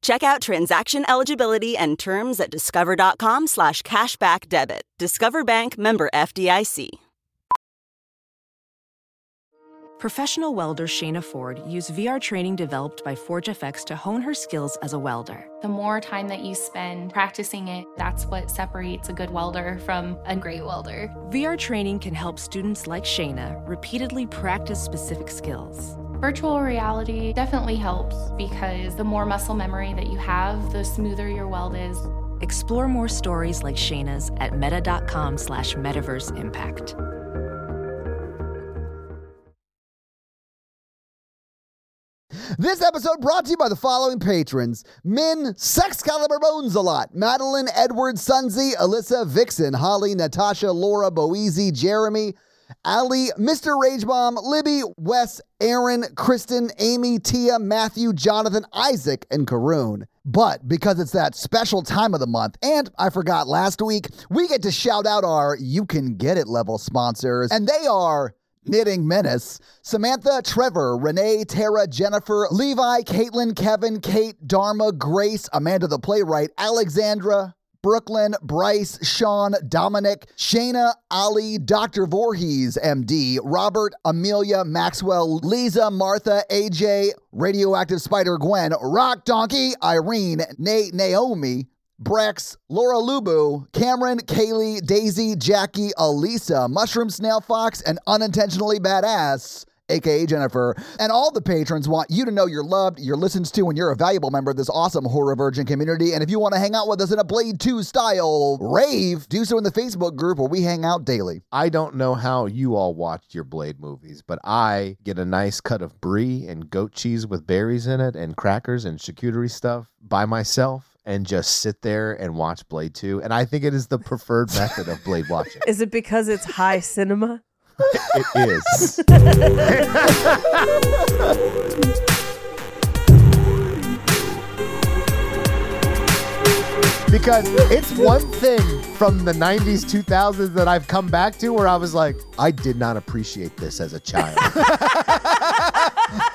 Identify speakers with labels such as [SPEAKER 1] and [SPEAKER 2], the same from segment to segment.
[SPEAKER 1] Check out transaction eligibility and terms at discover.com slash cashback debit. Discover Bank member FDIC.
[SPEAKER 2] Professional welder Shayna Ford used VR training developed by ForgeFX to hone her skills as a welder.
[SPEAKER 3] The more time that you spend practicing it, that's what separates a good welder from a great welder.
[SPEAKER 2] VR training can help students like Shayna repeatedly practice specific skills.
[SPEAKER 3] Virtual reality definitely helps because the more muscle memory that you have, the smoother your weld is.
[SPEAKER 2] Explore more stories like Shayna's at meta.com slash metaverse impact.
[SPEAKER 4] This episode brought to you by the following patrons Min, Sex Caliber Bones a Lot, Madeline Edward Sunzi, Alyssa Vixen, Holly, Natasha, Laura, Boezy, Jeremy, Ali, Mr. Ragebomb, Libby, Wes, Aaron, Kristen, Amy, Tia, Matthew, Jonathan, Isaac, and Karoon. But because it's that special time of the month, and I forgot last week, we get to shout out our You Can Get It level sponsors, and they are. Knitting Menace, Samantha, Trevor, Renee, Tara, Jennifer, Levi, Caitlin, Kevin, Kate, Dharma, Grace, Amanda the Playwright, Alexandra, Brooklyn, Bryce, Sean, Dominic, Shayna, Ali, Dr. Voorhees, MD, Robert, Amelia, Maxwell, Lisa, Martha, AJ, Radioactive Spider Gwen, Rock Donkey, Irene, Nate, Naomi, Brex, Laura Lubu, Cameron, Kaylee, Daisy, Jackie, Elisa, Mushroom Snail Fox, and Unintentionally Badass, aka Jennifer. And all the patrons want you to know you're loved, you're listened to, and you're a valuable member of this awesome Horror Virgin community. And if you want to hang out with us in a Blade 2 style rave, do so in the Facebook group where we hang out daily.
[SPEAKER 5] I don't know how you all watched your Blade movies, but I get a nice cut of brie and goat cheese with berries in it and crackers and charcuterie stuff by myself and just sit there and watch Blade 2. And I think it is the preferred method of Blade watching.
[SPEAKER 6] Is it because it's high cinema?
[SPEAKER 5] It is. because it's one thing from the 90s, 2000s that I've come back to where I was like, I did not appreciate this as a child.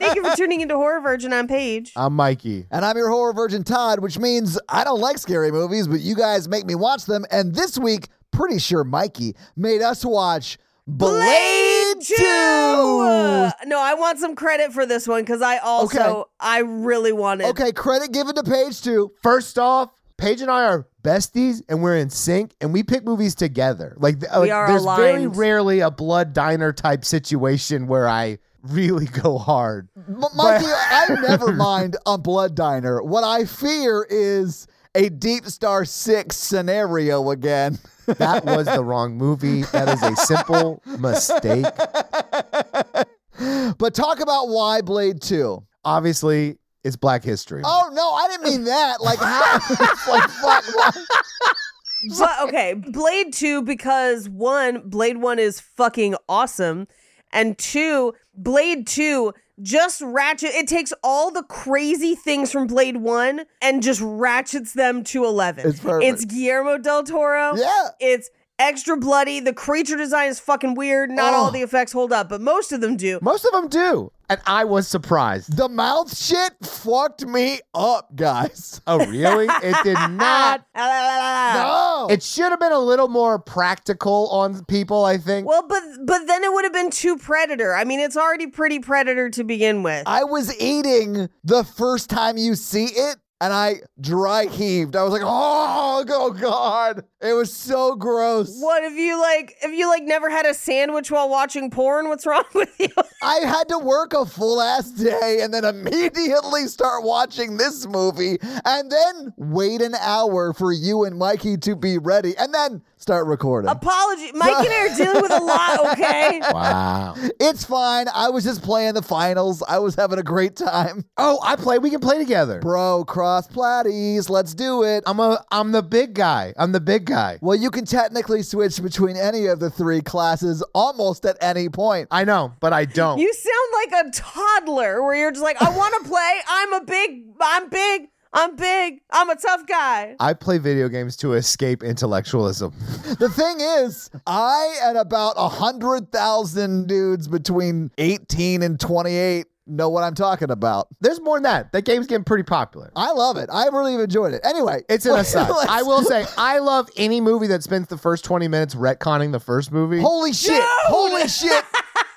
[SPEAKER 6] Thank you for tuning into Horror Virgin. I'm Paige.
[SPEAKER 4] Uh,
[SPEAKER 5] I'm Mikey.
[SPEAKER 4] And I'm your horror virgin Todd, which means I don't like scary movies, but you guys make me watch them. And this week, pretty sure Mikey made us watch Blade, 2.
[SPEAKER 6] Uh, no, I want some credit for this one because I also
[SPEAKER 4] Okay.
[SPEAKER 6] I really wanted.
[SPEAKER 4] Okay, credit given to page 2.
[SPEAKER 5] First off, Paige and I are besties and we're in sync and we pick movies together. Like, th- like,
[SPEAKER 6] are
[SPEAKER 5] there's very
[SPEAKER 6] aligned.
[SPEAKER 5] rarely a blood diner type situation where I really go hard.
[SPEAKER 4] M- Mikey, I never mind a blood diner. What I fear is a Deep Star 6 scenario again.
[SPEAKER 5] That was the wrong movie. That is a simple mistake.
[SPEAKER 4] But talk about why Blade 2.
[SPEAKER 5] Obviously, it's Black History. Month.
[SPEAKER 4] Oh no, I didn't mean that. Like how it's like fuck why?
[SPEAKER 6] But, okay, Blade 2, because one, Blade 1 is fucking awesome. And two, Blade 2 just ratchet it takes all the crazy things from Blade 1 and just ratchets them to 11.
[SPEAKER 4] It's perfect.
[SPEAKER 6] Guillermo del Toro.
[SPEAKER 4] Yeah.
[SPEAKER 6] It's extra bloody. The creature design is fucking weird. Not all the effects hold up, but most of them do.
[SPEAKER 5] Oh, Most of them do. And I was surprised.
[SPEAKER 4] The mouth shit fucked me up, guys.
[SPEAKER 5] Oh, really? It did not.
[SPEAKER 4] No.
[SPEAKER 5] It should have been a little more practical on people, I think.
[SPEAKER 6] Well, but but then it would have been too predator. I mean, it's already pretty predator to begin with.
[SPEAKER 4] I was eating the first time you see it, and I dry heaved. I was like, oh, oh god, it was so gross.
[SPEAKER 6] What if you like if you like never had a sandwich while watching porn? What's wrong with you?
[SPEAKER 4] I had to work a full ass day and then immediately start watching this movie, and then wait an hour for you and Mikey to be ready, and then start recording.
[SPEAKER 6] Apology. Mike and I are dealing with a lot, okay?
[SPEAKER 5] wow.
[SPEAKER 4] It's fine. I was just playing the finals. I was having a great time.
[SPEAKER 5] Oh, I play. We can play together.
[SPEAKER 4] Bro, cross platies. Let's do it.
[SPEAKER 5] I'm a I'm the big guy. I'm the big guy.
[SPEAKER 4] Well, you can automatically switch between any of the three classes almost at any point.
[SPEAKER 5] I know, but I don't.
[SPEAKER 6] You sound like a toddler where you're just like, I want to play. I'm a big, I'm big, I'm big, I'm a tough guy.
[SPEAKER 5] I play video games to escape intellectualism.
[SPEAKER 4] The thing is, I and about a 100,000 dudes between 18 and 28 know what I'm talking about.
[SPEAKER 5] There's more than that. That game's getting pretty popular.
[SPEAKER 4] I love it. I really enjoyed it. Anyway,
[SPEAKER 5] It's an
[SPEAKER 4] let's-
[SPEAKER 5] aside.
[SPEAKER 4] let's-
[SPEAKER 5] I will say, I love any movie that spends the first 20 minutes retconning the first movie.
[SPEAKER 4] Holy shit. Holy shit.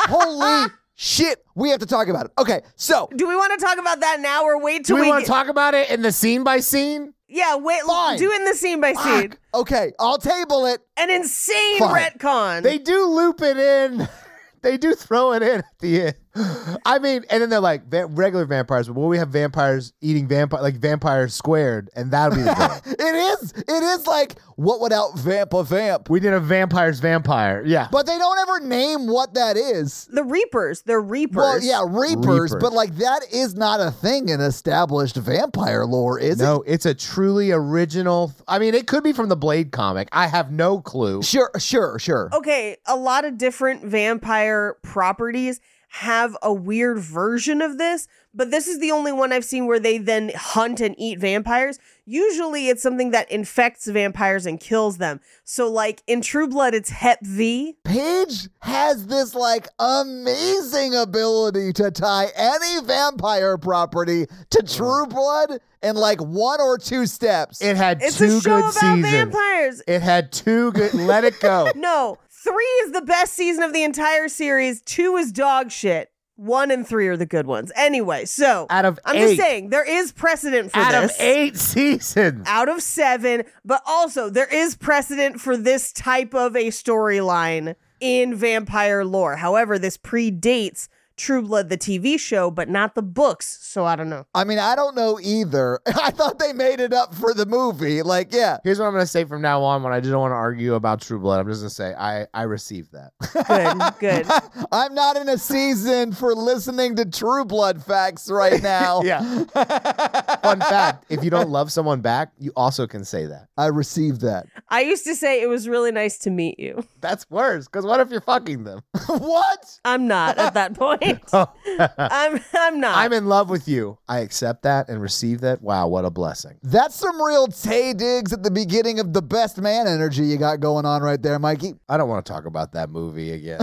[SPEAKER 4] Holy shit. We have to talk about it. Okay, so
[SPEAKER 6] Do we want to talk about that now or wait
[SPEAKER 5] Do
[SPEAKER 6] till
[SPEAKER 5] we,
[SPEAKER 6] we,
[SPEAKER 5] want
[SPEAKER 6] get-
[SPEAKER 5] to talk about it in the scene by scene?
[SPEAKER 6] Yeah, wait,
[SPEAKER 4] Fine.
[SPEAKER 6] do it in the scene by scene.
[SPEAKER 4] Fuck. Okay, I'll table it.
[SPEAKER 6] An insane
[SPEAKER 4] Fine.
[SPEAKER 6] retcon.
[SPEAKER 5] They do loop it in. They do throw it in at the end. I mean, and then they're like va- regular vampires, but will we have vampires eating vampire like vampires squared? And that'll be the goal.
[SPEAKER 4] It is. It is like what would out vamp a vamp.
[SPEAKER 5] we did a vampires vampire. Yeah.
[SPEAKER 4] But they don't ever name what that is.
[SPEAKER 6] the Reapers, they're Reapers.
[SPEAKER 4] Well, yeah, reapers,
[SPEAKER 5] Reapers.
[SPEAKER 4] but like that is not a thing in established vampire lore, is
[SPEAKER 5] no, it's a truly original. I mean, it could be from the Blade comic. I have no clue.
[SPEAKER 4] it? Sure, sure, sure.
[SPEAKER 6] Okay, a lot of different vampire properties have a weird version of this, but this is the only one I've seen where they then hunt and eat vampires. Usually it's something that infects vampires and kills them. So like in True Blood it's Hep V.
[SPEAKER 4] Paige has this like amazing ability to tie any vampire property to
[SPEAKER 5] Mm.
[SPEAKER 4] True Blood in like one or two steps.
[SPEAKER 5] It had
[SPEAKER 6] It's
[SPEAKER 5] two
[SPEAKER 6] a show
[SPEAKER 5] good
[SPEAKER 6] about
[SPEAKER 5] seasons.
[SPEAKER 6] vampires.
[SPEAKER 5] It had two good. Let it go.
[SPEAKER 6] No, 3 is the best season of the entire series. 2 is dog shit. 1 and 3 are the good ones. Anyway, so
[SPEAKER 5] Out of
[SPEAKER 6] I'm
[SPEAKER 5] eight.
[SPEAKER 6] just saying there is precedent for
[SPEAKER 5] Out
[SPEAKER 6] this.
[SPEAKER 5] of eight seasons.
[SPEAKER 6] out of seven, but also there is precedent for this type of a storyline in vampire lore. However, this predates True Blood, the TV show, but not the books. So I don't know.
[SPEAKER 4] I mean, I don't know either. I thought they made it up for the movie. Like, yeah.
[SPEAKER 5] Here's what I'm gonna say from now on. When I don't want to argue about True Blood, I'm just gonna say I I received that.
[SPEAKER 6] Good, good.
[SPEAKER 4] I'm not in a season for listening to True Blood facts right now.
[SPEAKER 5] yeah. Fun fact: If you don't love someone back, you also can say that.
[SPEAKER 4] I received that.
[SPEAKER 6] I used to say it was really nice to meet you.
[SPEAKER 5] That's worse. Because what if you're fucking them?
[SPEAKER 4] what?
[SPEAKER 6] I'm not at that point. I'm I'm not.
[SPEAKER 5] I'm in love with you. I accept that and receive that. Wow, what a blessing.
[SPEAKER 4] That's some real Tay digs at the beginning of the best man energy you got going on right there, Mikey.
[SPEAKER 5] I don't want to talk about that movie again.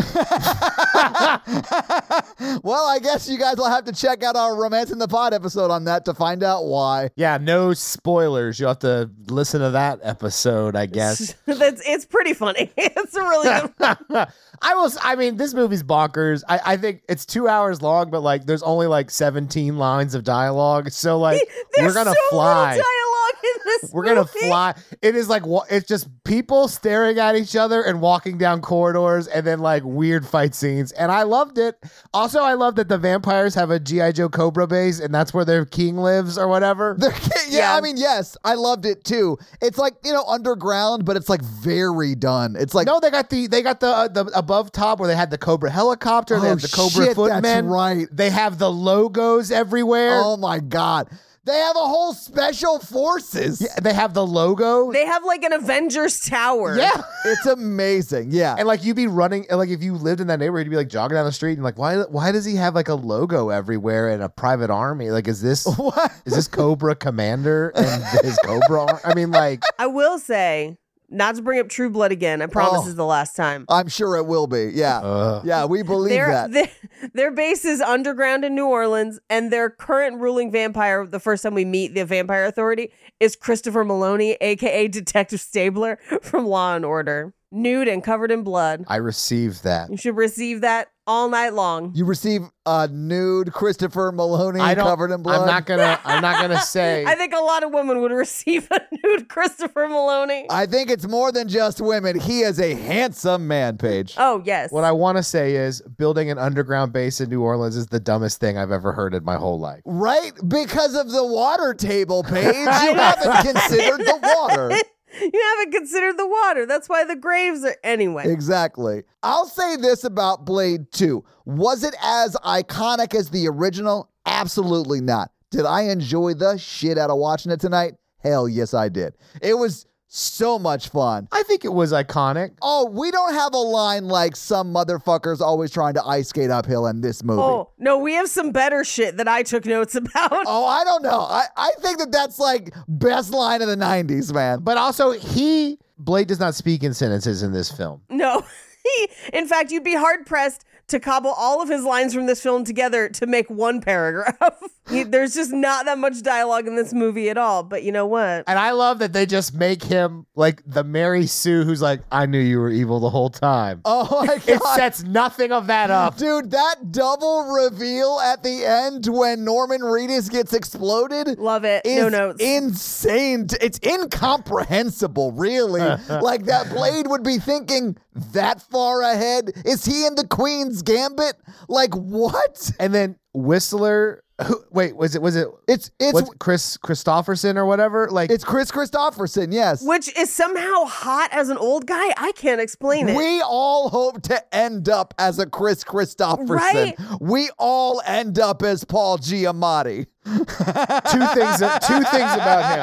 [SPEAKER 4] well, I guess you guys will have to check out our Romance in the Pod episode on that to find out why.
[SPEAKER 5] yeah, no spoilers. You'll have to listen to that episode, I guess.
[SPEAKER 6] That's it's pretty funny. It's a really good
[SPEAKER 5] I will. s- I mean, this movie's bonkers. I, I think it's two hours long, but like, there's only like 17 lines of dialogue. So like,
[SPEAKER 6] There's
[SPEAKER 5] we're gonna
[SPEAKER 6] so
[SPEAKER 5] fly.
[SPEAKER 6] little dialogue in this.
[SPEAKER 5] We're gonna
[SPEAKER 6] movie.
[SPEAKER 5] fly. It is like wa- it's just people staring at each other and walking down corridors, and then like weird fight scenes. And I loved it. Also, I love that the vampires have a GI Joe Cobra base, and that's where their king lives or whatever.
[SPEAKER 4] There can't- yeah, I mean, yes, I loved it too. It's like, you know, underground, but it's like very done. It's like,
[SPEAKER 5] no, they got the they got the uh, the above top where they had the Cobra helicopter. they
[SPEAKER 4] Oh,
[SPEAKER 5] have the Cobra
[SPEAKER 4] shit, that's
[SPEAKER 5] footmen.
[SPEAKER 4] right.
[SPEAKER 5] They have the logos everywhere.
[SPEAKER 4] oh my God. They have a whole special forces.
[SPEAKER 5] Yeah, they have the logo.
[SPEAKER 6] They have like an Avengers tower.
[SPEAKER 5] yeah.
[SPEAKER 4] It's amazing. Yeah.
[SPEAKER 5] And like you'd be running, and like if you lived in that neighborhood, you'd be like jogging down the street and like, why? Why does he have like a logo everywhere and a private army? Like, is this is this Cobra Commander and his Cobra? Ar- I mean, like,
[SPEAKER 6] I will say, not to bring up True Blood again. I promise
[SPEAKER 4] Oh.
[SPEAKER 6] this is the last time.
[SPEAKER 4] I'm sure it will be. Yeah.
[SPEAKER 5] Ugh.
[SPEAKER 4] yeah, we believe
[SPEAKER 6] Their,
[SPEAKER 4] that.
[SPEAKER 6] their their base is underground in New Orleans, and their current ruling vampire. The first time we meet the vampire authority is Christopher Maloney, aka Detective Stabler from Law and Order, nude and covered in blood.
[SPEAKER 5] I received that.
[SPEAKER 6] You should receive that all night long.
[SPEAKER 4] you receive a nude Christopher Maloney
[SPEAKER 5] I don't.
[SPEAKER 4] covered in blood.
[SPEAKER 5] I'm not gonna. I'm not gonna say.
[SPEAKER 6] I think a lot of women would receive a nude Christopher Maloney.
[SPEAKER 4] I think it's more than just women. He is a handsome man, Paige.
[SPEAKER 6] oh yes.
[SPEAKER 5] what I want to say is building an underground base in New Orleans is the dumbest thing I've ever heard in my whole life.
[SPEAKER 4] Right? Because of the water table, Paige. You haven't considered the water.
[SPEAKER 6] you haven't considered the water. That's why the graves are anyway.
[SPEAKER 4] Exactly. I'll say this about Blade 2. Was it as iconic as the original? Absolutely not. Did I enjoy the shit out of watching it tonight? Hell yes, I did. It was so much fun.
[SPEAKER 5] I think it was iconic.
[SPEAKER 4] Oh, we don't have a line like some motherfuckers always trying to ice skate uphill in this movie.
[SPEAKER 6] Oh, no, we have some better shit that I took notes about.
[SPEAKER 4] Oh, I don't know. I, I think that that's like best line of the 90s, man.
[SPEAKER 5] But also, he Blade does not speak in sentences in this film.
[SPEAKER 6] No. He, in fact, you'd be hard pressed to cobble all of his lines from this film together to make one paragraph. He- There's just not that much dialogue in this movie at all. But you know what?
[SPEAKER 5] And I love that they just make him like the Mary Sue who's like, I knew you were evil the whole time.
[SPEAKER 4] Oh my
[SPEAKER 5] it
[SPEAKER 4] god.
[SPEAKER 5] sets nothing of that up.
[SPEAKER 4] Dude, that double reveal at the end when Norman Reedus gets exploded.
[SPEAKER 6] Love it.
[SPEAKER 4] Is
[SPEAKER 6] No notes.
[SPEAKER 4] insane. t- It's incomprehensible, really. like that blade would be thinking that far ahead. Is he in the Queen's Gambit? Like what?
[SPEAKER 5] And then Whistler, who, wait, was it was it
[SPEAKER 4] It's it's
[SPEAKER 5] what's Chris Christopherson or whatever? Like
[SPEAKER 4] it's Chris Christopherson. Yes.
[SPEAKER 6] Which is somehow hot as an old guy. I can't explain it.
[SPEAKER 4] We all hope to end up as a Chris Christopherson.
[SPEAKER 6] Right?
[SPEAKER 4] We all end up as Paul Giamatti.
[SPEAKER 5] two things two things about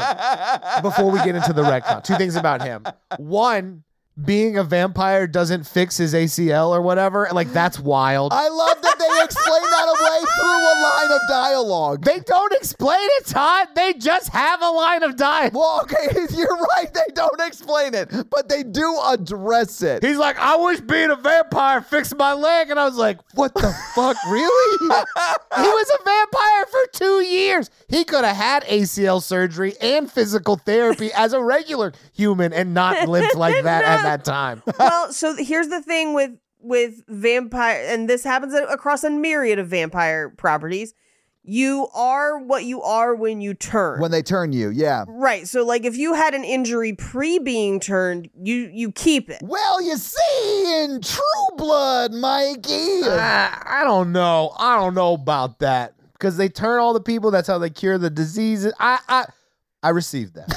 [SPEAKER 5] him before we get into the retcon. Two things about him. One, being a vampire doesn't fix his ACL or whatever. Like that's wild.
[SPEAKER 4] I love that they explain that away through a line of dialogue.
[SPEAKER 5] they don't explain it, Todd. They just have a line of dialogue.
[SPEAKER 4] Well, okay, you're right. They don't explain it, but they do address it.
[SPEAKER 5] He's like, I wish being a vampire fixed my leg. And I was like, what the fuck? Really? he was a vampire for two years. He could have had ACL surgery and physical therapy as a regular human and not lived like that at that time.
[SPEAKER 6] well, so here's the thing with with vampire, and this happens across a myriad of vampire properties. You are what you are when you turn.
[SPEAKER 4] When they turn you, yeah.
[SPEAKER 6] right. So, like, if you had an injury pre being turned, you you keep it.
[SPEAKER 4] Well, you see, in True Blood, Mikey.
[SPEAKER 5] Uh, I don't know. I don't know about that because they turn all the people. That's how they cure the diseases. I I I received that.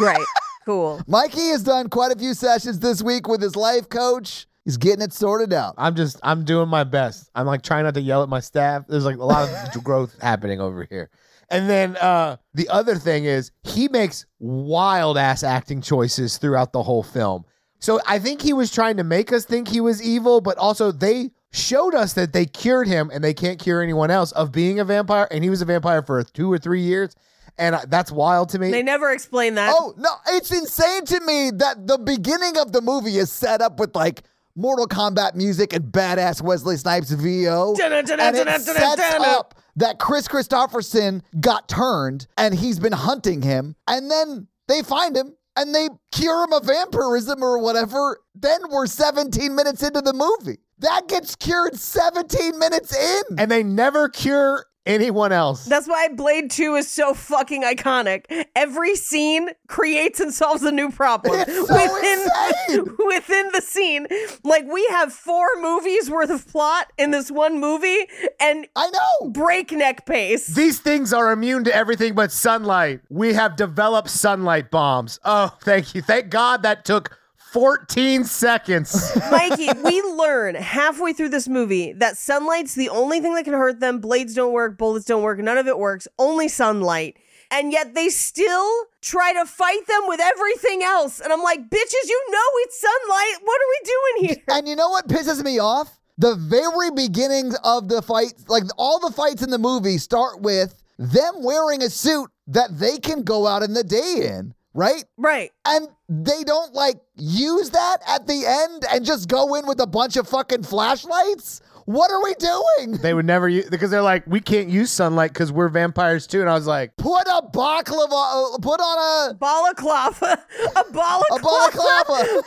[SPEAKER 6] Right. Cool.
[SPEAKER 4] Mikey has done quite a few sessions this week with his life coach. He's getting it sorted out.
[SPEAKER 5] I'm just I'm doing my best. I'm like trying not to yell at my staff. There's like a lot of growth happening over here. And then uh the other thing is he makes wild ass acting choices throughout the whole film. So I think he was trying to make us think he was evil, but also they showed us that they cured him and they can't cure anyone else of being a vampire and he was a vampire for 2 or 3 years and I, that's wild to me.
[SPEAKER 6] They never explain that.
[SPEAKER 4] Oh, no, it's insane to me that the beginning of the movie is set up with like Mortal Kombat music and badass Wesley Snipes VO.
[SPEAKER 6] Dun, dun, dun,
[SPEAKER 4] And
[SPEAKER 6] dun,
[SPEAKER 4] it
[SPEAKER 6] dun, dun,
[SPEAKER 4] sets
[SPEAKER 6] dun.
[SPEAKER 4] up that Chris Christopherson got turned and he's been hunting him. And then they find him and they cure him of vampirism or whatever. Then we're 17 minutes into the movie. That gets cured 17 minutes in.
[SPEAKER 5] and they never cure anyone else.
[SPEAKER 6] That's why Blade 2 is so fucking iconic. Every scene creates and solves a new problem.
[SPEAKER 4] It's so insane.
[SPEAKER 6] within the scene. Like we have four movies worth of plot in this one movie and
[SPEAKER 4] I know.
[SPEAKER 6] breakneck pace.
[SPEAKER 5] These things are immune to everything but sunlight. We have developed sunlight bombs. Oh, thank you. Thank God that took 14 seconds.
[SPEAKER 6] Mikey, we learn halfway through this movie that sunlight's the only thing that can hurt them. Blades don't work, bullets don't work, none of it works, only sunlight. And yet they still try to fight them with everything else. And I'm like, bitches, you know it's sunlight. What are we doing here?
[SPEAKER 4] And you know what pisses me off? The very beginnings of the fights, like all the fights in the movie, start with them wearing a suit that they can go out in the day in, right?
[SPEAKER 6] Right.
[SPEAKER 4] And they don't like use that at the end and just go in with a bunch of fucking flashlights. What are we doing?
[SPEAKER 5] they would never use because they're like, we can't use sunlight because we're vampires too. And I was like,
[SPEAKER 4] Put a baklava, uh, put on
[SPEAKER 6] Balaclava. A
[SPEAKER 4] a,
[SPEAKER 6] balaclava.
[SPEAKER 4] a balaclava.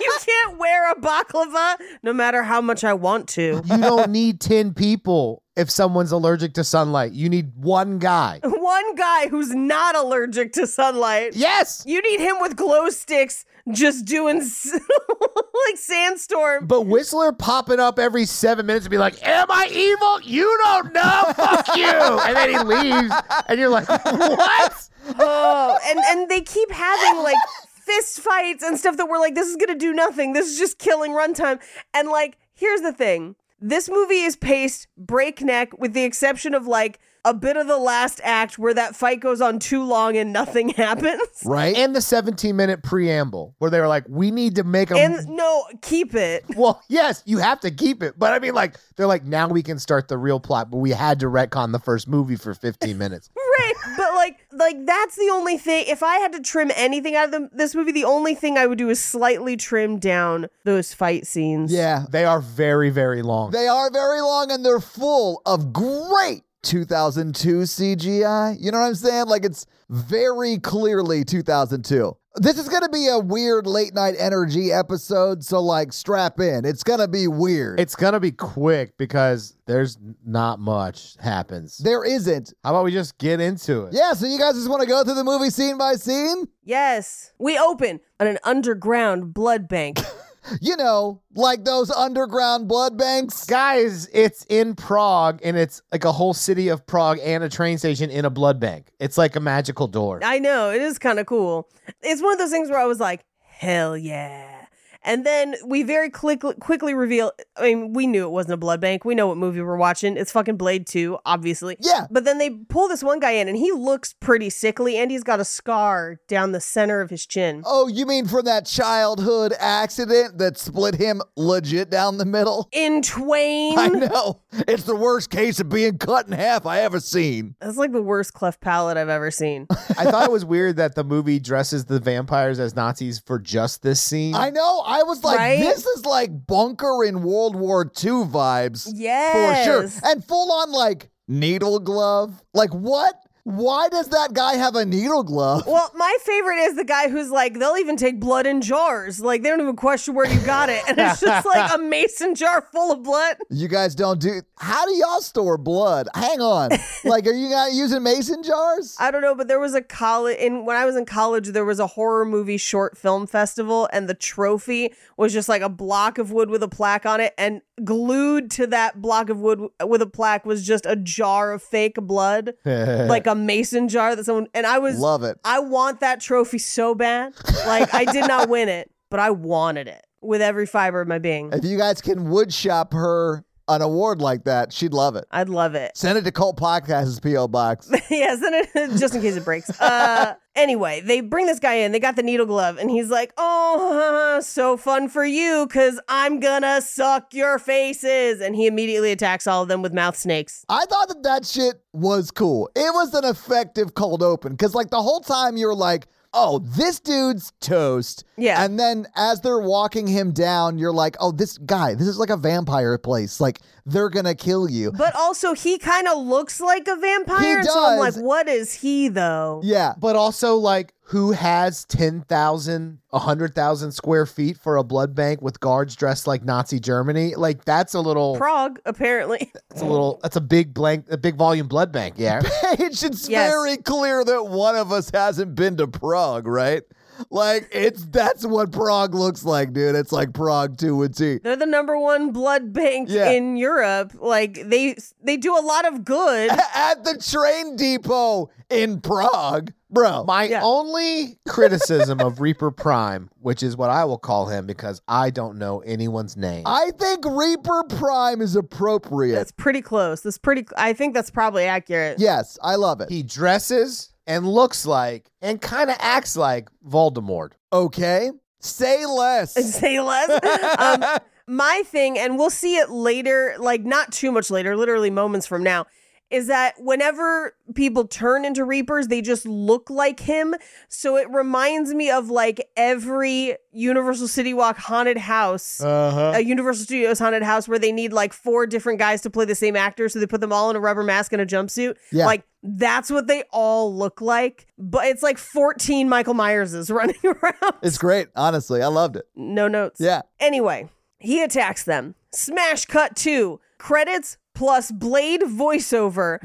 [SPEAKER 6] you can't wear a baklava no matter how much I want to.
[SPEAKER 5] you don't need 10 people if someone's allergic to sunlight. You need one guy.
[SPEAKER 6] One guy who's not allergic to sunlight.
[SPEAKER 5] Yes.
[SPEAKER 6] You need him with glow sticks just doing s- like sandstorm.
[SPEAKER 5] But Whistler popping up every seven minutes and be like, Am I evil? You don't know. Fuck you. And then he leaves. And you're like, What?
[SPEAKER 6] Oh, and and they keep having like fist fights and stuff that we're like this is going to do nothing. This is just killing runtime. And like here's the thing. This movie is paced breakneck with the exception of like a bit of the last act where that fight goes on too long and nothing happens.
[SPEAKER 4] right?
[SPEAKER 5] And the 17 minute preamble where they were like, we need to make a.
[SPEAKER 6] And no, keep it.
[SPEAKER 5] well, yes, you have to keep it. But I mean, like, they're like, now we can start the real plot, but we had to retcon the first movie for 15 minutes.
[SPEAKER 6] Right, but like, like that's the only thing. If I had to trim anything out of the, this movie, the only thing I would do is slightly trim down those fight scenes.
[SPEAKER 4] yeah.
[SPEAKER 5] They are very, very long.
[SPEAKER 4] They are very long and they're full of great 2002 CGI. You know what I'm saying? Like it's very clearly 2002. This is going to be a weird late night energy episode, so like strap in. It's going to be weird.
[SPEAKER 5] it's going to be quick because there's not much happens.
[SPEAKER 4] there isn't.
[SPEAKER 5] How about we just get into it?
[SPEAKER 4] Yeah, so you guys just want to go through the movie scene by scene?
[SPEAKER 6] Yes, we open on an underground blood bank.
[SPEAKER 4] You know, like those underground blood banks.
[SPEAKER 5] Guys, it's in Prague and it's like a whole city of Prague and a train station in a blood bank. It's like a magical door.
[SPEAKER 6] I know it is kind of cool. It's one of those things where I was like, hell yeah. And then we very quick, quickly reveal. I mean, we knew it wasn't a blood bank. We know what movie we're watching. It's fucking Blade 2, obviously.
[SPEAKER 4] Yeah.
[SPEAKER 6] But then they pull this one guy in, and he looks pretty sickly, and he's got a scar down the center of his chin.
[SPEAKER 4] Oh, you mean from that childhood accident that split him legit down the middle?
[SPEAKER 6] In twain.
[SPEAKER 4] I know. It's the worst case of being cut in half I ever seen.
[SPEAKER 6] That's like the worst cleft palate I've ever seen.
[SPEAKER 5] I thought it was weird that the movie dresses the vampires as Nazis for just this scene.
[SPEAKER 4] I know. I was like,
[SPEAKER 6] Right?
[SPEAKER 4] this is like bunker in World War II vibes. For
[SPEAKER 6] Yes.
[SPEAKER 4] sure. And full on like needle glove. Like, what? Why does that guy have a needle glove?
[SPEAKER 6] Well, my favorite is the guy who's like, they'll even take blood in jars. Like, they don't even question where you got it. And it's just like a mason jar full of blood.
[SPEAKER 4] You guys don't do. How do y'all store blood? Hang on. like, are you not using mason jars?
[SPEAKER 6] I don't know, but there was a college in when I was in college, there was a horror movie short film festival, and the trophy was just like a block of wood with a plaque on it, and glued to that block of wood with a plaque was just a jar of fake blood, like a mason jar that someone and I was
[SPEAKER 4] Love it.
[SPEAKER 6] I want that trophy so bad. Like I did not win it, but I wanted it with every fiber of my being.
[SPEAKER 4] If you guys can woodshop her an award like that, she'd love it.
[SPEAKER 6] I'd love it.
[SPEAKER 4] Send it to Cult Podcast's P.O. Box.
[SPEAKER 6] yes, and it, just in case it breaks. Uh, anyway, they bring this guy in. They got the needle glove, and he's like, "Oh, so fun for you, cause I'm gonna suck your faces." And he immediately attacks all of them with mouth snakes.
[SPEAKER 4] I thought that that shit was cool. It was an effective cold open because, like, the whole time you're like, oh, this dude's toast.
[SPEAKER 6] Yeah.
[SPEAKER 4] And then as they're walking him down, you're like, oh, this guy, this is like a vampire place. Like, they're going to kill you.
[SPEAKER 6] But also, he kind of looks like a vampire.
[SPEAKER 4] He
[SPEAKER 6] So I'm like,
[SPEAKER 4] does.
[SPEAKER 6] what is he though?
[SPEAKER 4] Yeah.
[SPEAKER 5] but also, like, who has 10,000, 100,000 square feet for a blood bank with guards dressed like Nazi Germany? Like, that's a little,
[SPEAKER 6] Prague, apparently.
[SPEAKER 5] that's a little, that's a big blank, a big volume blood bank. Yeah.
[SPEAKER 4] Paige, it's
[SPEAKER 6] Yes.
[SPEAKER 4] very clear that one of us hasn't been to Prague, right? Like, it's that's what Prague looks like, dude. It's like Prague to a T.
[SPEAKER 6] They're the number one blood bank
[SPEAKER 4] Yeah.
[SPEAKER 6] in Europe. Like they they do a lot of good.
[SPEAKER 4] At the train depot in Prague, bro.
[SPEAKER 5] My
[SPEAKER 6] Yeah.
[SPEAKER 5] only criticism of Reaper Prime, which is what I will call him because I don't know anyone's name.
[SPEAKER 4] I think Reaper Prime is appropriate.
[SPEAKER 6] That's pretty close. That's pretty. I think that's probably accurate.
[SPEAKER 4] yes, I love it.
[SPEAKER 5] he dresses and looks like and kind of acts like Voldemort.
[SPEAKER 4] okay, say less.
[SPEAKER 6] say less. um, my thing, and we'll see it later, like not too much later, literally moments from now, is that whenever people turn into Reapers, they just look like him. So it reminds me of like every Universal City Walk haunted house.
[SPEAKER 5] Uh-huh.
[SPEAKER 6] a Universal Studios haunted house where they need like four different guys to play the same actor, so they put them all in a rubber mask and a jumpsuit.
[SPEAKER 4] Yeah.
[SPEAKER 6] Like that's what they all look like. But it's like 14 Michael Myerses running around.
[SPEAKER 4] It's great, honestly. I loved it.
[SPEAKER 6] no notes.
[SPEAKER 4] Yeah.
[SPEAKER 6] Anyway, he attacks them. Smash cut two. Credits plus Blade voiceover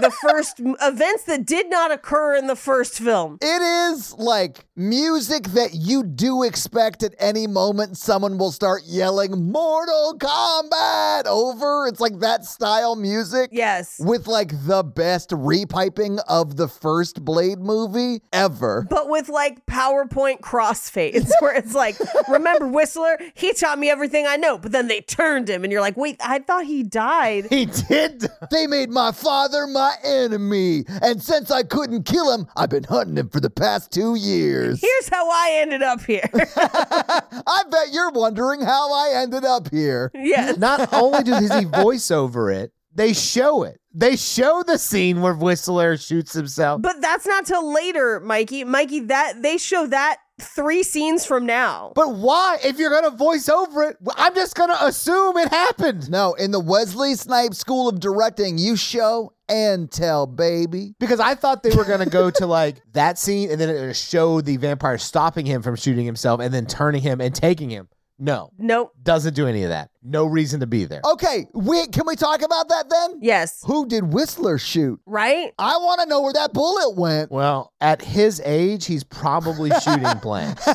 [SPEAKER 6] the first m- events that did not occur in the first film.
[SPEAKER 4] It is like music that you do expect at any moment someone will start yelling Mortal Kombat over. It's like that style music.
[SPEAKER 6] Yes.
[SPEAKER 4] With like the best repiping of the first Blade movie ever.
[SPEAKER 6] but with like PowerPoint crossfades, where it's like, remember Whistler? He taught me everything I know, but then they turned him, and you're like, wait, I thought he died.
[SPEAKER 5] He did.
[SPEAKER 4] They made my father my enemy, and since I couldn't kill him, I've been hunting him for the past two years.
[SPEAKER 6] Here's how I ended up here.
[SPEAKER 4] I bet you're wondering how I ended up here.
[SPEAKER 6] yes.
[SPEAKER 5] Not only does he voice over it, they show it. They show the scene where Whistler shoots himself.
[SPEAKER 6] But that's not till later, Mikey. Mikey, that they show that three scenes from now.
[SPEAKER 5] But why? If you're gonna voice over it, I'm just gonna assume it happened.
[SPEAKER 4] No, in the Wesley Snipes School of Directing, you show and tell, baby.
[SPEAKER 5] Because I thought they were gonna go to like that scene and then it show the vampire stopping him from shooting himself and then turning him and taking him. No.
[SPEAKER 6] nope.
[SPEAKER 5] Doesn't do any of that. No reason to be there.
[SPEAKER 4] Okay, wait, can we talk about that then?
[SPEAKER 6] Yes.
[SPEAKER 4] Who did Whistler shoot?
[SPEAKER 6] Right?
[SPEAKER 4] I want to know where that bullet went.
[SPEAKER 5] Well, at his age, he's probably shooting blanks.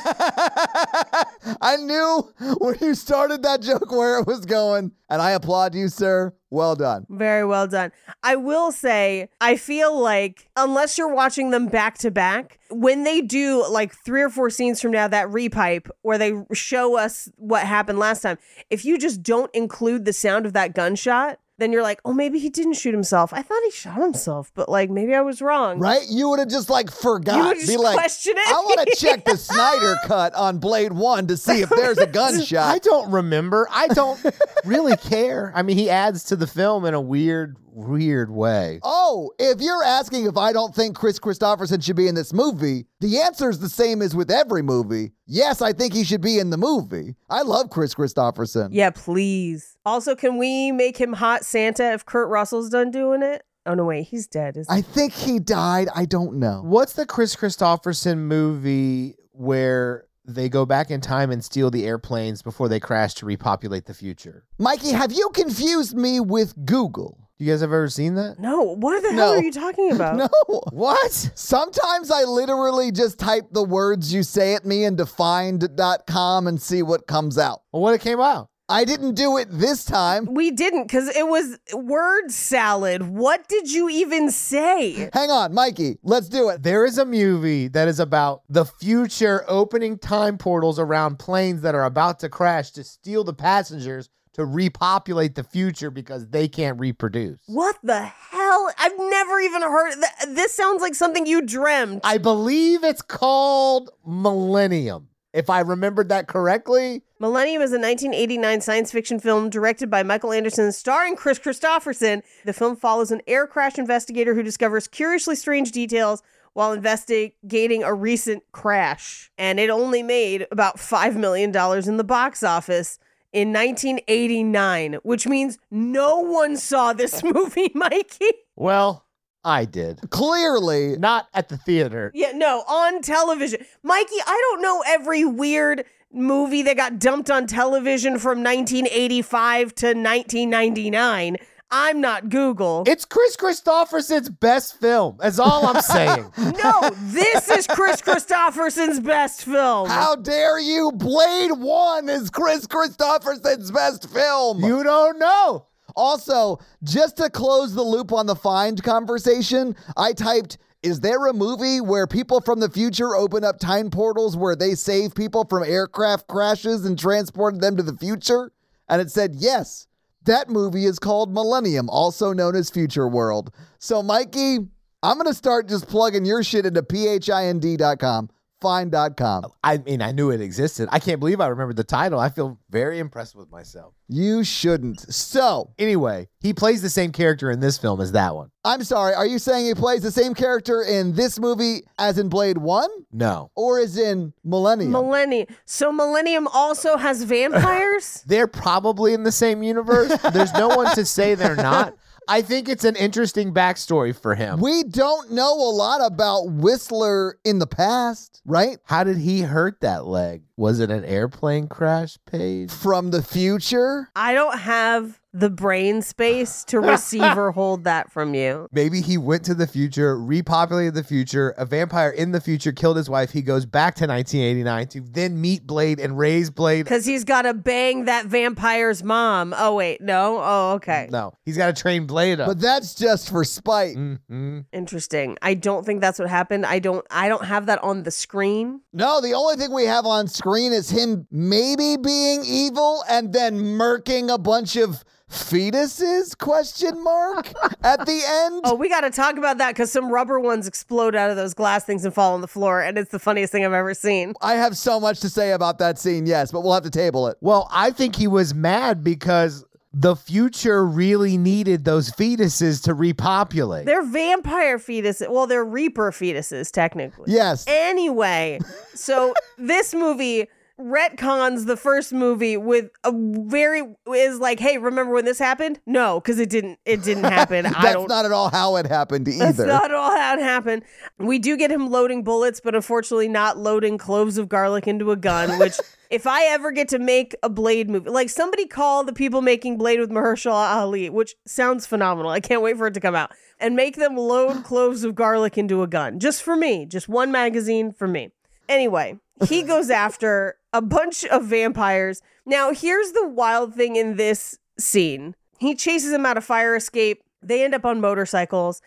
[SPEAKER 4] I knew when you started that joke where it was going, and I applaud you, sir. Well done.
[SPEAKER 6] Very well done. I will say, I feel like unless you're watching them back to back, when they do like three or four scenes from now, that repipe where they show us what happened last time, if you just don't include the sound of that gunshot, then you're like, oh, maybe he didn't shoot himself. I thought he shot himself, but like maybe I was wrong.
[SPEAKER 4] Right? You would have just like forgot.
[SPEAKER 6] You would
[SPEAKER 4] Be
[SPEAKER 6] just
[SPEAKER 4] like,
[SPEAKER 6] question it.
[SPEAKER 4] I want to check the Snyder cut on Blade One to see if there's a
[SPEAKER 5] I
[SPEAKER 4] gunshot.
[SPEAKER 5] don't remember. I don't really care. I mean, he adds to the film in a weird, weird way.
[SPEAKER 4] Oh, if you're asking if I don't think Chris Christopherson should be in this movie, the answer is the same as with every movie. Yes, I think he should be in the movie. I love Chris Christopherson.
[SPEAKER 6] Yeah, please. Also, can we make him hot Santa if Kurt Russell's done doing it? Oh no, wait, he's dead. Is
[SPEAKER 4] I think he died. I don't know.
[SPEAKER 5] What's the Chris Christopherson movie where they go back in time and steal the airplanes before they crash to repopulate the future?
[SPEAKER 4] Mikey, have you confused me with Google?
[SPEAKER 5] You guys have ever seen that?
[SPEAKER 6] no, what the hell
[SPEAKER 4] No.
[SPEAKER 6] are you talking about?
[SPEAKER 4] No.
[SPEAKER 5] What?
[SPEAKER 4] Sometimes I literally just type the words you say at me into find.com and see what comes out.
[SPEAKER 5] Well, what it came out?
[SPEAKER 4] I didn't do it this time.
[SPEAKER 6] We didn't because it was word salad. What did you even say?
[SPEAKER 4] Hang on, Mikey. Let's do it.
[SPEAKER 5] There is a movie that is about the future opening time portals around planes that are about to crash to steal the passengers to repopulate the future because they can't reproduce.
[SPEAKER 6] What the hell? I've never even heard. Th- this sounds like something you dreamt.
[SPEAKER 5] I believe it's called Millennium. If I remembered that correctly,
[SPEAKER 6] Millennium is a 1989 science fiction film directed by Michael Anderson, starring Chris Christopherson. The film follows an air crash investigator who discovers curiously strange details while investigating a recent crash. And it only made about $5 million in the box office in 1989, which means no one saw this movie, Mikey.
[SPEAKER 5] well, I did.
[SPEAKER 4] Clearly,
[SPEAKER 5] Not at the theater.
[SPEAKER 6] Yeah, no, on television. Mikey, I don't know every weird movie that got dumped on television from 1985 to 1999. I'm not Google.
[SPEAKER 5] It's Chris Christopherson's best film. That's all I'm saying.
[SPEAKER 6] no, this is Chris Christopherson's best film.
[SPEAKER 4] how dare you? Blade 1 is Chris Christopherson's best film.
[SPEAKER 5] you don't know.
[SPEAKER 4] also, just to close the loop on the find conversation, I typed is there a movie where people from the future open up time portals where they save people from aircraft crashes and transport them to the future? And it said yes. That movie is called Millennium, also known as Future World. So, Mikey, I'm going to start just plugging your shit into phind.com, find.com.
[SPEAKER 5] I mean, I knew it existed. I can't believe I remembered the title. I feel very impressed with myself.
[SPEAKER 4] You shouldn't. So,
[SPEAKER 5] Anyway, he plays the same character in this film as that one.
[SPEAKER 4] I'm sorry, are you saying he plays the same character in this movie as in Blade 1
[SPEAKER 5] No.
[SPEAKER 4] or is in Millennium?
[SPEAKER 6] Millennium. So Millennium also has vampires?
[SPEAKER 5] They're probably in the same universe. There's no one to say they're not. I think it's an interesting backstory for him.
[SPEAKER 4] we don't know a lot about Whistler in the past, right?
[SPEAKER 5] How did he hurt that leg? Was it an airplane crash, Paige?
[SPEAKER 4] From the future?
[SPEAKER 6] I don't have the brain space to receive or hold that from you.
[SPEAKER 5] Maybe he went to the future, repopulated the future, a vampire in the future killed his wife. He goes back to 1989 to then meet Blade and raise Blade.
[SPEAKER 6] Because he's got to bang that vampire's mom. Oh, wait. No? Oh, okay.
[SPEAKER 5] No, he's got to train Blade up.
[SPEAKER 4] But that's just for spite.
[SPEAKER 5] Mhm.
[SPEAKER 6] Interesting. I don't think that's what happened. I don't I don't have that on the screen.
[SPEAKER 4] No, the only thing we have on screen is him maybe being evil and then murking a bunch of fetuses? Question mark at the end.
[SPEAKER 6] Oh, we got to talk about that because some rubber ones explode out of those glass things and fall on the floor, and it's the funniest thing I've ever seen.
[SPEAKER 4] I have so much to say about that scene, yes, but we'll have to table it.
[SPEAKER 5] Well, I think he was mad because the future really needed those fetuses to repopulate.
[SPEAKER 6] They're vampire fetuses. Well, they're reaper fetuses, technically.
[SPEAKER 4] Yes.
[SPEAKER 6] Anyway, so this movie retcons the first movie with a very is like, hey, remember when this happened? No, because it didn't. It didn't happen. I
[SPEAKER 4] That's
[SPEAKER 6] don't.
[SPEAKER 4] not at all how it happened either.
[SPEAKER 6] That's not at all how it happened. We do get him loading bullets, but unfortunately not loading cloves of garlic into a gun, which if I ever get to make a Blade movie, like somebody call the people making Blade with Mahershala Ali, which sounds phenomenal. I can't wait for it to come out. And make them load cloves of garlic into a gun. Just for me. Just one magazine for me. Anyway, he goes after a bunch of vampires. Now, here's the wild thing in this scene. He chases them out a fire escape. They end up on motorcycles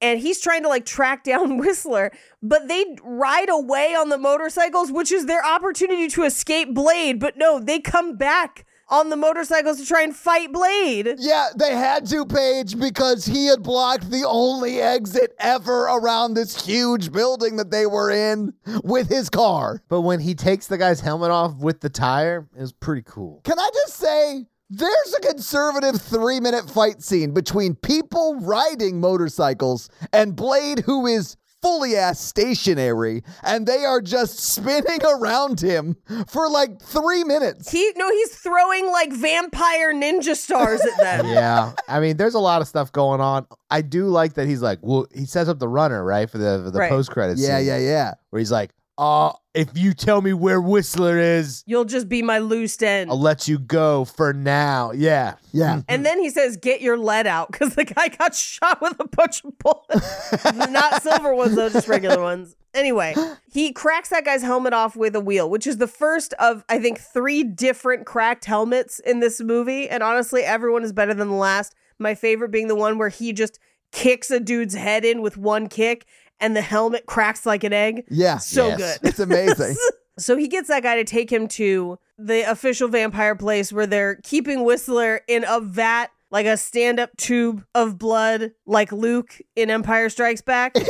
[SPEAKER 6] and he's trying to like track down Whistler, but they ride away on the motorcycles, which is their opportunity to escape Blade. But no, they come back on the motorcycles to try and fight Blade.
[SPEAKER 4] Yeah, they had to Page because he had blocked the only exit ever around this huge building that they were in with his car.
[SPEAKER 5] but when he takes the guy's helmet off with the tire, it was pretty cool.
[SPEAKER 4] Can I just say there's a conservative three minute fight scene between people riding motorcycles and Blade, who is fully ass stationary, and they are just spinning around him for like three minutes.
[SPEAKER 6] He no, he's throwing like vampire ninja stars at them.
[SPEAKER 5] yeah. I mean, there's a lot of stuff going on. I do like that he's like, well, he sets up the runner, right? For the for the
[SPEAKER 6] Right.
[SPEAKER 5] post credits.
[SPEAKER 4] Yeah, yeah, yeah.
[SPEAKER 5] Where he's like, uh, if you tell me where Whistler is,
[SPEAKER 6] You'll just be my loose end.
[SPEAKER 5] I'll let you go for now. Yeah.
[SPEAKER 4] Yeah.
[SPEAKER 6] And then he says, "Get your lead out," because the guy got shot with a bunch of bullets, not silver ones though, just regular ones. Anyway, he cracks that guy's helmet off with a wheel, which is the first of I think three different cracked helmets in this movie. And honestly, everyone is better than the last. My favorite being the one where he just kicks a dude's head in with one kick, and the helmet cracks like an egg.
[SPEAKER 4] Yeah.
[SPEAKER 6] So
[SPEAKER 5] Yes.
[SPEAKER 6] good.
[SPEAKER 4] It's amazing.
[SPEAKER 6] So he gets that guy to take him to the official vampire place where they're keeping Whistler in a vat, like a stand up tube of blood, like Luke in Empire Strikes Back.
[SPEAKER 4] yeah,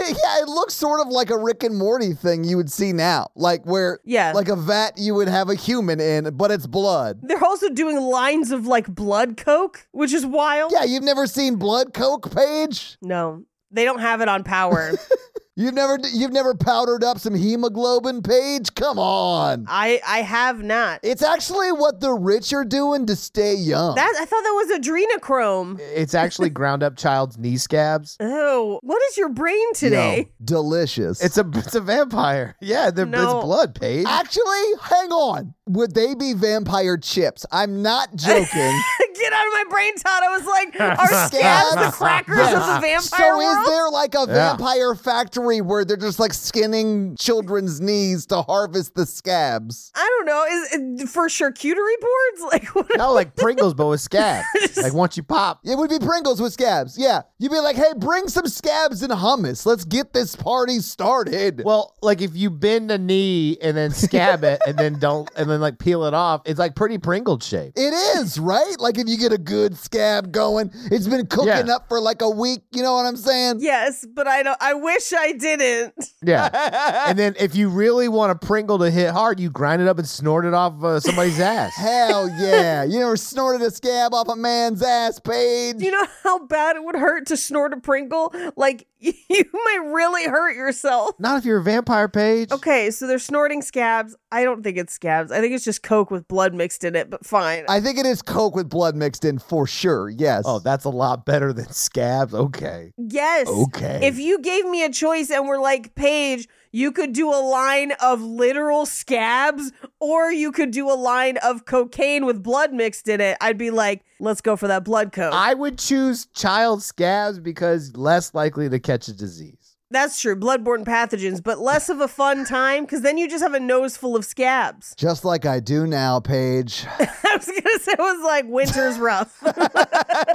[SPEAKER 4] it looks sort of like a Rick and Morty thing you would see now, like where,
[SPEAKER 6] Yeah.
[SPEAKER 4] like a vat you would have a human in, but it's blood.
[SPEAKER 6] They're also doing lines of like blood coke, which is wild.
[SPEAKER 4] Yeah, you've never seen blood coke, Paige.
[SPEAKER 6] No, they don't have it on power.
[SPEAKER 4] You've never, you've never powdered up some hemoglobin, Paige. Come on,
[SPEAKER 6] I I have not.
[SPEAKER 4] it's actually what the rich are doing to stay young.
[SPEAKER 6] That I thought that was adrenochrome.
[SPEAKER 5] It's actually ground up child's knee scabs.
[SPEAKER 6] Oh, what is your brain today?
[SPEAKER 4] delicious.
[SPEAKER 5] It's a it's a vampire. Yeah, they're
[SPEAKER 6] No.
[SPEAKER 5] it's blood, Paige.
[SPEAKER 4] actually, hang on. Would they be vampire chips? I'm not joking.
[SPEAKER 6] Get out of my brain, Todd. I was like, are scabs the crackers of the vampire
[SPEAKER 4] So
[SPEAKER 6] world?
[SPEAKER 4] is there like a
[SPEAKER 5] Yeah.
[SPEAKER 4] vampire factory where they're just like skinning children's knees to harvest the scabs?
[SPEAKER 6] I don't know. Is is- for charcuterie boards? Like what?
[SPEAKER 5] No, like Pringles, but with scabs. like once you pop,
[SPEAKER 4] It would be Pringles with scabs. Yeah. You'd be like, hey, bring some scabs and hummus. Let's get this party started.
[SPEAKER 5] Well, like if you bend a knee and then scab it and then don't and then like peel it off, it's like pretty Pringle shape.
[SPEAKER 4] it is, right? Like if you get a good scab going, it's been cooking
[SPEAKER 5] Yeah.
[SPEAKER 4] up for like a week. You know what I'm saying?
[SPEAKER 6] Yes, but I don't. I wish I didn't.
[SPEAKER 5] Yeah. and then if you really want a Pringle to hit hard, you grind it up and snort it off uh, somebody's ass.
[SPEAKER 4] Hell yeah. you never snorted a scab off a man's ass, Paige.
[SPEAKER 6] Do you know how bad it would hurt to snort a Pringle? Like you might really hurt yourself.
[SPEAKER 5] Not if you're a vampire page.
[SPEAKER 6] Okay, so they're snorting scabs. I don't think it's scabs. I think it's just Coke with blood mixed in it. But fine.
[SPEAKER 4] I think it is Coke with blood mixed in for sure. Yes.
[SPEAKER 5] Oh, that's a lot better than scabs. Okay.
[SPEAKER 6] yes.
[SPEAKER 5] Okay.
[SPEAKER 6] If you gave me a choice and were like, Paige, you could do a line of literal scabs or you could do a line of cocaine with blood mixed in it, I'd be like, let's go for that blood coat.
[SPEAKER 5] I would choose child scabs because less likely to catch a disease.
[SPEAKER 6] That's true, bloodborne pathogens, but less of a fun time because then you just have a nose full of scabs.
[SPEAKER 4] Just like I do now, Paige.
[SPEAKER 6] I was going to say it was like winter's rough.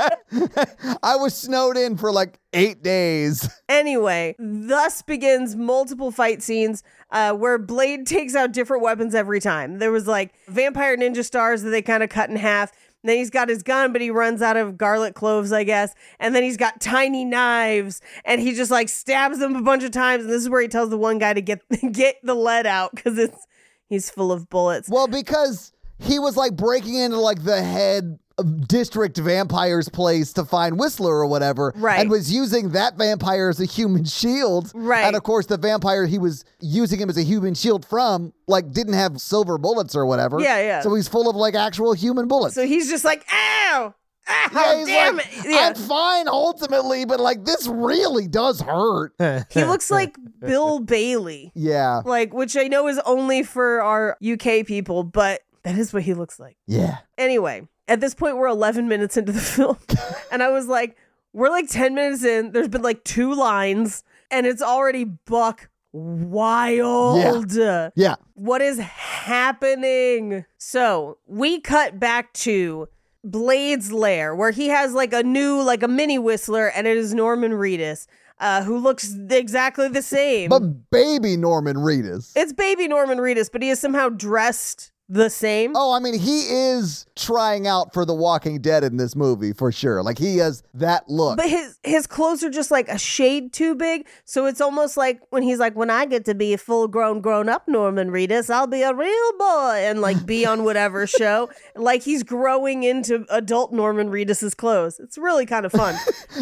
[SPEAKER 4] I was snowed in for like eight days.
[SPEAKER 6] Anyway, thus begins multiple fight scenes uh, where Blade takes out different weapons every time. There was like vampire ninja stars that they kind of cut in half. then he's got his gun, but he runs out of garlic cloves, I guess. And then he's got tiny knives, and he just like stabs them a bunch of times. And this is where he tells the one guy to get get the lead out because it's he's full of bullets.
[SPEAKER 4] Well, because he was like breaking into like the head of district vampire's place to find Whistler or whatever,
[SPEAKER 6] Right.
[SPEAKER 4] And was using that vampire as a human shield,
[SPEAKER 6] Right.
[SPEAKER 4] And of course, the vampire he was using him as a human shield from like didn't have silver bullets or whatever,
[SPEAKER 6] Yeah, yeah.
[SPEAKER 4] So he's full of like actual human bullets.
[SPEAKER 6] So he's just like, ow, ow,
[SPEAKER 4] Yeah, he's
[SPEAKER 6] damn
[SPEAKER 4] like,
[SPEAKER 6] it. Yeah.
[SPEAKER 4] I'm fine ultimately, but like this really does hurt.
[SPEAKER 6] he looks like Bill Bailey,
[SPEAKER 4] Yeah,
[SPEAKER 6] like which I know is only for our UK people, but that is what he looks like.
[SPEAKER 4] yeah.
[SPEAKER 6] Anyway, at this point, we're 11 minutes into the film. and I was like, we're like 10 minutes in. There's been like two lines, and it's already buck wild.
[SPEAKER 4] Yeah.
[SPEAKER 6] What is happening? So we cut back to Blade's lair, where he has like a new, like a mini whistler, and it is Norman Reedus, uh, who looks exactly the same.
[SPEAKER 4] But baby Norman Reedus.
[SPEAKER 6] it's baby Norman Reedus, but he is somehow dressed the same.
[SPEAKER 4] Oh, I mean, he is trying out for The Walking Dead in this movie for sure. Like he has that look.
[SPEAKER 6] But his his clothes are just like a shade too big, so it's almost like when he's like, "When I get to be a full grown grown up Norman Reedus, I'll be a real boy and like be on whatever show." Like he's growing into adult Norman Reedus's clothes. It's really kind of fun.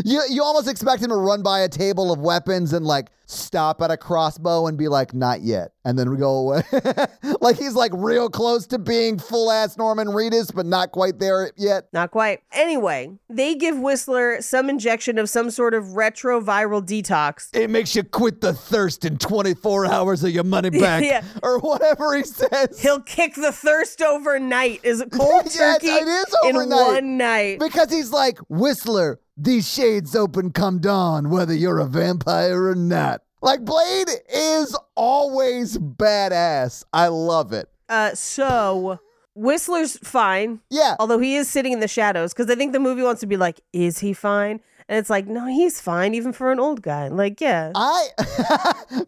[SPEAKER 4] you you almost expect him to run by a table of weapons and like stop at a crossbow and be like, "Not yet," and then go away. like he's like real close to being full ass Norman Reedus, but not quite there yet.
[SPEAKER 6] Not quite. Anyway, they give Whistler some injection of some sort of retroviral detox.
[SPEAKER 4] It makes you quit the thirst in 24 hours of your money back,
[SPEAKER 6] Yeah.
[SPEAKER 4] or whatever he says.
[SPEAKER 6] He'll kick the thirst overnight. Is it cold
[SPEAKER 4] Yes,
[SPEAKER 6] turkey
[SPEAKER 4] it is
[SPEAKER 6] in
[SPEAKER 4] overnight.
[SPEAKER 6] one night?
[SPEAKER 4] Because he's like, Whistler, these shades open come dawn, whether you're a vampire or not. Like, Blade is always badass. I love it.
[SPEAKER 6] Uh, so Whistler's fine.
[SPEAKER 4] Yeah.
[SPEAKER 6] Although he is sitting in the shadows, because I think the movie wants to be like, is he fine? And it's like, no, he's fine, even for an old guy. Like, yeah.
[SPEAKER 5] Uh,
[SPEAKER 4] I,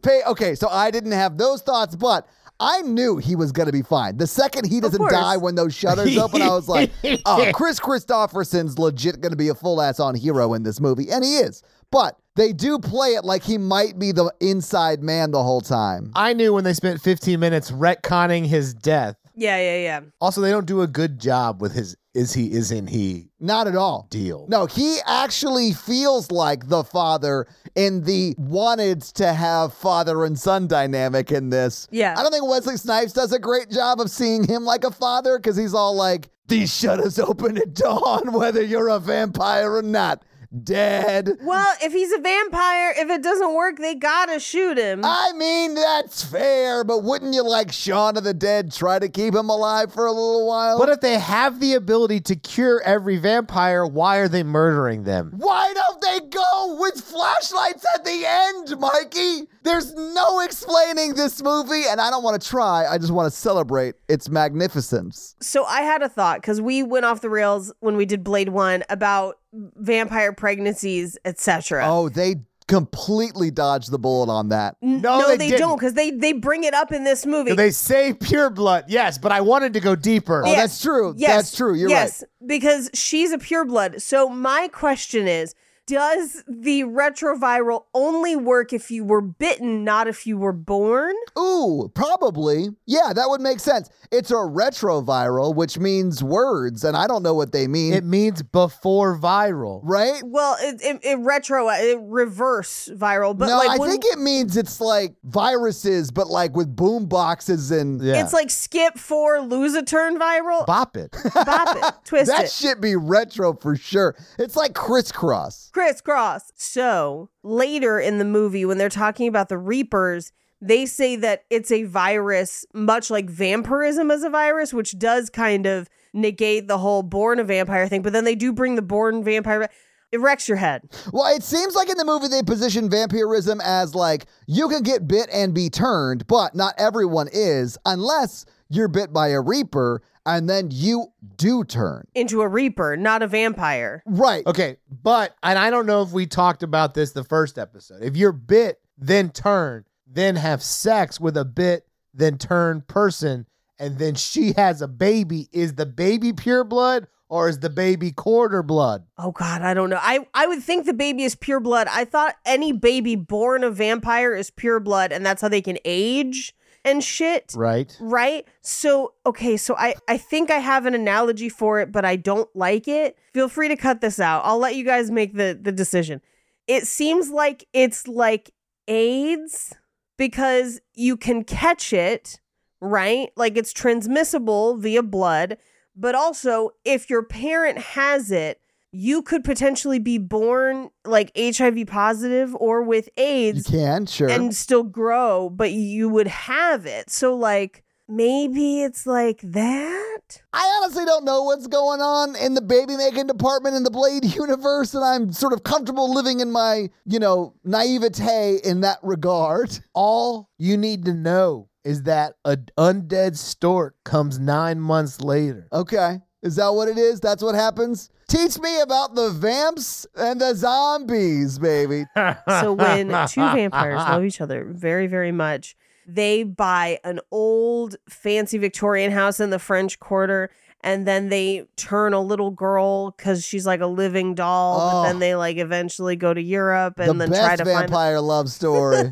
[SPEAKER 4] pay, okay, so I didn't have those thoughts, but I knew he was going to be fine. The second he doesn't
[SPEAKER 6] course.
[SPEAKER 4] die when those shutters open, I was like, oh, Chris Christopherson's legit going to be a full ass on hero in this movie. And he is. But they do play it like he might be the inside man the whole time.
[SPEAKER 5] I knew when they spent 15 minutes retconning his death.
[SPEAKER 6] Yeah, yeah, yeah.
[SPEAKER 5] Also, they don't do a good job with his is he isn't he
[SPEAKER 4] Not at all.
[SPEAKER 5] deal.
[SPEAKER 4] No, he actually feels like the father in the wanted to have father and son dynamic in this.
[SPEAKER 6] Yeah.
[SPEAKER 4] I don't think Wesley Snipes does a great job of seeing him like a father because he's all like, these shutters open at dawn, whether you're a vampire or not. Dead.
[SPEAKER 6] Well, if he's a vampire, if it doesn't work, they gotta shoot him.
[SPEAKER 5] Uh,
[SPEAKER 4] I mean, that's fair, but wouldn't you like Shaun of the Dead try to keep him alive for a little while?
[SPEAKER 5] But if they have the ability to cure every vampire, why are they murdering them?
[SPEAKER 4] Why don't they go with flashlights at the end, Mikey? There's no explaining this movie, and I don't want to try. I just want to celebrate its magnificence.
[SPEAKER 6] so I had a thought because we went off the rails when we did Blade One about vampire pregnancies, etc.
[SPEAKER 4] Oh, they completely dodged the bullet on that.
[SPEAKER 6] Mm,
[SPEAKER 5] No, they didn't.
[SPEAKER 6] don't because they they bring it up in this movie.
[SPEAKER 5] They say pure blood, yes, but I wanted to go deeper.
[SPEAKER 4] Oh, that's true.
[SPEAKER 6] Yes.
[SPEAKER 4] That's true. You're
[SPEAKER 6] yes, because she's a pureblood. So my question is, does the retroviral only work if you were bitten, not if you were born?
[SPEAKER 4] right. Ooh, probably. Yeah, that would make sense. It's a retroviral, which means words, and I don't know what they mean.
[SPEAKER 5] It means before viral.
[SPEAKER 4] right?
[SPEAKER 6] Well, it, it, it retro, it reverse viral, but
[SPEAKER 4] no,
[SPEAKER 6] like
[SPEAKER 4] I
[SPEAKER 6] when-
[SPEAKER 4] think it means it's like viruses, but like with boom boxes and
[SPEAKER 5] Yeah.
[SPEAKER 6] it's like skip for lose a turn viral, bop,
[SPEAKER 5] bop it.
[SPEAKER 6] it, twist
[SPEAKER 4] that
[SPEAKER 6] it,
[SPEAKER 4] shit be retro for sure. It's like crisscross.
[SPEAKER 6] crisscross. So later in the movie, when they're talking about the Reapers, they say that it's a virus, much like vampirism as a virus, which does kind of negate the whole born a vampire thing. But then they do bring the born vampire. It wrecks your head.
[SPEAKER 4] Well, it seems like in the movie they position vampirism as like you can get bit and be turned, but not everyone is unless you're bit by a reaper and then you do turn.
[SPEAKER 6] Into a Reaper, not a vampire.
[SPEAKER 4] Right.
[SPEAKER 5] Okay, but and I don't know if we talked about this the first episode. If you're bit, then turn, then have sex with a bit, then turn person, and then she has a baby, is the baby pure blood or is the baby quarter blood?
[SPEAKER 6] Oh God, I don't know. I I would think the baby is pure blood. I thought any baby born a vampire is pure blood, and that's how they can age and shit.
[SPEAKER 5] Right.
[SPEAKER 6] Right? So, okay, so I, I think I have an analogy for it, but I don't like it. Feel free to cut this out. I'll let you guys make the, the decision. It seems like it's like AIDS because you can catch it, right? Like it's transmissible via blood, but also if your parent has it, you could potentially be born like HIV positive or with
[SPEAKER 4] You
[SPEAKER 6] AIDS
[SPEAKER 4] can, sure.
[SPEAKER 6] and still grow, but you would have it. So like maybe it's like that.
[SPEAKER 4] I honestly don't know what's going on in the baby making department in the Blade universe, and I'm sort of comfortable living in my, you know, naivete in that regard.
[SPEAKER 5] All you need to know is that an undead stork comes nine months later.
[SPEAKER 4] Okay. Is that what it is? That's what happens? Teach me about the vamps and the zombies, baby.
[SPEAKER 6] So when two vampires love each other very very much, they buy an old fancy Victorian house in the French Quarter. And then they turn a little girl because she's like a living doll.
[SPEAKER 4] Oh.
[SPEAKER 6] But then they like eventually go to Europe and
[SPEAKER 4] the
[SPEAKER 6] then try
[SPEAKER 4] best
[SPEAKER 6] to find.
[SPEAKER 4] vampire love story.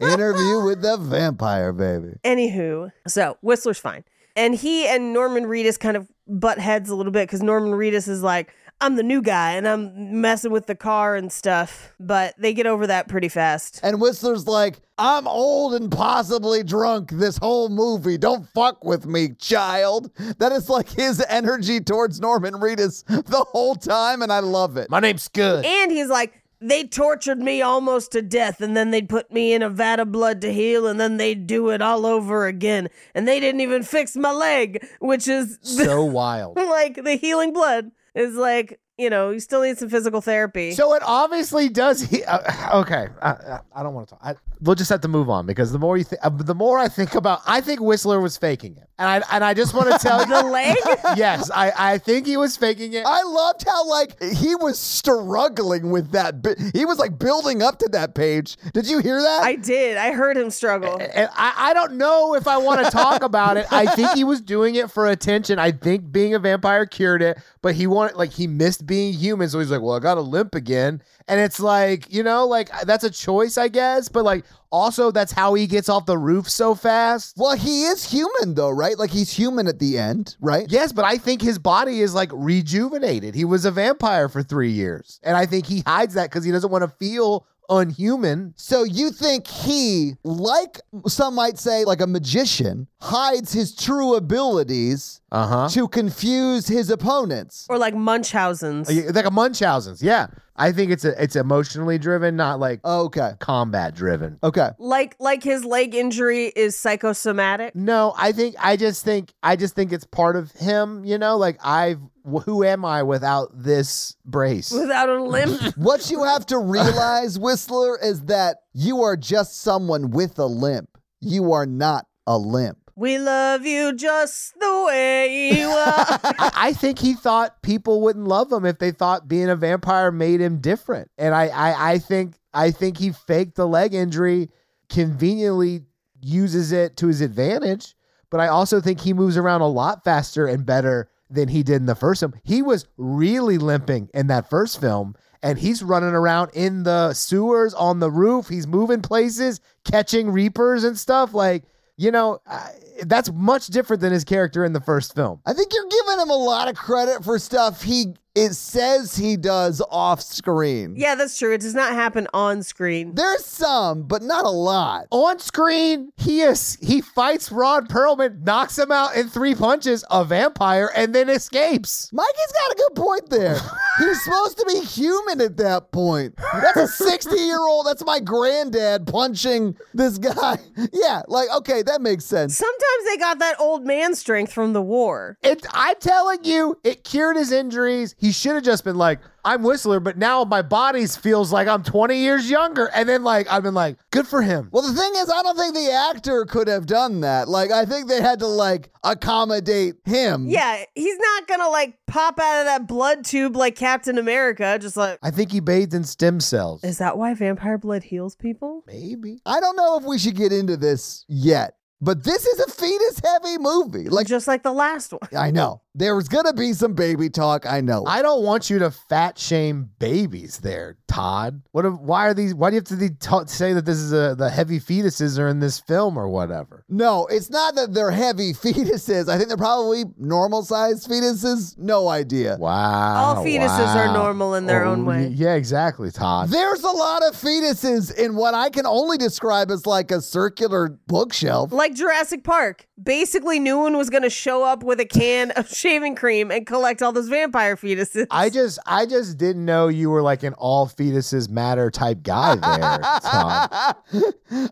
[SPEAKER 4] Interview with the vampire, baby.
[SPEAKER 6] Anywho, so Whistler's fine. And he and Norman Reedus kind of butt heads a little bit because Norman Reedus is like, I'm the new guy and I'm messing with the car and stuff. But they get over that pretty fast.
[SPEAKER 4] And Whistler's like, I'm old and possibly drunk this whole movie. Don't fuck with me, child. That is like his energy towards Norman Reedus the whole time, and I love it.
[SPEAKER 5] My name's Good.
[SPEAKER 6] And he's like, they tortured me almost to death and then they'd put me in a vat of blood to heal and then they'd do it all over again. And they didn't even fix my leg, which is
[SPEAKER 5] so wild.
[SPEAKER 6] like the healing blood is like, you know, you still need some physical therapy.
[SPEAKER 5] So it obviously does. He, uh, okay, I, I, I don't want to talk. I, we'll just have to move on because the more you, th- uh, the more I think about, I think Whistler was faking it, and I and I just want to tell
[SPEAKER 6] the
[SPEAKER 5] you,
[SPEAKER 6] leg?
[SPEAKER 5] yes, I I think he was faking it.
[SPEAKER 4] I loved how like he was struggling with that. Bi- he was like building up to that page. Did you hear that?
[SPEAKER 6] I did. I heard him struggle.
[SPEAKER 5] And I, I don't know if I want to talk about it. I think he was doing it for attention. I think being a vampire cured it, but he wanted like he missed being human, so he's like, "Well, I got to limp again." And it's like, you know, like that's a choice, I guess, but like also that's how he gets off the roof so fast.
[SPEAKER 4] well, he is human though, right? Like he's human at the end, right?
[SPEAKER 5] Yes, but I think his body is like rejuvenated. He was a vampire for three years. And I think he hides that because he doesn't want to feel unhuman.
[SPEAKER 4] So you think he, like some might say, like a magician, hides his true abilities
[SPEAKER 5] Uh huh.
[SPEAKER 4] to confuse his opponents?
[SPEAKER 6] or like Munchausen's.
[SPEAKER 5] Uh, Like a Munchausen's. Yeah. I think it's a, it's emotionally driven, not like
[SPEAKER 4] Okay.
[SPEAKER 5] combat driven.
[SPEAKER 4] Okay.
[SPEAKER 6] like like his leg injury is psychosomatic.
[SPEAKER 5] No, I think I just think I just think it's part of him, you know, like I've wh- who am I without this brace?
[SPEAKER 6] Without a limb,
[SPEAKER 4] What you have to realize, Whistler, is that you are just someone with a limp. You are not a limp.
[SPEAKER 6] we love you just the way you are.
[SPEAKER 5] I, I think he thought people wouldn't love him if they thought being a vampire made him different. And I, I, I think I think he faked the leg injury, conveniently uses it to his advantage. But I also think he moves around a lot faster and better than he did in the first film. He was really limping in that first film, and he's running around in the sewers, on the roof. He's moving places, catching reapers and stuff. Like, you know, I, that's much different than his character in the first film.
[SPEAKER 4] I think you're giving him a lot of credit for stuff he it says he does off screen.
[SPEAKER 6] yeah, that's true. It does not happen on screen.
[SPEAKER 4] There's some, but not a lot.
[SPEAKER 5] on screen, he is he fights Ron Perlman, knocks him out in three punches, a vampire, and then escapes.
[SPEAKER 4] Mikey's got a good point there. He's supposed to be human at that point. That's a 60 year old. That's my granddad punching this guy. Yeah, like, okay, that makes sense.
[SPEAKER 6] Sometimes they got that old man strength from the war.
[SPEAKER 5] It, I'm telling you, it cured his injuries. He should have just been like, "I'm Whistler," but now my body feels like I'm 20 years younger. And then like I've been like, "Good for him."
[SPEAKER 4] Well, the thing is, I don't think the actor could have done that. Like, I think they had to, like, accommodate him.
[SPEAKER 6] Yeah, he's not gonna like pop out of that blood tube like Captain America. Just like,
[SPEAKER 5] I think he bathed in stem cells.
[SPEAKER 6] is that why vampire blood heals people?
[SPEAKER 5] Maybe.
[SPEAKER 4] I don't know if we should get into this yet But this is a fetus heavy movie. Like,
[SPEAKER 6] just like the last one.
[SPEAKER 4] I know. There's going to be some baby talk. I know.
[SPEAKER 5] I don't want you to fat shame babies there, Todd. What? If, why are these? Why do you have to de- ta- say that this is a, the heavy fetuses are in this film or whatever?
[SPEAKER 4] no, it's not that they're heavy fetuses. I think they're probably normal sized fetuses. No idea.
[SPEAKER 5] Wow.
[SPEAKER 6] All fetuses are normal in their own way.
[SPEAKER 5] y- Yeah, exactly, Todd.
[SPEAKER 4] There's a lot of fetuses in what I can only describe as like a circular bookshelf.
[SPEAKER 6] Like Jurassic Park. Basically, Newman was going to show up with a can of shaving cream and collect all those vampire fetuses.
[SPEAKER 5] I just, I just didn't know you were like an all fetuses matter type guy there, Todd.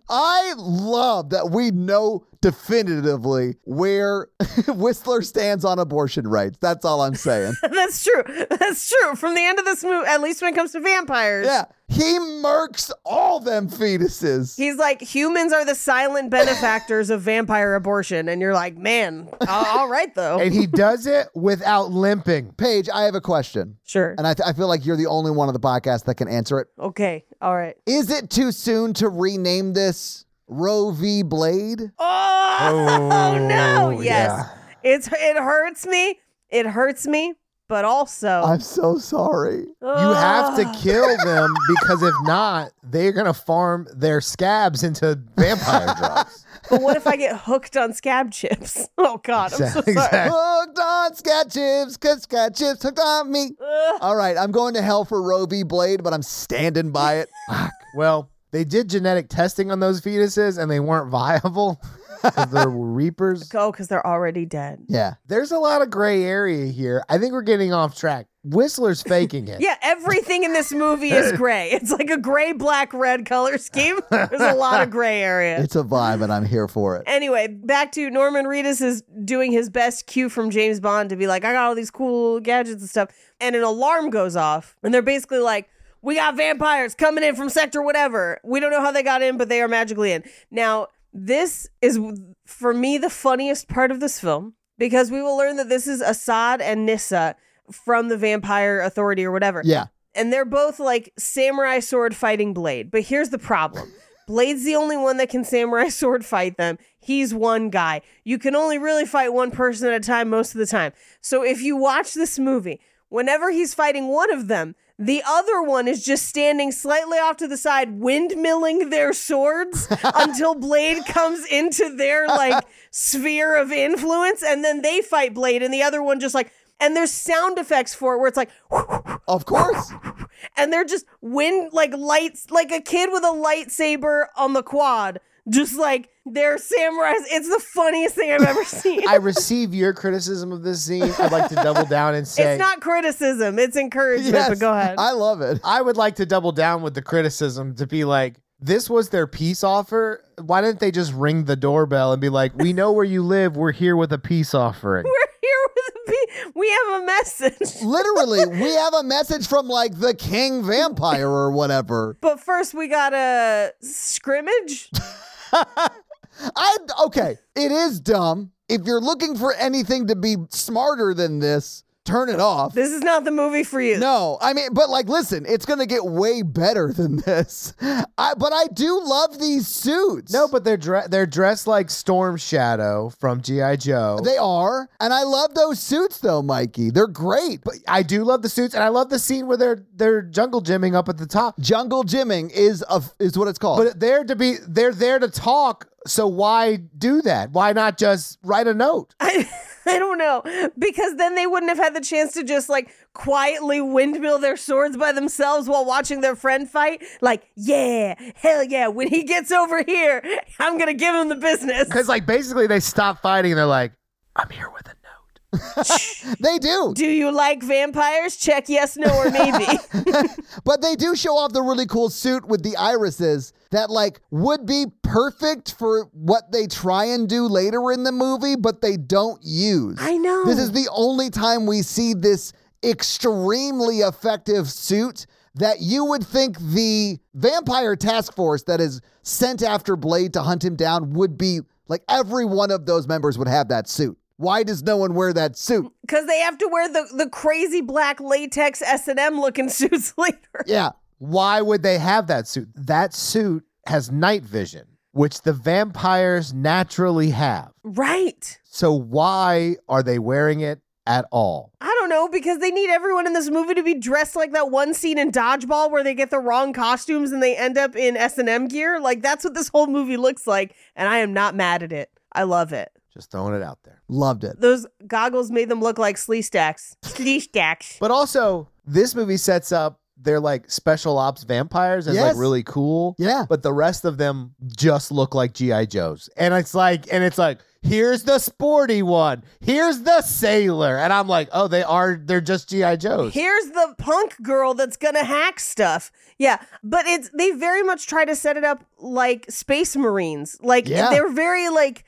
[SPEAKER 4] I love that we know definitively where Whistler stands on abortion rights. That's all I'm saying.
[SPEAKER 6] That's true. That's true. From the end of this movie, at least when it comes to vampires.
[SPEAKER 4] yeah. He murks all them fetuses.
[SPEAKER 6] He's like, humans are the silent benefactors of vampire abortion. And you're like, man, all all right, though.
[SPEAKER 5] and he does it without limping.
[SPEAKER 4] Paige, I have a question.
[SPEAKER 6] Sure.
[SPEAKER 4] And I, th- I feel like you're the only one on the podcast that can answer it.
[SPEAKER 6] Okay. All right.
[SPEAKER 4] Is it too soon to rename this Roe v. Blade?
[SPEAKER 6] Oh, no.
[SPEAKER 5] Oh,
[SPEAKER 6] Yes.
[SPEAKER 5] yeah.
[SPEAKER 6] It's It hurts me. It hurts me. But also,
[SPEAKER 4] I'm so sorry.
[SPEAKER 5] You have to kill them because if not, they're gonna farm their scabs into vampire drugs.
[SPEAKER 6] But what if I get hooked on scab chips? Oh God, I'm so sorry.
[SPEAKER 5] Exactly.
[SPEAKER 4] Hooked on scat chips, cause scat chips hooked on me. All right, I'm going to hell for Roe v. Blade, but I'm standing by it.
[SPEAKER 5] Well, they did genetic testing on those fetuses and they weren't viable. 'cause They're reapers.
[SPEAKER 6] Go, because they're already dead.
[SPEAKER 4] yeah.
[SPEAKER 5] There's a lot of gray area here. I think we're getting off track. Whistler's faking it.
[SPEAKER 6] Yeah, everything in this movie is gray. It's like a gray, black, red color scheme. There's a lot of gray area.
[SPEAKER 4] It's a vibe, and I'm here for it.
[SPEAKER 6] Anyway, back to Norman Reedus is doing his best cue from James Bond to be like, I got all these cool gadgets and stuff. And an alarm goes off. And they're basically like, we got vampires coming in from sector whatever. We don't know how they got in, but they are magically in. Now, this is for me the funniest part of this film because we will learn that this is Assad and Nissa from the Vampire Authority or whatever
[SPEAKER 4] Yeah.
[SPEAKER 6] and they're both like samurai sword fighting Blade. But here's the problem. Blade's the only one that can samurai sword fight them. He's one guy. You can only really fight one person at a time most of the time. So if you watch this movie, whenever he's fighting one of them, the other one is just standing slightly off to the side, windmilling their swords until Blade comes into their like sphere of influence. And then they fight Blade, and the other one just like, and there's sound effects for it where it's like,
[SPEAKER 4] Of course.
[SPEAKER 6] and they're just wind like lights like a kid with a lightsaber on the quad just like they're samurais it's the funniest thing i've ever seen
[SPEAKER 5] I receive your criticism of this scene. I'd like to double down and say
[SPEAKER 6] it's not criticism it's encouragement
[SPEAKER 4] Yes.
[SPEAKER 6] but go ahead
[SPEAKER 4] I love it.
[SPEAKER 5] I would like to double down with the criticism to be like, this was their peace offer. Why didn't they just ring the doorbell and be like, we know where you live. We're here with a peace offering?
[SPEAKER 6] we're here with a pe- we have a message
[SPEAKER 4] Literally, we have a message from like the king vampire or whatever.
[SPEAKER 6] but first we got a scrimmage
[SPEAKER 4] I okay, it is dumb. If you're looking for anything to be smarter than this, turn it off.
[SPEAKER 6] this is not the movie for you
[SPEAKER 4] No, I mean, but like, listen, it's gonna get way better than this. I, but I do love these suits.
[SPEAKER 5] No, but they're dre- they're dressed like Storm Shadow from GI Joe.
[SPEAKER 4] they are, and I love those suits though, Mikey. They're great. But
[SPEAKER 5] I do love the suits, and I love the scene where they're they're jungle gymming up at the top.
[SPEAKER 4] jungle gymming is a is what it's called.
[SPEAKER 5] But they're to be they're there to talk. So why do that? Why not just write a note?
[SPEAKER 6] I, I don't know because then they wouldn't have had the chance to just like quietly windmill their swords by themselves while watching their friend fight. Like, yeah, hell yeah! When he gets over here, I'm gonna give him the business.
[SPEAKER 5] Because like basically they stop fighting and they're like,
[SPEAKER 4] they do.
[SPEAKER 6] Do you like vampires? Check yes, no, or maybe.
[SPEAKER 4] But they do show off the really cool suit with the irises that like would be perfect for what they try and do later in the movie, but they don't use.
[SPEAKER 6] I know.
[SPEAKER 4] This is the only time we see this extremely effective suit that you would think the vampire task force that is sent after Blade to hunt him down would be like every one of those members would have that suit. Why does no one wear that suit?
[SPEAKER 6] Because they have to wear the the crazy black latex S and M looking suits later.
[SPEAKER 4] Yeah.
[SPEAKER 5] why would they have that suit? That suit has night vision. which the vampires naturally have.
[SPEAKER 6] Right.
[SPEAKER 5] So why are they wearing it at all?
[SPEAKER 6] I don't know because they need everyone in this movie to be dressed like that one scene in Dodgeball where they get the wrong costumes and they end up in S&M gear. Like that's what this whole movie looks like and I am not mad at it. I love it.
[SPEAKER 5] Just throwing it out there.
[SPEAKER 4] Loved it.
[SPEAKER 6] Those goggles made them look like slee stacks. Slee stacks.
[SPEAKER 5] But also, this movie sets up their like special ops vampires as
[SPEAKER 4] Yes.
[SPEAKER 5] like really cool.
[SPEAKER 4] Yeah.
[SPEAKER 5] But the rest of them just look like GI Joes. And it's like and it's like here's the sporty one. Here's the sailor. And I'm like, "Oh, they are they're just GI Joes."
[SPEAKER 6] Here's the punk girl that's gonna hack stuff. Yeah, but it's they very much try to set it up like space marines. Like
[SPEAKER 5] Yeah.
[SPEAKER 6] they're very like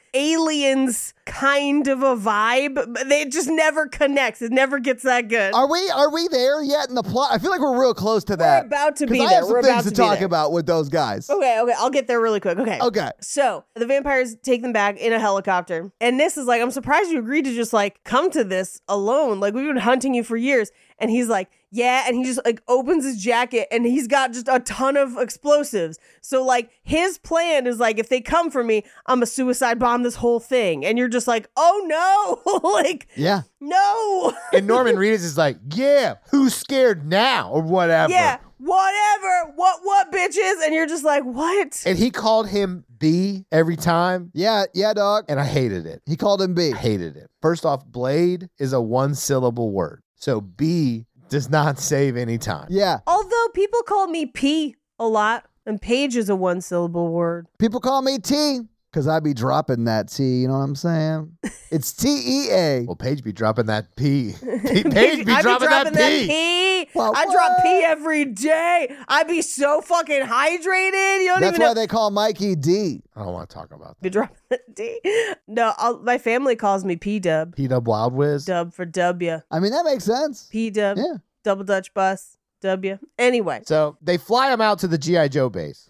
[SPEAKER 6] aliens kind of a vibe. But they it just never connects. It never gets that good.
[SPEAKER 4] Are we are we there yet in the plot? I feel like we're real close to that.
[SPEAKER 6] about to
[SPEAKER 4] 'Cause
[SPEAKER 6] be
[SPEAKER 4] I
[SPEAKER 6] there.
[SPEAKER 4] have some
[SPEAKER 6] We're
[SPEAKER 4] things
[SPEAKER 6] about
[SPEAKER 4] to,
[SPEAKER 6] to be
[SPEAKER 4] talk
[SPEAKER 6] there. Oh.
[SPEAKER 4] about with those guys.
[SPEAKER 6] Okay, okay, I'll get there really quick. Okay.
[SPEAKER 4] Okay.
[SPEAKER 6] So the vampires take them back in a helicopter. And this is like, I'm surprised you agreed to just like come to this alone. Like we've been hunting you for years. And he's like, yeah. And he just like opens his jacket and he's got just a ton of explosives. So like his plan is like, if they come for me, I'm a suicide bomb this whole thing. And you're just like, oh no, like
[SPEAKER 4] Yeah.
[SPEAKER 6] no.
[SPEAKER 5] and Norman Reedus is like, "Yeah, who's scared now or whatever."
[SPEAKER 6] yeah, whatever. What, what bitches? And you're just like, what?
[SPEAKER 5] And he called him B every time,
[SPEAKER 4] Yeah. Yeah, dog.
[SPEAKER 5] and I hated it.
[SPEAKER 4] He called him B.
[SPEAKER 5] I hated it. First off, blade is a one syllable word. So B does not save any time.
[SPEAKER 4] Yeah.
[SPEAKER 6] Although people call me P a lot, and page is a one syllable word.
[SPEAKER 4] People call me T because I be dropping that T. You know what I'm saying? It's T E A.
[SPEAKER 5] Well, Paige be dropping that P. P- Paige be,
[SPEAKER 6] I
[SPEAKER 5] dropping, that, P.
[SPEAKER 6] P. I
[SPEAKER 4] Well,
[SPEAKER 6] drop
[SPEAKER 4] what?
[SPEAKER 6] P every day. I be so fucking hydrated. You don't
[SPEAKER 4] That's
[SPEAKER 6] even
[SPEAKER 4] why
[SPEAKER 6] know.
[SPEAKER 4] they call Mikey D.
[SPEAKER 5] I don't want to talk about that.
[SPEAKER 6] be dropping that D. No, I'll, my family calls me P Dub.
[SPEAKER 5] P Dub Wild Wiz.
[SPEAKER 6] Dub for W.
[SPEAKER 4] I mean, that makes sense.
[SPEAKER 6] P Dub.
[SPEAKER 4] Yeah.
[SPEAKER 6] Double Dutch bus. W. Anyway,
[SPEAKER 5] So they fly him out to the GI Joe base.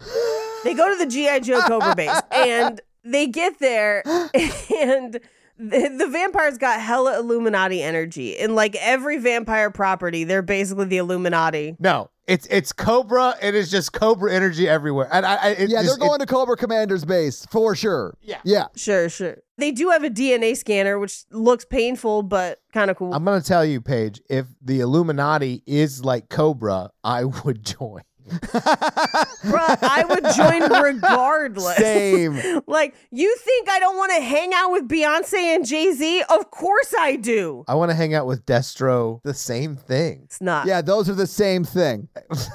[SPEAKER 6] they go to the GI Joe Cobra base, and they get there, and. The, the vampires got hella Illuminati energy. In like every vampire property, they're basically the Illuminati.
[SPEAKER 5] No, it's it's Cobra. It is just Cobra energy everywhere. And I, I it
[SPEAKER 4] Yeah,
[SPEAKER 5] just-
[SPEAKER 4] they're
[SPEAKER 5] it-
[SPEAKER 4] going to Cobra Commander's base for sure.
[SPEAKER 5] Yeah.
[SPEAKER 4] Yeah.
[SPEAKER 6] Sure, sure. They do have a DNA scanner, which looks painful but kind of cool.
[SPEAKER 5] I'm gonna tell you, Paige. If the Illuminati is like Cobra, I would join.
[SPEAKER 6] Bruh, I would join regardless.
[SPEAKER 5] Same.
[SPEAKER 6] like, you think I don't want to hang out with Beyonce and Jay Z? Of course I do.
[SPEAKER 5] I want to hang out with Destro. The same thing.
[SPEAKER 6] It's not.
[SPEAKER 4] Yeah, those are the same thing.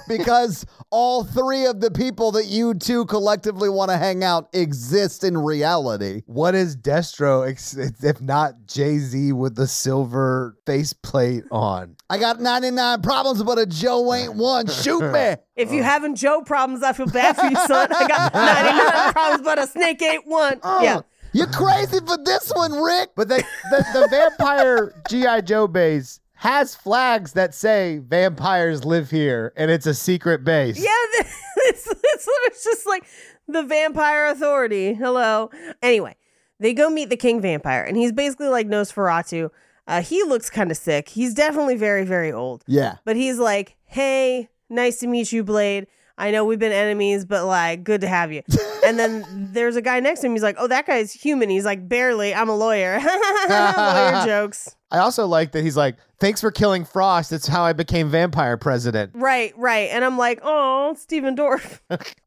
[SPEAKER 4] Because all three of the people that you two collectively want to hang out exist in reality.
[SPEAKER 5] What is Destro ex- if not Jay Z with the silver faceplate on?
[SPEAKER 4] I got 99 problems, but a Joe ain't one. Shoot me.
[SPEAKER 6] If you having Joe problems, I feel bad for you, son. I got 99 problems, but a snake ain't one. Yeah.
[SPEAKER 4] You're crazy for this one, Rick.
[SPEAKER 5] But they, the, the vampire G.I. Joe base has flags that say vampires live here and it's a secret base.
[SPEAKER 6] Yeah, th- it's, it's, it's just like the vampire authority. Hello. Anyway, they go meet the king vampire, and he's basically like Nosferatu. Uh, he looks kind of sick. He's definitely very, very old.
[SPEAKER 4] Yeah.
[SPEAKER 6] But he's like, hey, nice to meet you, Blade. I know we've been enemies, but like, good to have you. and then there's a guy next to him. He's like, oh, that guy's human. He's like, barely. I'm a lawyer. lawyer jokes.
[SPEAKER 5] I also like that he's like, thanks for killing Frost. It's how I became vampire president.
[SPEAKER 6] Right, right. And I'm like, oh, Stephen Dorff.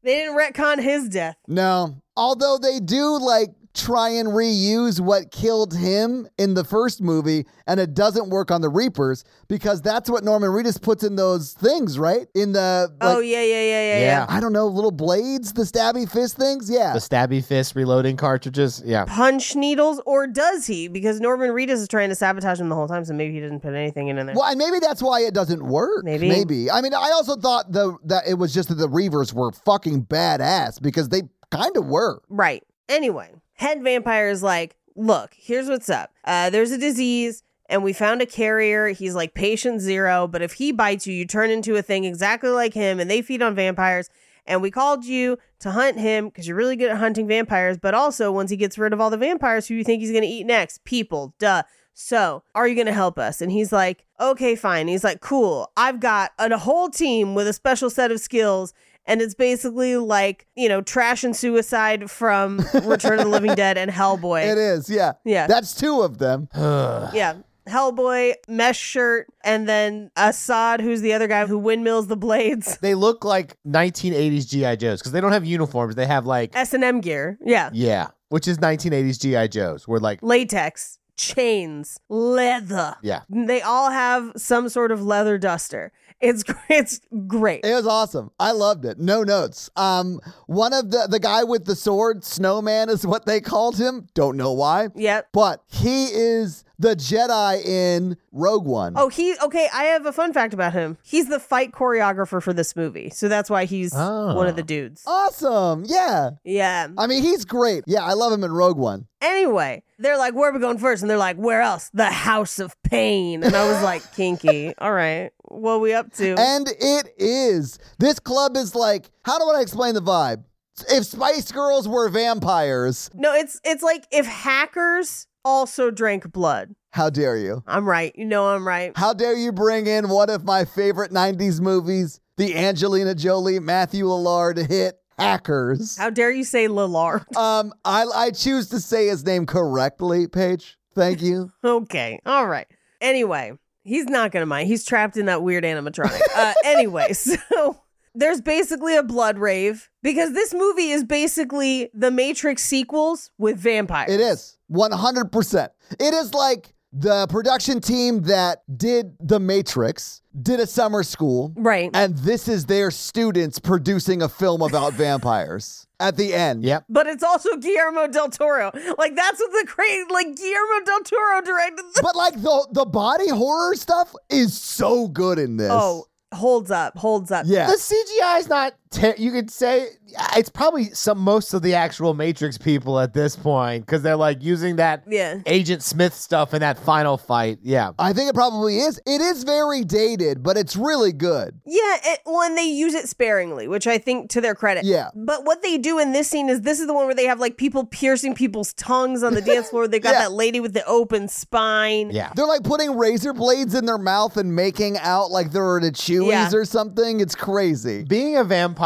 [SPEAKER 6] they didn't retcon his death.
[SPEAKER 4] No. Although they do like try and reuse what killed him in the first movie, and it doesn't work on the Reapers because that's what Norman Reedus puts in those things, right? In the like,
[SPEAKER 6] oh, yeah, yeah, yeah, yeah, yeah.
[SPEAKER 5] Yeah.
[SPEAKER 4] I don't know, little blades, the stabby fist things. Yeah.
[SPEAKER 5] The stabby fist reloading cartridges. Yeah.
[SPEAKER 6] punch needles, or does he? Because Norman Reedus is trying to sabotage him the whole time, so maybe he didn't put anything in there.
[SPEAKER 4] Well, and maybe that's why it doesn't work.
[SPEAKER 6] Maybe.
[SPEAKER 4] I mean, I also thought the that it was just that the Reavers were fucking badass because they kind of were.
[SPEAKER 6] Right. Anyway, head vampire is like, look, here's what's up. Uh, there's a disease, and we found a carrier. He's like patient zero, but if he bites you, you turn into a thing exactly like him, and they feed on vampires. And we called you to hunt him because you're really good at hunting vampires, but also once he gets rid of all the vampires, who you think he's going to eat next? People, duh. So, are you going to help us? And he's like, okay, fine. He's like, cool. I've got a whole team with a special set of skills and it's basically like you know trash and suicide from Return of the Living Dead and Hellboy.
[SPEAKER 4] It is, yeah.
[SPEAKER 6] Yeah.
[SPEAKER 4] That's two of them.
[SPEAKER 6] yeah. Hellboy, mesh shirt, and then Assad, who's the other guy who windmills the blades.
[SPEAKER 5] They look like 1980s GI Joes because they don't have uniforms. They have like
[SPEAKER 6] S and M gear. Yeah.
[SPEAKER 5] yeah, which is 1980s GI Joes. We're like
[SPEAKER 6] Latex, chains, leather.
[SPEAKER 5] yeah,
[SPEAKER 6] They all have some sort of leather duster. It's it's great.
[SPEAKER 4] It was awesome. I loved it. No notes. Um, one of the the guy with the sword, Snowman, is what they called him. Don't know why.
[SPEAKER 6] Yep.
[SPEAKER 4] But he is the Jedi in Rogue One.
[SPEAKER 6] Oh, he okay. I have a fun fact about him. He's the fight choreographer for this movie, so that's why he's
[SPEAKER 5] Oh.
[SPEAKER 6] one of
[SPEAKER 4] Ah.
[SPEAKER 6] the dudes.
[SPEAKER 4] awesome! Yeah.
[SPEAKER 6] Yeah.
[SPEAKER 4] I mean, he's great. Yeah, I love him in Rogue One.
[SPEAKER 6] Anyway, they're like, "Where are we going first? And they're like, "Where else? The House of Pain." And I was like, "Kinky, all right. What we up to?"
[SPEAKER 4] And it is. This club is like, how do I explain the vibe? If Spice Girls were vampires,
[SPEAKER 6] no, it's it's like if hackers also drank blood.
[SPEAKER 4] how dare you?
[SPEAKER 6] I'm right. You know I'm right.
[SPEAKER 4] How dare you bring in one of my favorite 90s movies, the Angelina Jolie, Matthew Lillard hit Hackers?
[SPEAKER 6] How dare you say Lilar?
[SPEAKER 4] Um, I, I choose to say his name correctly, Paige. Thank you.
[SPEAKER 6] okay. All right. Anyway, he's not going to mind. He's trapped in that weird animatronic. uh, anyway, so there's basically a blood rave because this movie is basically the Matrix sequels with vampires.
[SPEAKER 4] It is 100%. It is like the production team that did The Matrix did a summer school.
[SPEAKER 6] Right.
[SPEAKER 4] And this is their students producing a film about vampires at the end.
[SPEAKER 5] yep.
[SPEAKER 6] but it's also Guillermo del Toro. Like that's what the great like Guillermo del Toro directed. The-
[SPEAKER 4] But like the the body horror stuff is so good in this.
[SPEAKER 6] oh, holds up, holds up.
[SPEAKER 4] yeah.
[SPEAKER 5] The CGI is not. Ter- you could say uh, it's probably some most of the actual Matrix people at this point because they're like using that
[SPEAKER 6] Yeah.
[SPEAKER 5] Agent Smith stuff in that final fight. Yeah,
[SPEAKER 4] I think it probably is. It is very dated, but it's really good.
[SPEAKER 6] Yeah, it, well, and they use it sparingly, which I think to their credit.
[SPEAKER 4] Yeah.
[SPEAKER 6] But what they do in this scene is this is the one where they have like people piercing people's tongues on the dance floor. They've got
[SPEAKER 4] Yeah.
[SPEAKER 6] that lady with the open spine.
[SPEAKER 5] yeah.
[SPEAKER 4] They're like putting razor blades in their mouth and making out like they're at a Chewies
[SPEAKER 6] Yeah.
[SPEAKER 4] or something. It's crazy.
[SPEAKER 5] Being a vampire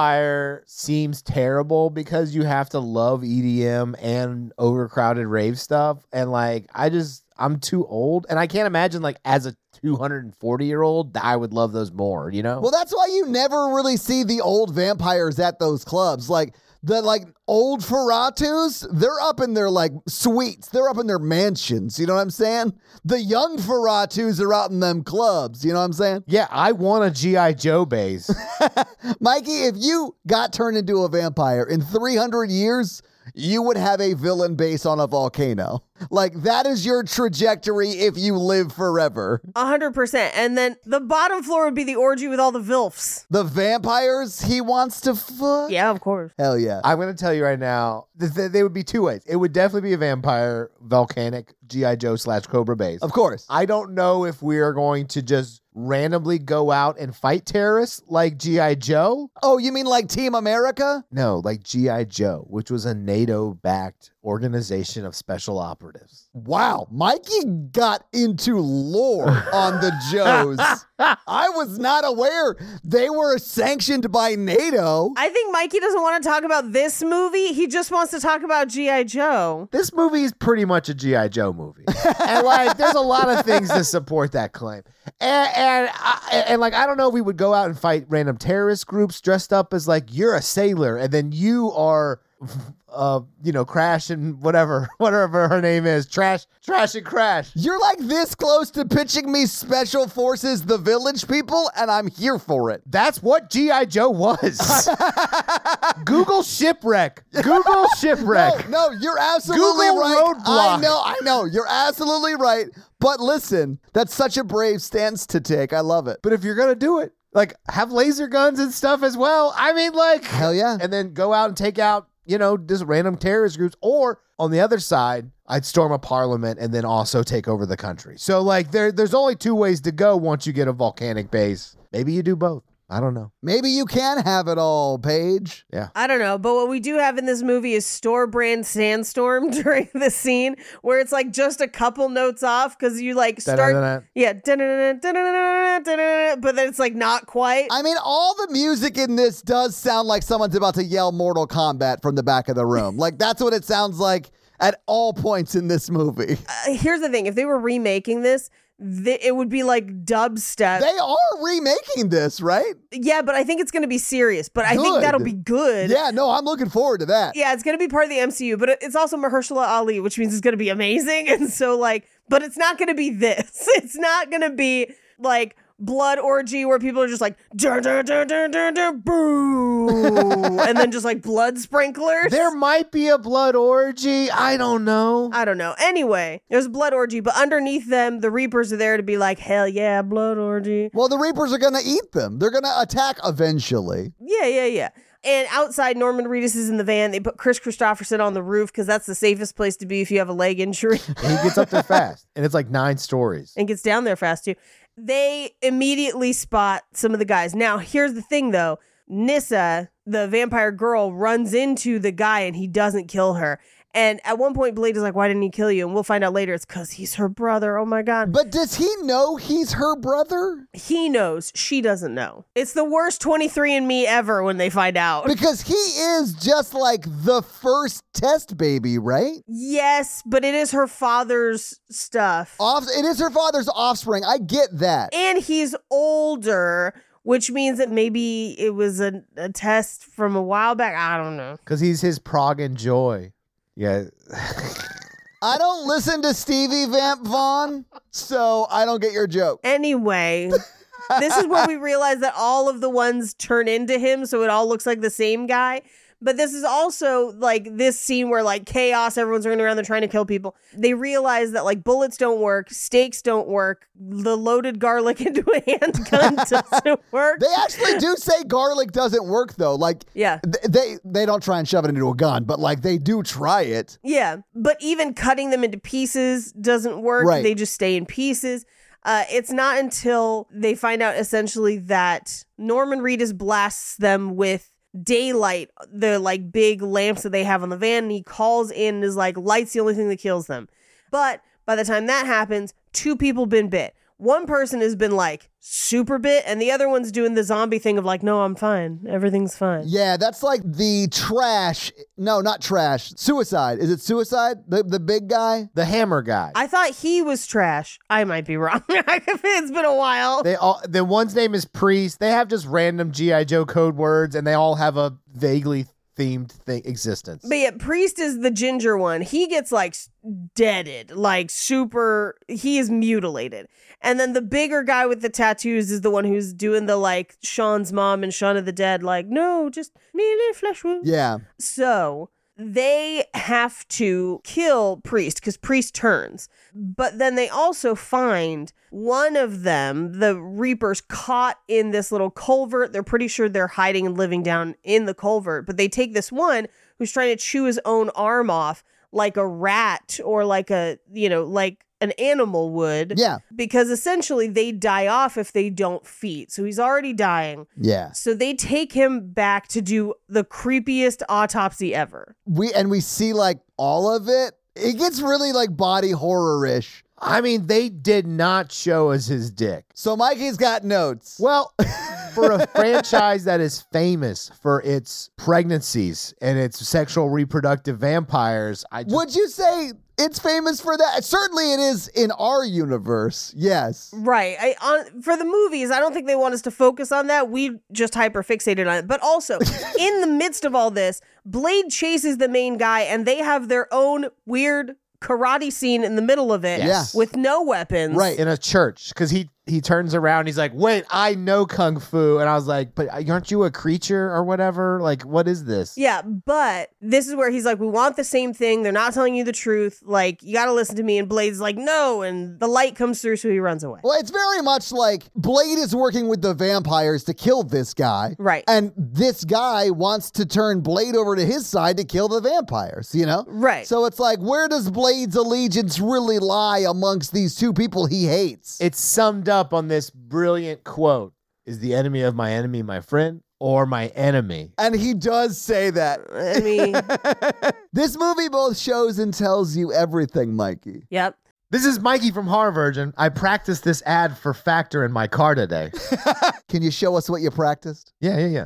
[SPEAKER 5] seems terrible because you have to love EDM and overcrowded rave stuff. And like, I just, I'm too old. And I can't imagine, like, as a 240 year old, that I would love those more, you know?
[SPEAKER 4] Well, that's why you never really see the old vampires at those clubs. Like the like old Ferratus, they're up in their like suites. They're up in their mansions. You know what I'm saying? The young Ferratus are out in them clubs. You know what I'm saying?
[SPEAKER 5] yeah, I want a G.I. Joe base.
[SPEAKER 4] Mikey, if you got turned into a vampire in 300 years, you would have a villain base on a volcano. Like, that is your trajectory if you live forever.
[SPEAKER 6] A hundred percent. And then the bottom floor would be the orgy with all the vilfs.
[SPEAKER 4] The vampires he wants to fuck?
[SPEAKER 6] Yeah, of course.
[SPEAKER 4] Hell yeah.
[SPEAKER 5] I'm going to tell you right now, th- th- they would be two ways. It would definitely be a vampire, volcanic, G.I. Joe slash Cobra base.
[SPEAKER 4] Of course.
[SPEAKER 5] I don't know if we are going to just randomly go out and fight terrorists like G.I. Joe.
[SPEAKER 4] Oh, you mean like Team America?
[SPEAKER 5] No, like G.I. Joe, which was a NATO backed organization of special operatives.
[SPEAKER 4] Wow, Mikey got into lore on the Joes. I was not aware they were sanctioned by NATO.
[SPEAKER 6] I think Mikey doesn't want to talk about this movie. He just wants to talk about G.I. Joe.
[SPEAKER 5] This movie is pretty much a G.I. Joe movie. and like, there's a lot of things to support that claim. And, and, I, and like, I don't know if we would go out and fight random terrorist groups dressed up as like, you're a sailor and then you are. Uh, you know, crash and whatever, whatever her name is, trash, trash and crash.
[SPEAKER 4] You're like this close to pitching me Special Forces, the village people, and I'm here for it.
[SPEAKER 5] That's what G.I. Joe was. Google shipwreck. Google
[SPEAKER 4] No,
[SPEAKER 5] shipwreck.
[SPEAKER 4] no, you're absolutely
[SPEAKER 5] Google
[SPEAKER 4] right. I
[SPEAKER 5] roadblock.
[SPEAKER 4] know, I know. You're absolutely right. But listen, that's such a brave stance to take. I love it.
[SPEAKER 5] But if you're going to do it, like have laser guns and stuff as well. I mean, like,
[SPEAKER 4] Hell yeah.
[SPEAKER 5] and then go out and take out, you know, just random terrorist groups. Or on the other side, I'd storm a parliament and then also take over the country. So, like, there, there's only two ways to go once you get a volcanic base. Maybe you do both. I don't know.
[SPEAKER 4] Maybe you can have it all, Paige.
[SPEAKER 6] I don't know, but what we do have in this movie is store brand sandstorm during the scene where it's like just a couple notes off because you like start.
[SPEAKER 5] Da-da-da-da.
[SPEAKER 6] Yeah, dun-dun-dun-dun, dun-dun-dun-dun, dun-dun-dun-dun, but then it's like not quite.
[SPEAKER 4] I mean, all the music in this does sound like someone's about to yell Mortal Kombat from the back of the room. like, that's what it sounds like at all points in this movie.
[SPEAKER 6] Uh, Here's the thing: if they were remaking this, th- it would be like dubstep.
[SPEAKER 4] They are remaking this, right?
[SPEAKER 6] yeah, but I think it's going to be serious. But I think
[SPEAKER 4] Good.
[SPEAKER 6] that'll be good.
[SPEAKER 4] Yeah, no, I'm looking forward to that.
[SPEAKER 6] Yeah, it's going to be part of the MCU, but it- it's also Mahershala Ali, which means it's going to be amazing. And so, like, but it's not going to be this. It's not going to be like blood orgy where people are just like, "Dur, dur, dur, dur, dur, dur, boo, and then just like blood sprinklers.
[SPEAKER 5] There might be a blood orgy. I don't know.
[SPEAKER 6] I don't know. Anyway, there's a blood orgy, but underneath them, the Reapers are there to be like, hell yeah, blood orgy.
[SPEAKER 4] Well, the Reapers are going to eat them. They're going to attack eventually.
[SPEAKER 6] Yeah, yeah, yeah. And outside, Norman Reedus is in the van. They put Chris Christopherson on the roof because that's the safest place to be if you have a leg injury.
[SPEAKER 5] he gets up there fast, and it's like nine stories.
[SPEAKER 6] and gets down there fast too. They immediately spot some of the guys. Now, here's the thing though Nissa, the vampire girl, runs into the guy and he doesn't kill her. And at one point, Blade is like, Why didn't he kill you? And we'll find out later it's because he's her brother. Oh my God.
[SPEAKER 4] But does he know he's her brother?
[SPEAKER 6] He knows. She doesn't know. It's the worst 23 and me ever when they find out.
[SPEAKER 4] Because he is just like the first test baby, right?
[SPEAKER 6] yes, but it is her father's stuff.
[SPEAKER 4] Off, it is her father's offspring. I get that.
[SPEAKER 6] and he's older, which means that maybe it was a, a test from a while back. I don't know.
[SPEAKER 5] Because he's his prog and joy. Yeah.
[SPEAKER 4] I don't listen to Stevie Vamp Vaughn, so I don't get your joke.
[SPEAKER 6] Anyway, this is where we realize that all of the ones turn into him, so it all looks like the same guy. But this is also like this scene where like chaos, everyone's running around, they're trying to kill people. They realize that like bullets don't work, stakes don't work, the loaded garlic into a handgun doesn't work.
[SPEAKER 4] They actually do say garlic doesn't work though. Like
[SPEAKER 6] yeah.
[SPEAKER 4] th- they they don't try and shove it into a gun, but like they do try it.
[SPEAKER 6] Yeah, but even cutting them into pieces doesn't work.
[SPEAKER 4] Right.
[SPEAKER 6] They just stay in pieces. Uh, it's not until they find out essentially that Norman Reedus blasts them with daylight, the like big lamps that they have on the van, and he calls in and is like, "Light's the only thing that kills them." But by the time that happens, two people been bit. One person has been like super bit, and the other one's doing the zombie thing of like, "No, I'm fine. Everything's fine."
[SPEAKER 4] Yeah, that's like the trash. No, not trash. Suicide. Is it suicide? The the big guy.
[SPEAKER 5] The hammer guy.
[SPEAKER 6] I thought he was trash. I might be wrong. it's been a while.
[SPEAKER 5] they all the one's name is Priest. They have just random G.I. Joe code words and they all have a vaguely themed thing existence.
[SPEAKER 6] But yeah, Priest is the ginger one. He gets like s- deaded, like super. He is mutilated. And then the bigger guy with the tattoos is the one who's doing the like Sean's mom and Shaun of the Dead, like, no, just merely flesh wound.
[SPEAKER 4] Yeah.
[SPEAKER 6] So they have to kill Priest because Priest turns. But then they also find one of them, the Reapers, caught in this little culvert. They're pretty sure they're hiding and living down in the culvert. But they take this one who's trying to chew his own arm off like a rat or like a, you know, like an animal would.
[SPEAKER 4] Yeah.
[SPEAKER 6] Because essentially they die off if they don't feed. So he's already dying.
[SPEAKER 4] Yeah.
[SPEAKER 6] So they take him back to do the creepiest autopsy ever.
[SPEAKER 4] We and we see like all of it. It gets really like body horror-ish.
[SPEAKER 5] I mean, they did not show us his dick.
[SPEAKER 4] So Mikey's got notes.
[SPEAKER 5] Well, for a franchise that is famous for its pregnancies and its sexual reproductive vampires, I just,
[SPEAKER 4] Would you say it's famous for that? Certainly it is in our universe. Yes.
[SPEAKER 6] Right. I on for the movies, I don't think they want us to focus on that. We just hyper fixated on it. But also, in the midst of all this, Blade chases the main guy and they have their own weird karate scene in the middle of it
[SPEAKER 5] Yes.
[SPEAKER 6] with no weapons.
[SPEAKER 4] Right.
[SPEAKER 5] in a church because he he turns around he's like wait i know kung fu and i was like but aren't you a creature or whatever like what is this
[SPEAKER 6] Yeah, but this is where he's like, We want the same thing. They're not telling you the truth. Like, you gotta listen to me. And Blade's like, No, and the light comes through, so he runs away.
[SPEAKER 4] Well, it's very much like Blade is working with the vampires to kill this guy.
[SPEAKER 6] Right.
[SPEAKER 4] And this guy wants to turn Blade over to his side to kill the vampires, you know?
[SPEAKER 6] Right.
[SPEAKER 4] So it's like, where does Blade's allegiance really lie amongst these two people he hates?
[SPEAKER 5] it's summed up on this brilliant quote is the enemy of my enemy my friend or my enemy?
[SPEAKER 4] And he does say that.
[SPEAKER 6] I mean,
[SPEAKER 4] This movie both shows and tells you everything, Mikey.
[SPEAKER 6] yep.
[SPEAKER 5] This is Mikey from Horror Virgin. I practiced this ad for Factor in my car today.
[SPEAKER 4] Can you show us what you practiced?
[SPEAKER 5] Yeah, yeah, yeah.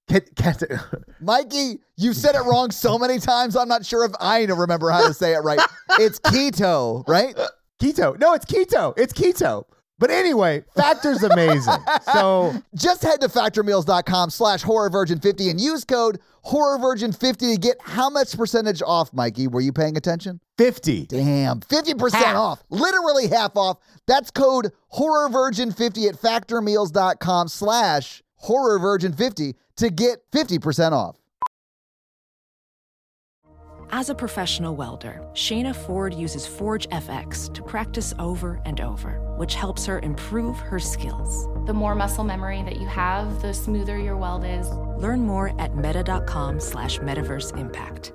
[SPEAKER 5] Ket- keto?
[SPEAKER 4] Mikey, you said it wrong so many times, I'm not sure if I even remember how to say it right. It's keto, right?
[SPEAKER 5] keto? No, it's keto. It's keto. But anyway, Factor's amazing. so
[SPEAKER 4] Just head to factormeals.com slash horrorvirgin50 and use code horrorvirgin50 to get how much percentage off, Mikey? Were you paying attention?
[SPEAKER 5] fifty.
[SPEAKER 4] Damn, 50%
[SPEAKER 5] Half.
[SPEAKER 4] off. Literally half off. That's code horrorvirgin50 at factormeals.com slash horrorvirgin50 to get 50% off.
[SPEAKER 2] As a professional welder, Shayna Ford uses Forge FX to practice over and over, which helps her improve her skills.
[SPEAKER 3] The more muscle memory that you have, the smoother your weld is.
[SPEAKER 2] Learn more at meta.com slash metaverse impact.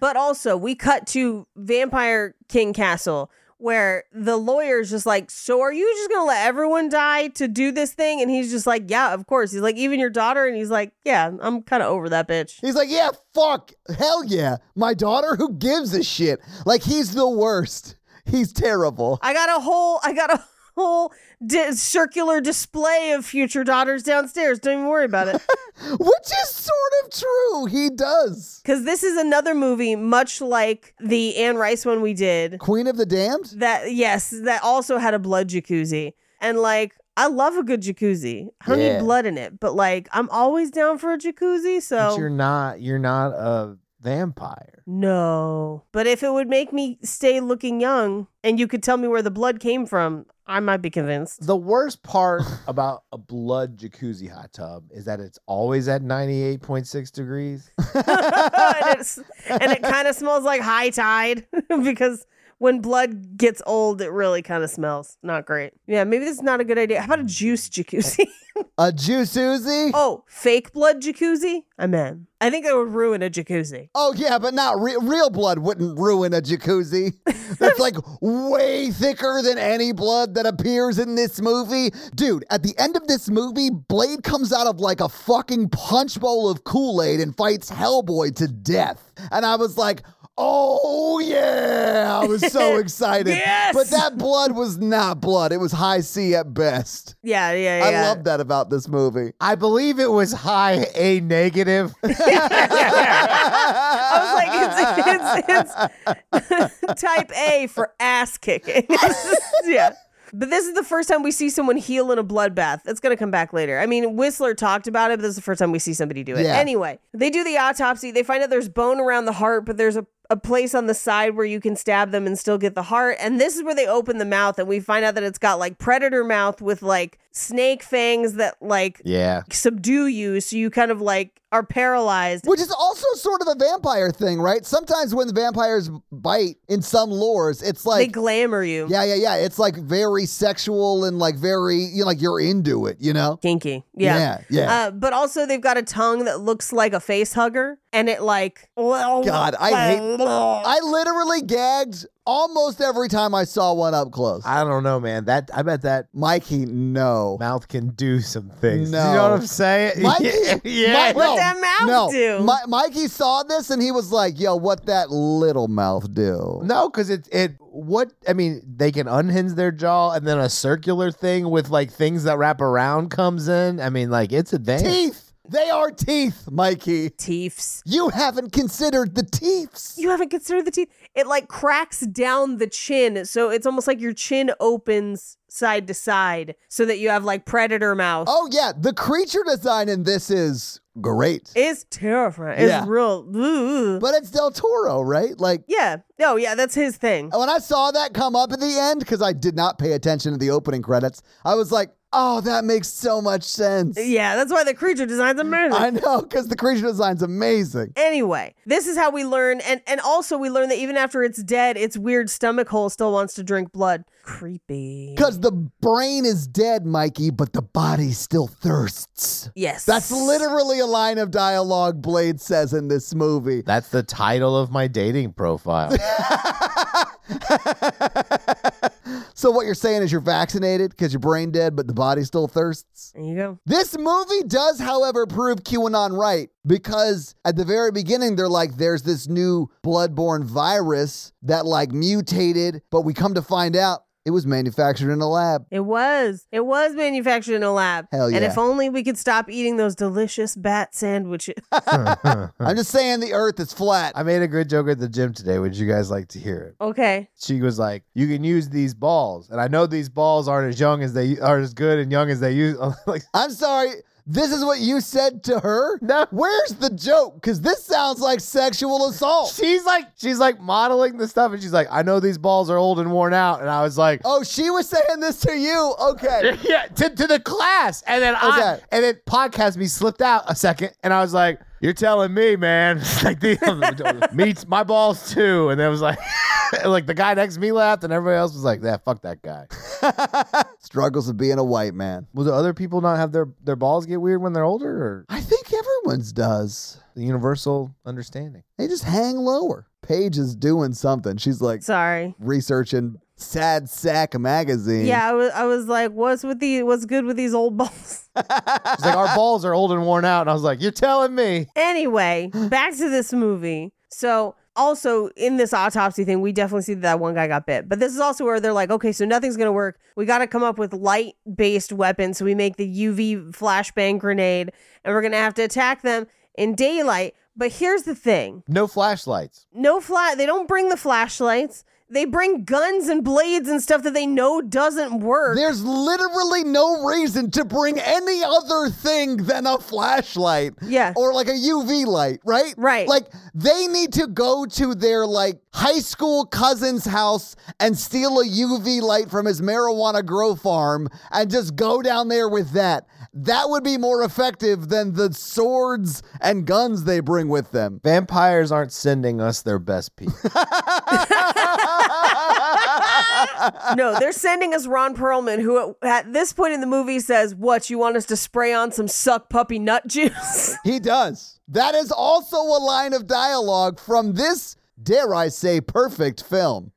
[SPEAKER 6] But also, we cut to Vampire King Castle where the lawyer's just like, So are you just gonna let everyone die to do this thing? And he's just like, Yeah, of course. He's like, Even your daughter? And he's like, Yeah, I'm kind of over that bitch.
[SPEAKER 4] He's like, yeah, fuck. Hell yeah. My daughter, who gives a shit? Like, he's the worst. He's terrible.
[SPEAKER 6] I got a whole, I got a whole di- circular display of future daughters downstairs. Don't even worry about it.
[SPEAKER 4] Which is sort of true. He does.
[SPEAKER 6] Because this is another movie, much like the Anne Rice one we did.
[SPEAKER 4] Queen of the Damned?
[SPEAKER 6] That yes, that also had a blood jacuzzi, and like I love a good jacuzzi. I don't
[SPEAKER 4] Yeah.
[SPEAKER 6] need blood in it, but like I'm always down for a jacuzzi.
[SPEAKER 5] But you're
[SPEAKER 6] So
[SPEAKER 5] not. You're not a vampire.
[SPEAKER 6] no, but if it would make me stay looking young, and you could tell me where the blood came from, I might be convinced.
[SPEAKER 5] The worst part about a blood jacuzzi hot tub is that it's always at ninety eight point six degrees.
[SPEAKER 6] and, it's, and it kind of smells like high tide because when blood gets old, it really kind of smells not great. Yeah, maybe this is not a good idea. How about a juice jacuzzi?
[SPEAKER 4] A Jew Susie?
[SPEAKER 6] oh, fake blood jacuzzi? I'm in. I think it would ruin a jacuzzi.
[SPEAKER 4] Oh yeah, but not re- real blood wouldn't ruin a jacuzzi. That's like way thicker than any blood that appears in this movie. Dude, at the end of this movie, Blade comes out of like a fucking punch bowl of Kool-Aid and fights Hellboy to death. And I was like, "Oh yeah." I was so excited.
[SPEAKER 6] Yes!
[SPEAKER 4] But that blood was not blood. It was high C at best.
[SPEAKER 6] Yeah, yeah,
[SPEAKER 4] I
[SPEAKER 6] yeah.
[SPEAKER 4] love that about this movie.
[SPEAKER 5] I believe it was high A negative.
[SPEAKER 6] I was like, it's, it's, it's type A for ass kicking. yeah. But this is the first time we see someone heal in a bloodbath. It's going to come back later. I mean, Whistler talked about it, but this is the first time we see somebody do it.
[SPEAKER 4] Yeah.
[SPEAKER 6] Anyway, they do the autopsy. They find out there's bone around the heart, but there's a, a place on the side where you can stab them and still get the heart. And this is where they open the mouth, and we find out that it's got like predator mouth with like snake fangs that like
[SPEAKER 5] yeah.
[SPEAKER 6] subdue you. So you kind of like are paralyzed.
[SPEAKER 4] Which is also sort of a vampire thing, right? Sometimes when the vampires bite in some lores, it's
[SPEAKER 6] they
[SPEAKER 4] like
[SPEAKER 6] glamour you.
[SPEAKER 4] yeah, yeah, yeah. It's like very sexual and like very you know, like you're into it, you know?
[SPEAKER 6] Kinky. Yeah.
[SPEAKER 4] yeah. yeah.
[SPEAKER 6] Uh, but also they've got a tongue that looks like a face hugger and it like
[SPEAKER 4] God, I hate. I literally gagged almost every time I saw one up close.
[SPEAKER 5] I don't know, man. That I bet that
[SPEAKER 4] Mikey, no.
[SPEAKER 5] mouth can do some things.
[SPEAKER 4] No.
[SPEAKER 5] You know what I'm saying?
[SPEAKER 4] Mikey,
[SPEAKER 5] yeah.
[SPEAKER 4] Mi-
[SPEAKER 6] What
[SPEAKER 4] no,
[SPEAKER 6] that mouth
[SPEAKER 4] no.
[SPEAKER 6] do?
[SPEAKER 4] Mi- Mikey saw this and he was like, "Yo, what that little mouth do?"
[SPEAKER 5] no, because it it what I mean, they can unhinge their jaw and then a circular thing with like things that wrap around comes in. I mean, like it's advanced.
[SPEAKER 4] teeth. They are teeth, Mikey.
[SPEAKER 6] Teeths.
[SPEAKER 4] You haven't considered the teeths.
[SPEAKER 6] You haven't considered the teeth. It like cracks down the chin, so it's almost like your chin opens side to side, so that you have like predator mouth.
[SPEAKER 4] Oh yeah, the creature design in this is great.
[SPEAKER 6] It's terrifying. It's
[SPEAKER 4] Yeah.
[SPEAKER 6] real. Ooh.
[SPEAKER 4] but it's Del Toro, right? Like
[SPEAKER 6] yeah. No. Yeah. That's his thing.
[SPEAKER 4] when I saw that come up at the end because I did not pay attention to the opening credits, I was like, "Oh, that makes so much sense."
[SPEAKER 6] Yeah. That's why the creature design's amazing.
[SPEAKER 4] I know because the creature design's amazing.
[SPEAKER 6] Anyway, this is how we learn, and and also we learn that even after it's dead, its weird stomach hole still wants to drink blood. Creepy.
[SPEAKER 4] Because the brain is dead, Mikey, but the body still thirsts.
[SPEAKER 6] Yes.
[SPEAKER 4] That's literally a line of dialogue Blade says in this movie.
[SPEAKER 5] That's the title of my dating profile.
[SPEAKER 4] so what you're saying is you're vaccinated because your brain dead, but the body still thirsts.
[SPEAKER 6] There you go.
[SPEAKER 4] This movie does, however, prove QAnon right because at the very beginning they're like, "There's this new bloodborne virus that like mutated," but we come to find out it was manufactured in a lab.
[SPEAKER 6] It was. It was manufactured in a lab.
[SPEAKER 4] Hell
[SPEAKER 6] And
[SPEAKER 4] yeah.
[SPEAKER 6] if only we could stop eating those delicious bat sandwiches.
[SPEAKER 4] I'm just saying the Earth is flat.
[SPEAKER 5] I made a good joke at the gym today. Would you guys like to hear it?
[SPEAKER 6] okay.
[SPEAKER 5] She was like, "You can use these balls," and I know these balls aren't as young as they are as good and young as they use. like,
[SPEAKER 4] I'm sorry. This is what you said to her?
[SPEAKER 5] No.
[SPEAKER 4] Where's the joke? Because this sounds like sexual assault.
[SPEAKER 5] she's like, she's like modeling the stuff, and she's like, "I know these balls are old and worn out," and I was like,
[SPEAKER 4] Oh, she was saying this to you. Okay.
[SPEAKER 5] yeah, to, to the class. And then I,
[SPEAKER 4] Okay.
[SPEAKER 5] and then podcast me slipped out a second, and I was like, "You're telling me, man? like the meets my balls too." And then it was like, like the guy next to me laughed, and everybody else was like, "Yeah, fuck that guy."
[SPEAKER 4] Struggles of being a white man.
[SPEAKER 5] Will the other people not have their their balls get weird when they're older, or
[SPEAKER 4] I think everyone's does.
[SPEAKER 5] the universal understanding?
[SPEAKER 4] They just hang lower. Paige is doing something. She's like
[SPEAKER 6] Sorry.
[SPEAKER 4] researching Sad Sack magazine.
[SPEAKER 6] Yeah, I was, I was like, what's with the what's good with these old balls?
[SPEAKER 5] She's like, "Our balls are old and worn out," and I was like, "You're telling me."
[SPEAKER 6] anyway, back to this movie. So also in this autopsy thing, we definitely see that, that one guy got bit. But this is also where they're like, okay, so nothing's gonna work. We gotta come up with light based weapons. So we make the UV flashbang grenade and we're gonna have to attack them in daylight. But here's the thing.
[SPEAKER 5] No flashlights.
[SPEAKER 6] no flat they don't bring the flashlights they bring guns and blades and stuff that they know doesn't work
[SPEAKER 4] There's literally no reason to bring any other thing than a flashlight.
[SPEAKER 6] Yeah.
[SPEAKER 4] Or like a UV light, right?
[SPEAKER 6] Right.
[SPEAKER 4] Like they need to go to their like high school cousin's house and steal a UV light from his marijuana grow farm and just go down there with that. That would be more effective than the swords and guns they bring with them.
[SPEAKER 5] Vampires aren't sending us their best people.
[SPEAKER 6] no they're sending us ron perlman who at, at this point in the movie says what you want us to spray on some suck puppy nut juice
[SPEAKER 4] He does. That is also a line of dialogue from this, dare I say, perfect film.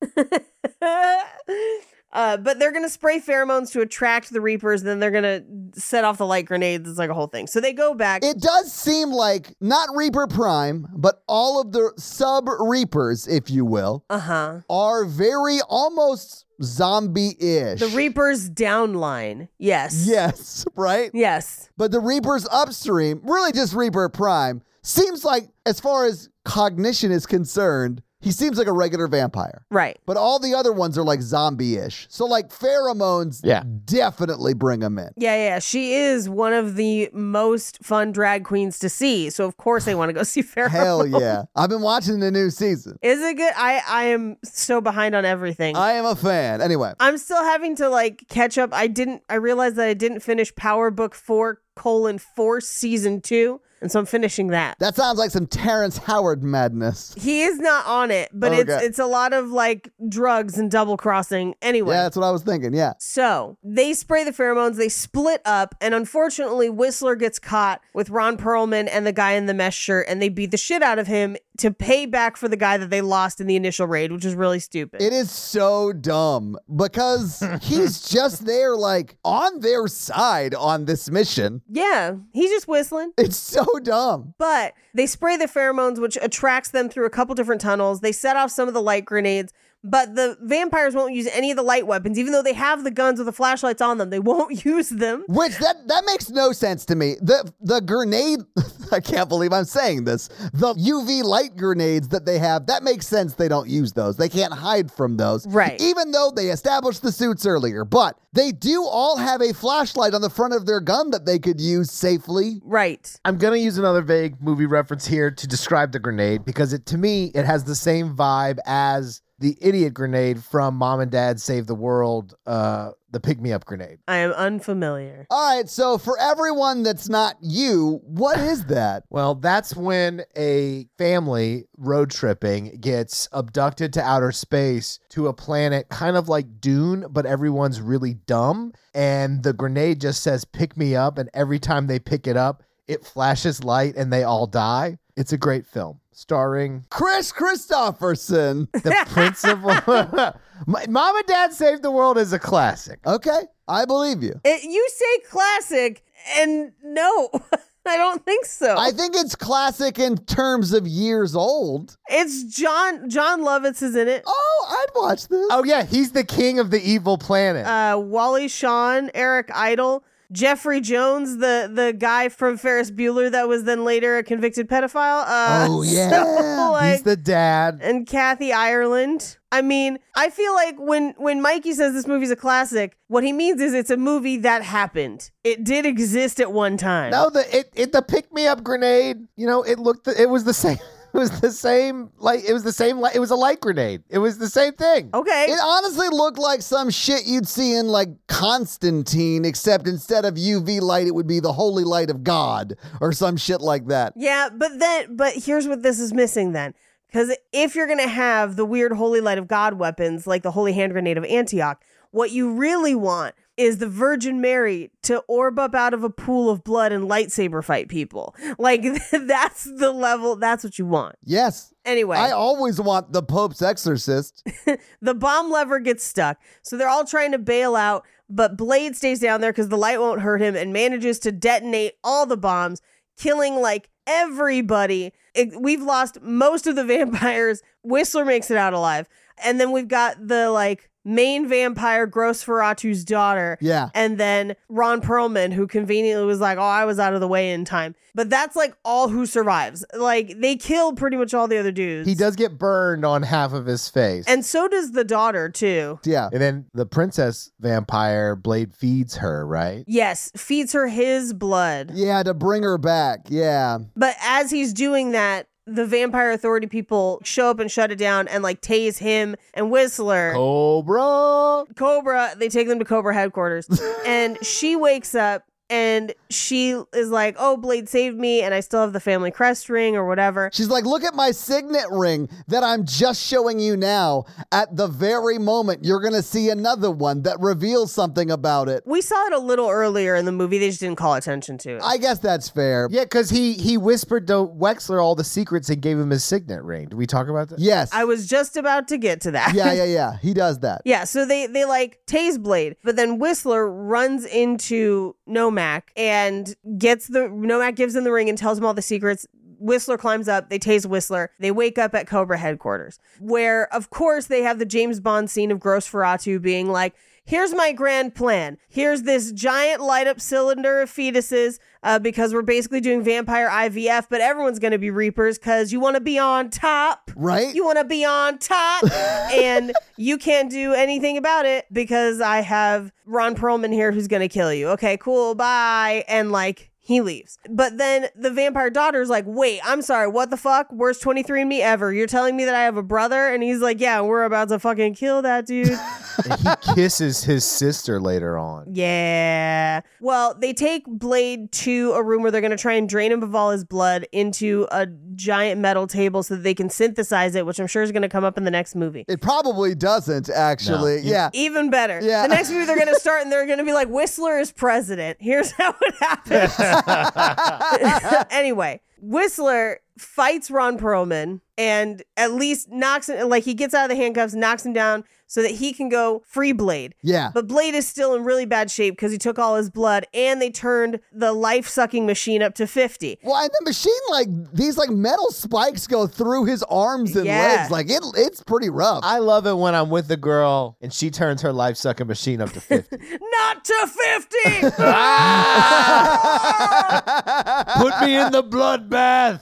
[SPEAKER 6] uh, but they're gonna spray pheromones to attract the reapers and then they're gonna set off the light grenades it's like a whole thing so they go back
[SPEAKER 4] It does seem like not Reaper Prime, but all of the sub Reapers, if you will,
[SPEAKER 6] uh-huh
[SPEAKER 4] are very almost zombie ish.
[SPEAKER 6] the reapers downline yes
[SPEAKER 4] Yes, right?
[SPEAKER 6] yes
[SPEAKER 4] But the Reapers upstream, really just Reaper Prime, seems like, as far as cognition is concerned, he seems like a regular vampire.
[SPEAKER 6] right
[SPEAKER 4] But all the other ones are like zombie ish. So, like, pheromones
[SPEAKER 5] Yeah.
[SPEAKER 4] definitely bring him in.
[SPEAKER 6] Yeah, yeah, she is one of the most fun drag queens to see. So of course they want to go see Pharaoh.
[SPEAKER 4] Hell yeah. I've been watching the new season.
[SPEAKER 6] Is it good? I I am so behind on everything.
[SPEAKER 4] I
[SPEAKER 6] I-
[SPEAKER 4] am a fan. Anyway.
[SPEAKER 6] am still having to like catch up. I didn't. I realized that I didn't finish Power Book Four colon Four season two, and so I'm finishing that.
[SPEAKER 4] That sounds like some Terrence Howard madness.
[SPEAKER 6] He is not on it, but it's
[SPEAKER 4] Oh, Okay.
[SPEAKER 6] it's a lot of like drugs and double crossing. Anyway,
[SPEAKER 4] Yeah, that's what I was thinking. Yeah.
[SPEAKER 6] So they spray the pheromones, they split up, and unfortunately, Whistler gets caught with Ron Perlman and the guy in the mesh shirt, and they beat the shit out of him to pay back for the guy that they lost in the initial raid, which is really stupid.
[SPEAKER 4] It is so dumb because he's just there, like on their side on this mission.
[SPEAKER 6] yeah, he's just whistling.
[SPEAKER 4] It's so dumb.
[SPEAKER 6] But they spray the pheromones, which attracts them through a couple different tunnels. They set off some of the light grenades, But the vampires won't use any of the light weapons, even though they have the guns with the flashlights on them. They won't use them.
[SPEAKER 4] Which that that makes no sense to me. The the grenade I can't believe I'm saying this. The UV light grenades that they have, that makes sense they don't use those. They can't hide from those.
[SPEAKER 6] Right.
[SPEAKER 4] Even though they established the suits earlier, but they do all have a flashlight on the front of their gun that they could use safely.
[SPEAKER 6] Right.
[SPEAKER 5] I'm gonna use another vague movie reference here to describe the grenade because it to me it has the same vibe as the idiot grenade from Mom and Dad Save the World, uh, the pick me up grenade.
[SPEAKER 6] I am unfamiliar.
[SPEAKER 4] All right, so for everyone that's not you, what is that?
[SPEAKER 5] Well, that's when a family road tripping gets abducted to outer space to a planet kind of like Dune, but everyone's really dumb. And the grenade just says, pick me up. And every time they pick it up, it flashes light and they all die. It's a great film starring
[SPEAKER 4] Chris Christopherson.
[SPEAKER 5] the Prince of. My, Mom and Dad Saved the World is a classic.
[SPEAKER 4] Okay, I believe you.
[SPEAKER 6] It, Eh, you say classic, and no, I don't think so.
[SPEAKER 5] Oh.
[SPEAKER 4] I think it's classic in terms of years old.
[SPEAKER 6] it's John. John Lovitz is in it.
[SPEAKER 4] Oh, I'd watch this.
[SPEAKER 5] Oh, yeah, he's the king of the evil planet.
[SPEAKER 6] Uh, Wally Shawn, Eric Idle, Jeffrey Jones, the the guy from Ferris Bueller that was then later a convicted pedophile. Uh,
[SPEAKER 4] Oh, yeah.
[SPEAKER 6] so, like-
[SPEAKER 5] he's the dad.
[SPEAKER 6] and Kathy Ireland. I mean, I feel like when when Mikey says this movie's a classic, what he means is it's a movie that happened. It did exist at one time.
[SPEAKER 5] No, the it, it the pick me up grenade. You know, it looked it was the same. It was the same like it was the same like it was a light grenade. It was the same thing.
[SPEAKER 6] Okay.
[SPEAKER 4] It honestly looked like some shit you'd see in like Constantine, except instead of UV light, it would be the holy light of God or some shit like that.
[SPEAKER 6] Yeah, but then but here's what this is missing then. Cuz if you're going to have the weird holy light of god weapons like the holy hand grenade of Antioch, what you really want is the Virgin Mary to orb up out of a pool of blood and lightsaber fight people. Like that's the level, that's what you want.
[SPEAKER 4] Yes,
[SPEAKER 6] Anyway,
[SPEAKER 4] I always want the Pope's exorcist.
[SPEAKER 6] the bomb lever gets stuck. So they're all trying to bail out, but Blade stays down there because the light won't hurt him and manages to detonate all the bombs, killing like everybody. It- we've lost most of the vampires. Whistler makes it out alive. And then we've got the like main vampire, Gross Ferratu's daughter.
[SPEAKER 4] Yeah.
[SPEAKER 6] And then Ron Perlman, who conveniently was like, oh, I was out of the way in time. But that's like all who survives. Like they kill pretty much all the other dudes.
[SPEAKER 5] He does get burned on half of his face.
[SPEAKER 6] And so does the daughter, too.
[SPEAKER 4] Yeah.
[SPEAKER 5] And then the princess vampire blade feeds her, right?
[SPEAKER 6] Yes, feeds her his blood.
[SPEAKER 4] Yeah, to bring her back. Yeah.
[SPEAKER 6] But as he's doing that, the vampire authority people show up and shut it down and like tase him and Whistler.
[SPEAKER 5] Cobra.
[SPEAKER 6] Cobra, they take them to Cobra headquarters. and she wakes up and she is like, Oh, Blade saved me, and I still have the family crest ring or whatever.
[SPEAKER 4] She's like, look at my signet ring that I'm just showing you now. At the very moment, you're going to see another one that reveals something about it.
[SPEAKER 6] We saw it a little earlier in the movie, they just didn't call attention to it.
[SPEAKER 4] I guess that's fair.
[SPEAKER 5] Yeah, because he he whispered to Wexler all the secrets and gave him his signet ring. Did we talk about that?
[SPEAKER 4] Yes.
[SPEAKER 6] I was just about to get to that.
[SPEAKER 4] yeah, yeah, yeah. He does that.
[SPEAKER 6] Yeah, so they they like tase Blade, but then Whistler runs into Nomak and gets the Nomak gives him the ring and tells him all the secrets. Whistler climbs up, they tase Whistler. They wake up at Cobra headquarters, where of course they have the James Bond scene of Gross Ferratu being like, "Here's my grand plan. Here's this giant light up cylinder of fetuses uh, because we're basically doing vampire IVF, but everyone's going to be reapers because you want to be on top."
[SPEAKER 4] Right?
[SPEAKER 6] You want to be on top, and you can't do anything about it because I have Ron Perlman here who's going to kill you. Okay, cool, bye. And like, he leaves. But then the vampire daughter's like, wait, I'm sorry, what the fuck? Worst 23andMe ever. You're telling me that I have a brother? And he's like, yeah, we're about to fucking kill that dude.
[SPEAKER 5] And he kisses his sister later on.
[SPEAKER 6] Yeah. Well, they take Blade to a room where they're going to try and drain him of all his blood into a giant metal table so that they can synthesize it, which I'm sure is going to come up in the next movie.
[SPEAKER 4] It probably doesn't, actually. Yeah.
[SPEAKER 6] Even better.
[SPEAKER 4] Yeah.
[SPEAKER 6] The next movie they're going to start and they're going to be like, Whistler is president. Here's how it happens. anyway, Whistler fights Ron Perlman and at least knocks him, like, he gets out of the handcuffs, knocks him down, so that he can go free Blade.
[SPEAKER 4] Yeah.
[SPEAKER 6] But Blade is still in really bad shape because he took all his blood and they turned the life sucking machine up to 50.
[SPEAKER 4] Well, and the machine like these like metal spikes go through his arms and
[SPEAKER 6] Yeah.
[SPEAKER 4] legs. Like it, it's pretty rough.
[SPEAKER 5] I love it when I'm with the girl and she turns her life sucking machine up to 50.
[SPEAKER 6] Not to 50!
[SPEAKER 4] Ah!
[SPEAKER 5] Put me in the bloodbath.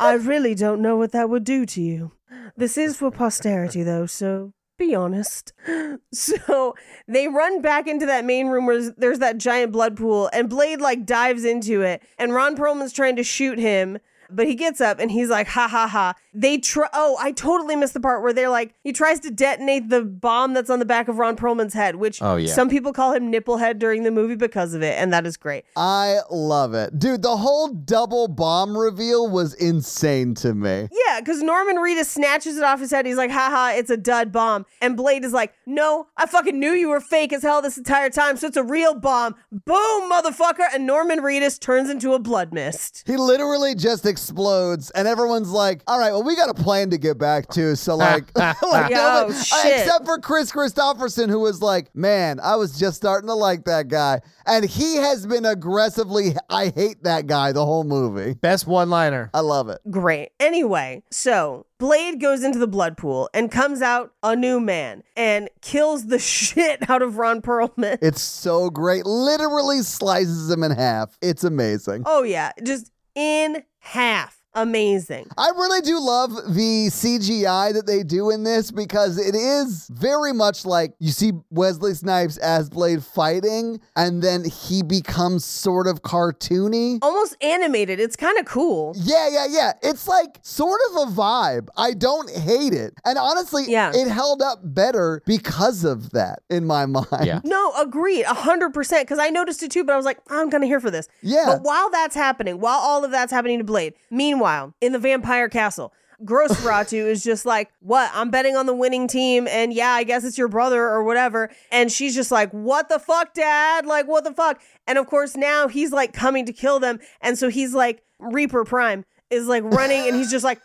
[SPEAKER 6] I really don't know what that would do to you. This is for posterity, though, so be honest. So they run back into that main room where there's that giant blood pool, and Blade like dives into it, and Ron Perlman's trying to shoot him. But he gets up and he's like, ha ha ha. They try. Oh, I totally missed the part where they're like, he tries to detonate the bomb that's on the back of Ron Perlman's head, which
[SPEAKER 5] Oh, yeah.
[SPEAKER 6] some people call him Nipplehead during the movie because of it. And that is great.
[SPEAKER 4] I love it. Dude, the whole double bomb reveal was insane to me.
[SPEAKER 6] Yeah, because Norman Reedus snatches it off his head. He's like, haha, it's a dud bomb. And Blade is like, no, I fucking knew you were fake as hell this entire time, so it's a real bomb. Boom, motherfucker. And Norman Reedus turns into a blood mist.
[SPEAKER 4] He literally just explodes, and everyone's like, "All right, well, we got a plan to get back to." So like, like
[SPEAKER 6] Yo,
[SPEAKER 4] nobody-
[SPEAKER 6] shit.
[SPEAKER 4] except for Chris Christopherson, who was like, "Man, I was just starting to like that guy," and he has been aggressively, "I hate that guy" the whole movie.
[SPEAKER 5] Best one liner.
[SPEAKER 4] I love it.
[SPEAKER 6] Great. Anyway, so Blade goes into the blood pool and comes out a new man and kills the shit out of Ron Perlman.
[SPEAKER 4] It's so great. Literally slices him in half. It's amazing.
[SPEAKER 6] Oh, yeah, just in half. Amazing.
[SPEAKER 4] I really do love the CGI that they do in this because it is very much like you see Wesley Snipes as Blade fighting, and then he becomes sort of cartoony.
[SPEAKER 6] Almost animated. It's kind of cool.
[SPEAKER 4] Yeah, yeah, yeah. It's like sort of a vibe. I don't hate it. And honestly,
[SPEAKER 6] Yeah.
[SPEAKER 4] it held up better because of that in my mind.
[SPEAKER 5] Yeah.
[SPEAKER 6] No, agreed, a hundred percent. Because I noticed it too, but I was like, I'm kind of here for this.
[SPEAKER 4] Yeah.
[SPEAKER 6] But while that's happening, while all of that's happening to Blade, meanwhile in the vampire castle, Gross Ratu is just like, "What? I'm betting on the winning team, and yeah, I guess it's your brother or whatever." And she's just like, "What the fuck, Dad? Like, what the fuck?" And of course, now he's like coming to kill them, and so he's like Reaper Prime is like running, and he's just like.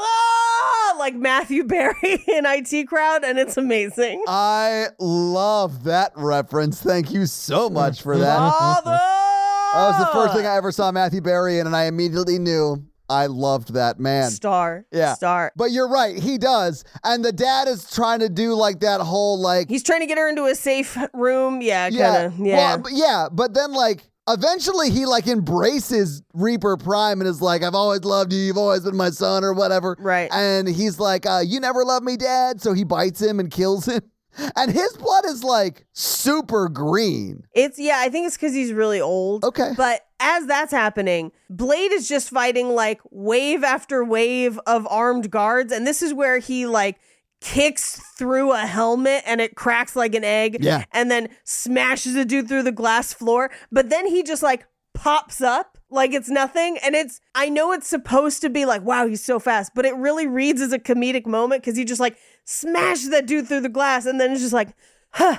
[SPEAKER 6] Father! Like Matthew Barry in IT crowd, and it's amazing.
[SPEAKER 4] I love that reference. Thank you so
[SPEAKER 6] Mm.
[SPEAKER 4] much for that.
[SPEAKER 6] Father!
[SPEAKER 4] That was the first thing
[SPEAKER 6] Ah.
[SPEAKER 4] I ever saw Matthew Barry in, and I immediately knew I loved that man.
[SPEAKER 6] Star.
[SPEAKER 4] Yeah.
[SPEAKER 6] Star.
[SPEAKER 4] But you're right, he does. And the dad is trying to do like that whole like
[SPEAKER 6] He's trying to get her into a safe room. Yeah, kind of. Yeah.
[SPEAKER 4] Well, but yeah, but then like eventually he like embraces Reaper Prime and is like, I've always loved you, you've always been my son or whatever.
[SPEAKER 6] Right.
[SPEAKER 4] And he's like, uh, you never loved me, Dad. So he bites him and kills him. And his blood is like super green.
[SPEAKER 6] It's yeah, I think it's because he's really old.
[SPEAKER 4] Okay.
[SPEAKER 6] But as that's happening, Blade is just fighting like wave after wave of armed guards, and this is where he like kicks through a helmet and it cracks like an egg.
[SPEAKER 4] Yeah.
[SPEAKER 6] And then smashes a dude through the glass floor. But then he just like pops up like it's nothing. And it's I know it's supposed to be like, wow, he's so fast, but it really reads as a comedic moment because he just like smashes that dude through the glass and then it's just like, huh.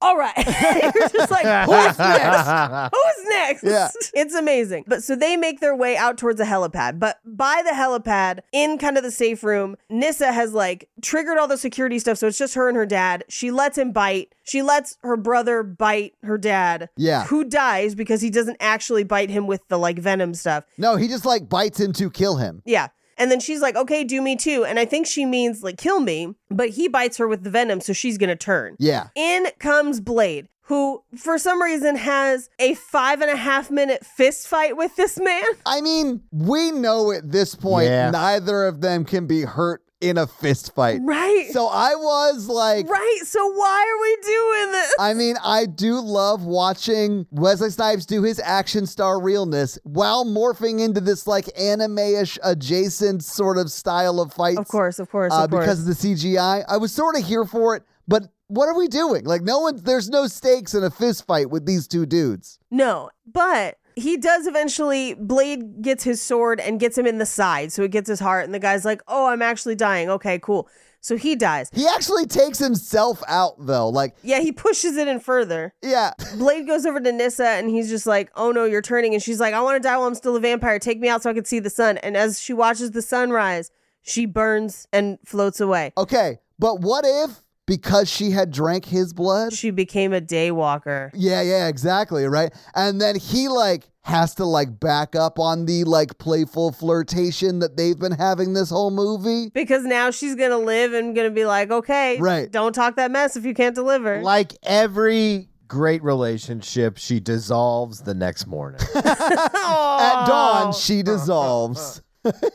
[SPEAKER 6] All right. You're just like, who's next? Who's next?
[SPEAKER 4] Yeah.
[SPEAKER 6] It's amazing. But so they make their way out towards a helipad. But by the helipad, in kind of the safe room, Nissa has like triggered all the security stuff. So it's just her and her dad. She lets him bite. She lets her brother bite her dad.
[SPEAKER 4] Yeah.
[SPEAKER 6] Who dies because he doesn't actually bite him with the like venom stuff.
[SPEAKER 4] No, he just like bites him to kill him.
[SPEAKER 6] Yeah. And then she's like, okay, do me too. And I think she means like kill me, but he bites her with the venom, so she's gonna turn.
[SPEAKER 4] Yeah.
[SPEAKER 6] In comes Blade, who for some reason has a five and a half minute fist fight with this man.
[SPEAKER 4] I mean, we know at this point
[SPEAKER 5] Yeah.
[SPEAKER 4] neither of them can be hurt in a fist fight.
[SPEAKER 6] Right.
[SPEAKER 4] So I was like
[SPEAKER 6] right. So why are we doing this?
[SPEAKER 4] I mean, I do love watching Wesley Snipes do his action star realness while morphing into this like anime-ish adjacent sort of style of fights.
[SPEAKER 6] Of course, of course,
[SPEAKER 4] uh,
[SPEAKER 6] of course.
[SPEAKER 4] because of the CGI. I was sort of here for it, but what are we doing? Like, no one, there's no stakes in a fist fight with these two dudes.
[SPEAKER 6] No, but he does eventually. Blade gets his sword and gets him in the side, so it gets his heart. And the guy's like, "Oh, I'm actually dying. Okay, cool." So he dies.
[SPEAKER 4] He actually takes himself out though. Like,
[SPEAKER 6] Yeah, he pushes it in further.
[SPEAKER 4] yeah,
[SPEAKER 6] Blade goes over to Nissa and he's just like, "Oh no, you're turning." And she's like, "I want to die while I'm still a vampire. Take me out so I can see the sun." And as she watches the sunrise, she burns and floats away.
[SPEAKER 4] okay, but what if because she had drank his blood?
[SPEAKER 6] She became a day walker.
[SPEAKER 4] Yeah, yeah, exactly, right? And then he like has to like back up on the like playful flirtation that they've been having this whole movie.
[SPEAKER 6] Because now she's gonna live and gonna be like, okay,
[SPEAKER 4] Right.
[SPEAKER 6] Don't talk that mess if you can't deliver.
[SPEAKER 5] Like every great relationship, she dissolves the next morning.
[SPEAKER 4] At dawn,
[SPEAKER 6] Oh.
[SPEAKER 4] she dissolves.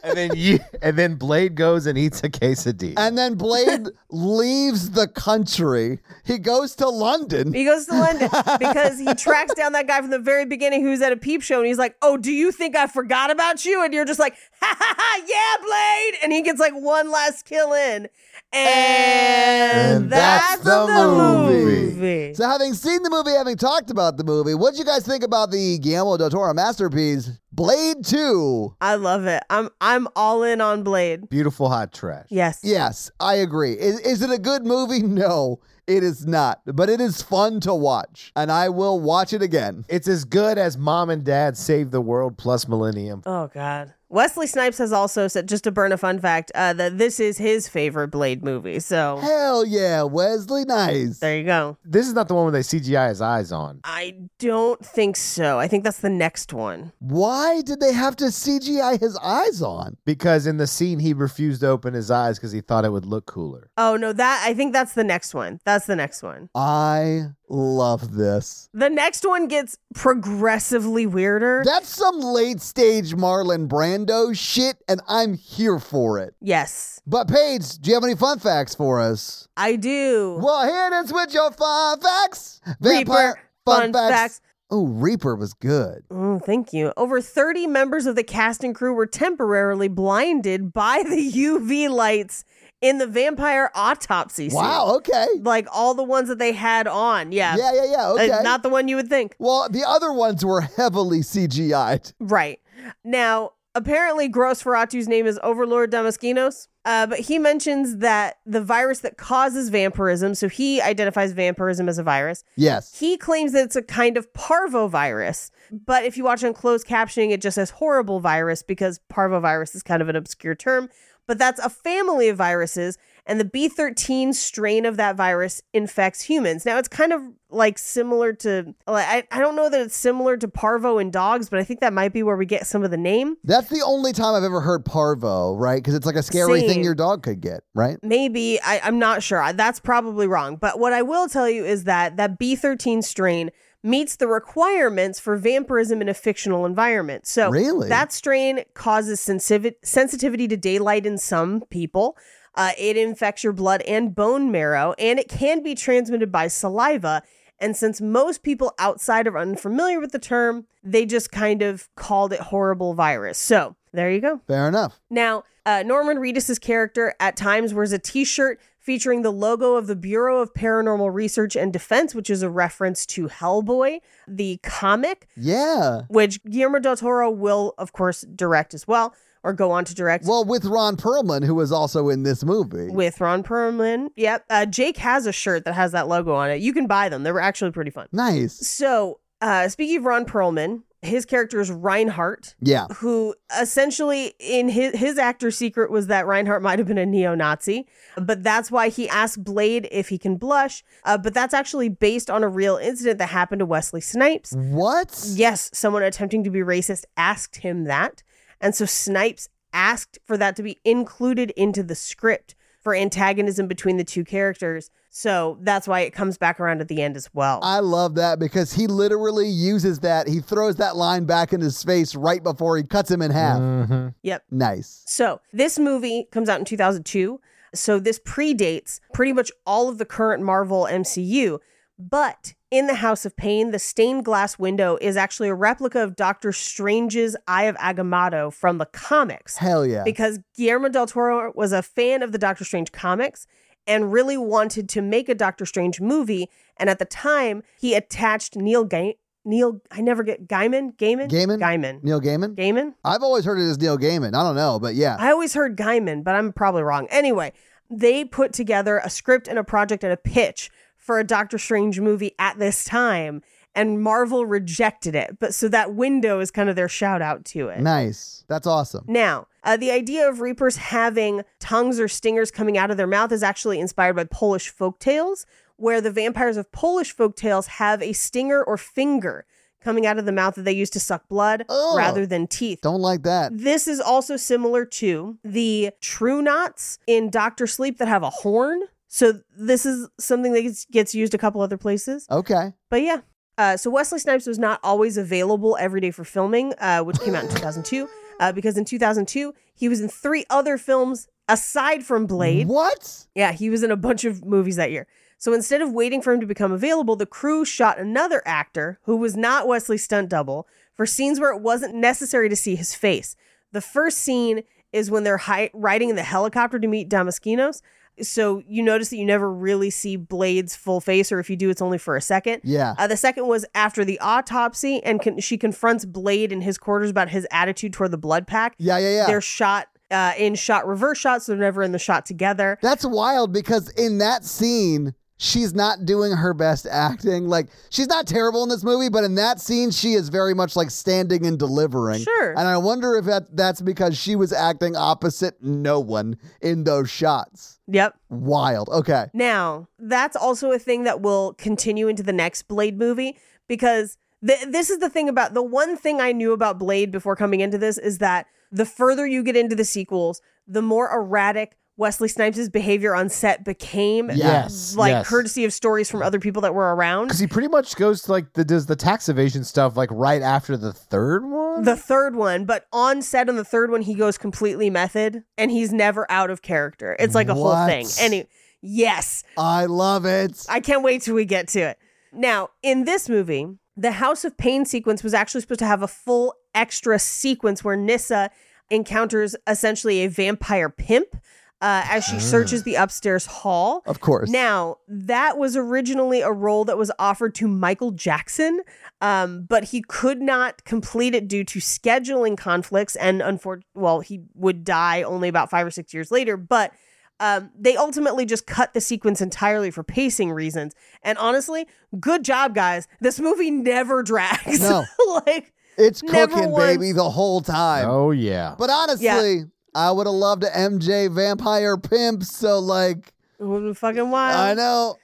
[SPEAKER 5] and then you and then Blade goes and eats a quesadilla.
[SPEAKER 4] And then Blade leaves the country. He goes to London.
[SPEAKER 6] He goes to London because he tracks down that guy from the very beginning who's at a peep show and he's like, Oh, do you think I forgot about you? And you're just like, Ha ha ha, yeah, Blade. And he gets like one last kill in. And,
[SPEAKER 5] And that's the movie.
[SPEAKER 6] movie.
[SPEAKER 4] So, having seen the movie, having talked about the movie, what would you guys think about the Guillermo del Toro masterpiece, Blade 2?
[SPEAKER 6] I love it. I'm I'm all in on Blade.
[SPEAKER 5] Beautiful hot trash.
[SPEAKER 6] Yes.
[SPEAKER 4] Yes, I agree. Is, is it a good movie? No, it is not. But it is fun to watch, and I will watch it again.
[SPEAKER 5] It's as good as Mom and Dad Save the World plus Millennium.
[SPEAKER 6] Oh God. Wesley Snipes has also said, just to burn a fun fact, uh, that this is his favorite Blade movie. So
[SPEAKER 4] Hell yeah, Wesley, nice.
[SPEAKER 6] there you go.
[SPEAKER 5] This is not the one where they CGI his eyes on.
[SPEAKER 6] I don't think so. I think that's the next one.
[SPEAKER 4] Why did they have to CGI his eyes on?
[SPEAKER 5] Because in the scene, he refused to open his eyes because he thought it would look cooler.
[SPEAKER 6] Oh no, that I think that's the next one. That's the next one.
[SPEAKER 4] I love this.
[SPEAKER 6] The next one gets progressively weirder.
[SPEAKER 4] That's some late stage Marlon Brando shit, and I'm here for it.
[SPEAKER 6] yes,
[SPEAKER 4] But Paige, do you have any fun facts for us?
[SPEAKER 6] I do.
[SPEAKER 4] Well, hit us with your fun facts. Vampire
[SPEAKER 6] fun facts.
[SPEAKER 4] Oh, Reaper was good.
[SPEAKER 6] Mm, thank you. Over 30 members of the cast and crew were temporarily blinded by the UV lights in the vampire autopsy scene.
[SPEAKER 4] Wow. Okay.
[SPEAKER 6] Like all the ones that they had on. Yeah.
[SPEAKER 4] Yeah. Yeah. Yeah.
[SPEAKER 6] Uh,
[SPEAKER 4] Okay.
[SPEAKER 6] not the one you would think.
[SPEAKER 4] well, the other ones were heavily CGI'd.
[SPEAKER 6] Right. Now, apparently, Gross Ferratu's name is Overlord Damaskinos, uh, but he mentions that the virus that causes vampirism, so he identifies vampirism as a virus,
[SPEAKER 4] Yes.
[SPEAKER 6] he claims that it's a kind of parvovirus. But if you watch on closed captioning, it just says horrible virus because parvovirus is kind of an obscure term. But that's a family of viruses, and the B13 strain of that virus infects humans. Now, it's kind of like similar to, like, I, I don't know that it's similar to parvo in dogs, but I think that might be where we get some of the name.
[SPEAKER 4] That's the only time I've ever heard parvo, right? Because it's like a scary thing
[SPEAKER 6] Same.
[SPEAKER 4] your dog could get, right?
[SPEAKER 6] maybe I, i'm not sure I- that's probably wrong but what i will tell you is that that b13 strain meets the requirements for vampirism in a fictional environment so
[SPEAKER 4] Really?
[SPEAKER 6] that strain causes sensivi- sensitivity to daylight in some people uh, it infects your blood and bone marrow and it can be transmitted by saliva and since most people outside are unfamiliar with the term they just kind of called it horrible virus so there you go
[SPEAKER 4] Fair enough.
[SPEAKER 6] now, uh, Norman Reedus' character at times wears a t shirt featuring the logo of the Bureau of Paranormal Research and Defense, which is a reference to Hellboy, the comic,
[SPEAKER 4] Yeah.
[SPEAKER 6] which Guillermo del Toro will, of course, direct as well, or go on to direct.
[SPEAKER 4] Well, with Ron Perlman, who was also in this movie.
[SPEAKER 6] with Ron Perlman. Yep. Uh, Jake has a shirt that has that logo on it. You can buy them. They were actually pretty fun.
[SPEAKER 4] nice.
[SPEAKER 6] So, uh, speaking of Ron Perlman, his character is Reinhardt,
[SPEAKER 4] Yeah.
[SPEAKER 6] who essentially in his his actor secret was that Reinhardt might have been a neo-Nazi, but that's why he asked Blade if he can blush. Uh, but that's actually based on a real incident that happened to Wesley Snipes.
[SPEAKER 4] What?
[SPEAKER 6] Yes, someone attempting to be racist asked him that, and so Snipes asked for that to be included into the script for antagonism between the two characters. So that's why it comes back around at the end as well.
[SPEAKER 4] I love that because he literally uses that. He throws that line back in his face right before he cuts him in half.
[SPEAKER 6] Mm. yep.
[SPEAKER 4] Nice.
[SPEAKER 6] So this movie comes out in 2002. So this predates pretty much all of the current Marvel MCU. But in the House of Pain, the stained glass window is actually a replica of Doctor Strange's Eye of Agamotto from the comics.
[SPEAKER 4] Hell yeah.
[SPEAKER 6] Because Guillermo del Toro was a fan of the Doctor Strange comics and really wanted to make a Doctor Strange movie. And at the time, he attached Neil Gaiman. Neil, I never get Gaiman. Gaiman.
[SPEAKER 4] Gaiman?
[SPEAKER 6] Gaiman.
[SPEAKER 4] Neil Gaiman?
[SPEAKER 6] Gaiman.
[SPEAKER 4] I've always heard it as Neil Gaiman. I don't know, but yeah.
[SPEAKER 6] I always heard Gaiman, but I'm probably wrong. Anyway, they put together a script and a project and a pitch for a Doctor Strange movie at this time. and Marvel rejected it. But so that window is kind of their shout out to it.
[SPEAKER 4] Nice. That's awesome.
[SPEAKER 6] Now, uh, the idea of reapers having tongues or stingers coming out of their mouth is actually inspired by Polish folk tales, where the vampires of Polish folk tales have a stinger or finger coming out of the mouth that they use to suck blood
[SPEAKER 4] Ugh.
[SPEAKER 6] rather than teeth.
[SPEAKER 4] Don't like that.
[SPEAKER 6] This is also similar to the true knots in Doctor Sleep that have a horn. So this is something that gets- gets used a couple other places.
[SPEAKER 5] Oh.
[SPEAKER 4] Okay.
[SPEAKER 6] But yeah. Uh, so Wesley Snipes was not always available every day for filming, uh, which came out in 2002, uh, because in 2002 he was in three other films aside from Blade.
[SPEAKER 4] What?
[SPEAKER 6] Yeah, he was in a bunch of movies that year. So instead of waiting for him to become available, the crew shot another actor who was not Wesley's stunt double for scenes where it wasn't necessary to see his face. The first scene is when they're hi- riding in the helicopter to meet Damaskinos. So you notice that you never really see Blade's full face, or if you do, it's only for a second.
[SPEAKER 4] Yeah.
[SPEAKER 6] Uh, the second was after the autopsy, and con- she confronts Blade in his quarters about his attitude toward the blood pack.
[SPEAKER 4] Yeah, yeah, yeah.
[SPEAKER 6] They're shot uh, in shot reverse shot, so they're never in the shot together.
[SPEAKER 4] That's wild because in that scene, she's not doing her best acting. Like, she's not terrible in this movie, but in that scene, she is very much like standing and delivering.
[SPEAKER 6] Sure.
[SPEAKER 4] And I wonder if that, that's because she was acting opposite no one in those shots.
[SPEAKER 6] Yep.
[SPEAKER 4] Wild. Okay.
[SPEAKER 6] Now, that's also a thing that will continue into the next Blade movie because th- this is the thing about the one thing I knew about Blade before coming into this is that the further you get into the sequels, the more erratic Wesley Snipes' behavior on set became.
[SPEAKER 5] Yes,
[SPEAKER 6] Like
[SPEAKER 5] yes.
[SPEAKER 6] courtesy of stories from other people that were around.
[SPEAKER 5] Because he pretty much goes to like the does the tax evasion stuff like right after the third one.
[SPEAKER 6] the third one, but on set on the third one, he goes completely method and he's never out of character. It's like a whole
[SPEAKER 4] What?
[SPEAKER 6] thing. Any yes,
[SPEAKER 4] I love it.
[SPEAKER 6] I can't wait till we get to it. Now, in this movie, the House of Pain sequence was actually supposed to have a full extra sequence where Nissa encounters essentially a vampire pimp uh, as she searches the upstairs hall.
[SPEAKER 4] of course.
[SPEAKER 6] Now, that was originally a role that was offered to Michael Jackson, um, but he could not complete it due to scheduling conflicts. And unfortunately, well, he would die only about five or six years later. But um, they ultimately just cut the sequence entirely for pacing reasons. And honestly, good job, guys. This movie never drags.
[SPEAKER 4] No.
[SPEAKER 6] like,
[SPEAKER 4] it's
[SPEAKER 6] never
[SPEAKER 4] cooking,
[SPEAKER 6] once-
[SPEAKER 4] baby, the whole time.
[SPEAKER 5] oh yeah.
[SPEAKER 4] But honestly, I would have loved a MJ vampire pimp. So, like,
[SPEAKER 6] it would be fucking
[SPEAKER 4] I
[SPEAKER 6] wild.
[SPEAKER 4] know.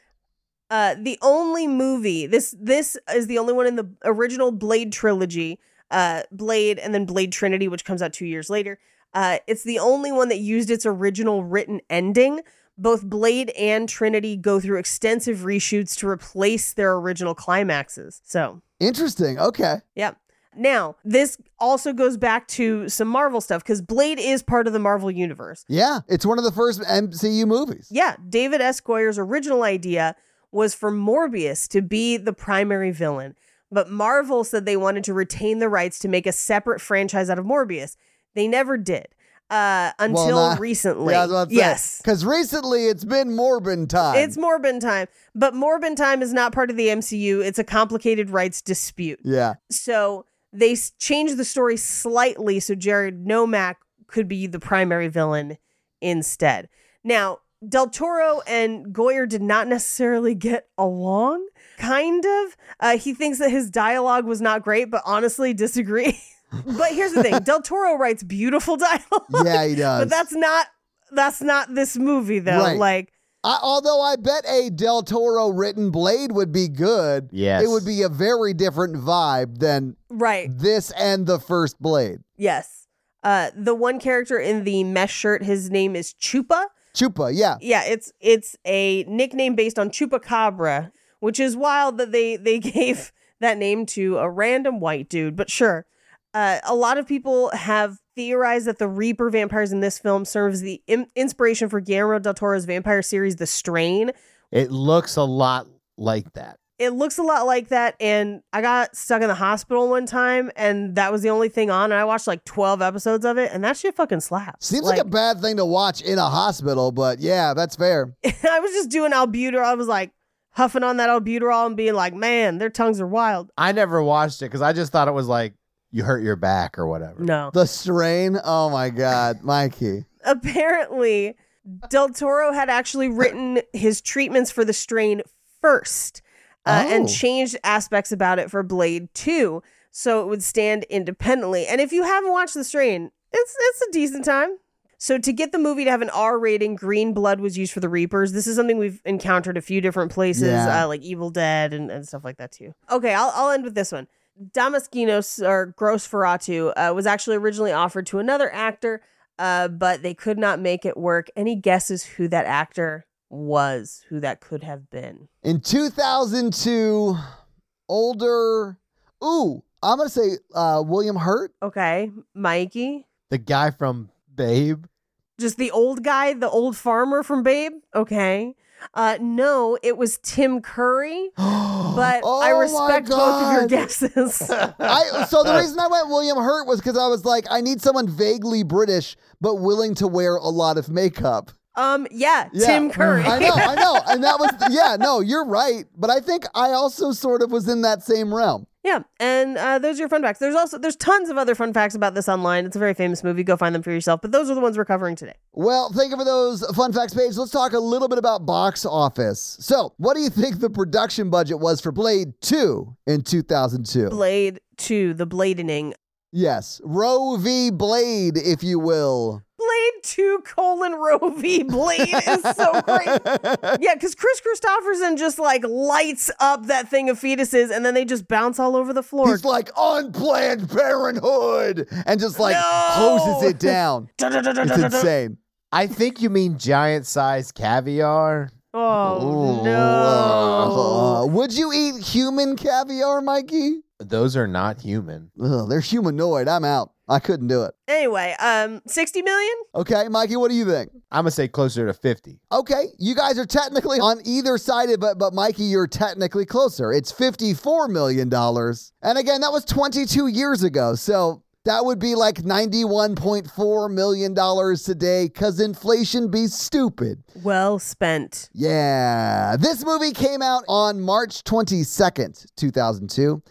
[SPEAKER 6] Uh, the only movie this this is the only one in the original Blade trilogy, uh, Blade and then Blade Trinity, which comes out two years later. Uh, it's the only one that used its original written ending. Both Blade and Trinity go through extensive reshoots to replace their original climaxes. So,
[SPEAKER 4] Interesting. Okay.
[SPEAKER 6] yep. Now, this also goes back to some Marvel stuff because Blade is part of the Marvel universe.
[SPEAKER 4] Yeah, it's one of the first MCU movies.
[SPEAKER 6] Yeah, David S. Goyer's original idea was for Morbius to be the primary villain, but Marvel said they wanted to retain the rights to make a separate franchise out of Morbius. They never did uh,
[SPEAKER 4] Well,
[SPEAKER 6] until
[SPEAKER 4] not-
[SPEAKER 6] recently.
[SPEAKER 4] Yeah, I was about to
[SPEAKER 6] yes.
[SPEAKER 4] Because recently it's been Morbin time.
[SPEAKER 6] It's Morbin time, but Morbin time is not part of the MCU. It's a complicated rights dispute.
[SPEAKER 4] yeah.
[SPEAKER 6] So they s- changed the story slightly so Jared Nomack could be the primary villain instead. Now, Del Toro and Goyer did not necessarily get along, kind of. Uh, he thinks that his dialogue was not great, but honestly disagree. but here's the thing Del Toro writes beautiful dialogue,
[SPEAKER 4] Yeah, he does.
[SPEAKER 6] but that's not. That's not this movie though.
[SPEAKER 4] Right.
[SPEAKER 6] Like
[SPEAKER 4] I, although I bet a Del Toro written Blade would be good.
[SPEAKER 5] Yes.
[SPEAKER 4] It would be a very different vibe than
[SPEAKER 6] right.
[SPEAKER 4] this and the first Blade.
[SPEAKER 6] Yes. Uh the one character in the mesh shirt, his name is Chupa.
[SPEAKER 4] Chupa, yeah.
[SPEAKER 6] yeah, it's it's a nickname based on chupacabra, which is wild that they they gave that name to a random white dude. But sure, uh, a lot of people have theorized that the Reaper vampires in this film serves as the in- inspiration for Guillermo del Toro's vampire series, The Strain.
[SPEAKER 5] It looks a lot like that.
[SPEAKER 6] It looks a lot like that, and I got stuck in the hospital one time, and that was the only thing on, and I watched like twelve episodes of it, and that shit fucking slaps.
[SPEAKER 4] Seems like, a bad thing to watch in a hospital, but yeah, that's fair.
[SPEAKER 6] I was just doing albuterol. I was like huffing on that albuterol and being like, man, their tongues are wild.
[SPEAKER 5] I never watched it because I just thought it was like you hurt your back or whatever.
[SPEAKER 6] No.
[SPEAKER 4] The strain, oh my God, Mikey.
[SPEAKER 6] Apparently, Del Toro had actually written his treatments for the strain first. uh,
[SPEAKER 4] Oh.
[SPEAKER 6] and changed aspects about it for Blade 2 so it would stand independently. And if you haven't watched The Strain, it's it's a decent time. So to get the movie to have an R rating, green blood was used for the Reapers. This is something we've encountered a few different places,
[SPEAKER 4] Yeah.
[SPEAKER 6] uh, like Evil Dead and, and stuff like that too. Okay, I'll, I'll end with this one. Damaskinos or Grosferatu uh, was actually originally offered to another actor, uh, but they could not make it work. Any guesses who that actor was? Who that could have been?
[SPEAKER 4] In 2002, older. Ooh, I'm going to say uh, William Hurt.
[SPEAKER 6] Okay, Mikey.
[SPEAKER 5] The guy from Babe.
[SPEAKER 6] Just the old guy, the old farmer from Babe. Okay. Uh, no, it was Tim Curry. But
[SPEAKER 4] Oh
[SPEAKER 6] I
[SPEAKER 4] my
[SPEAKER 6] respect both of your
[SPEAKER 4] God.
[SPEAKER 6] guesses.
[SPEAKER 4] I, so the reason I went William Hurt was because I was like, I need someone vaguely British but willing to wear a lot of makeup.
[SPEAKER 6] um, yeah,
[SPEAKER 4] Yeah. mm,
[SPEAKER 6] Tim Curry.
[SPEAKER 4] I know, I know, and that was yeah. No, you're right, but I think I also sort of was in that same realm.
[SPEAKER 6] yeah, and uh, those are your fun facts. There's also there's tons of other fun facts about this online. It's a very famous movie. Go find them for yourself. But those are the ones we're covering today.
[SPEAKER 4] Well, thank you for those fun facts, Paige. Let's talk a little bit about box office. So, what do you think the production budget was for Blade Two in 2002?
[SPEAKER 6] Blade Two, The Bladening.
[SPEAKER 4] Yes, Roe v. Blade, if you will.
[SPEAKER 6] Blade Two colon Roe v. Blade is so great. Yeah, because Chris Christopherson just like lights up that thing of fetuses, and then they just bounce all over the floor.
[SPEAKER 4] He's like unplanned parenthood and just like hoses it down. it's insane.
[SPEAKER 5] I think you mean giant sized caviar.
[SPEAKER 6] Oh
[SPEAKER 5] Ooh.
[SPEAKER 6] no!
[SPEAKER 4] Uh, would you eat human caviar, Mikey?
[SPEAKER 5] Those are not human.
[SPEAKER 4] Ugh, they're humanoid. I'm out. I couldn't do it.
[SPEAKER 6] Anyway, um, sixty million.
[SPEAKER 4] Okay, Mikey, what do you think?
[SPEAKER 5] I'm gonna say closer to fifty.
[SPEAKER 4] Okay, you guys are technically on either side of it, but Mikey, you're technically closer. It's $54 million. And again, that was 22 years ago. So that would be like $91.4 million today because inflation be stupid.
[SPEAKER 6] Well spent.
[SPEAKER 4] Yeah. This movie came out on March 22nd, 2002,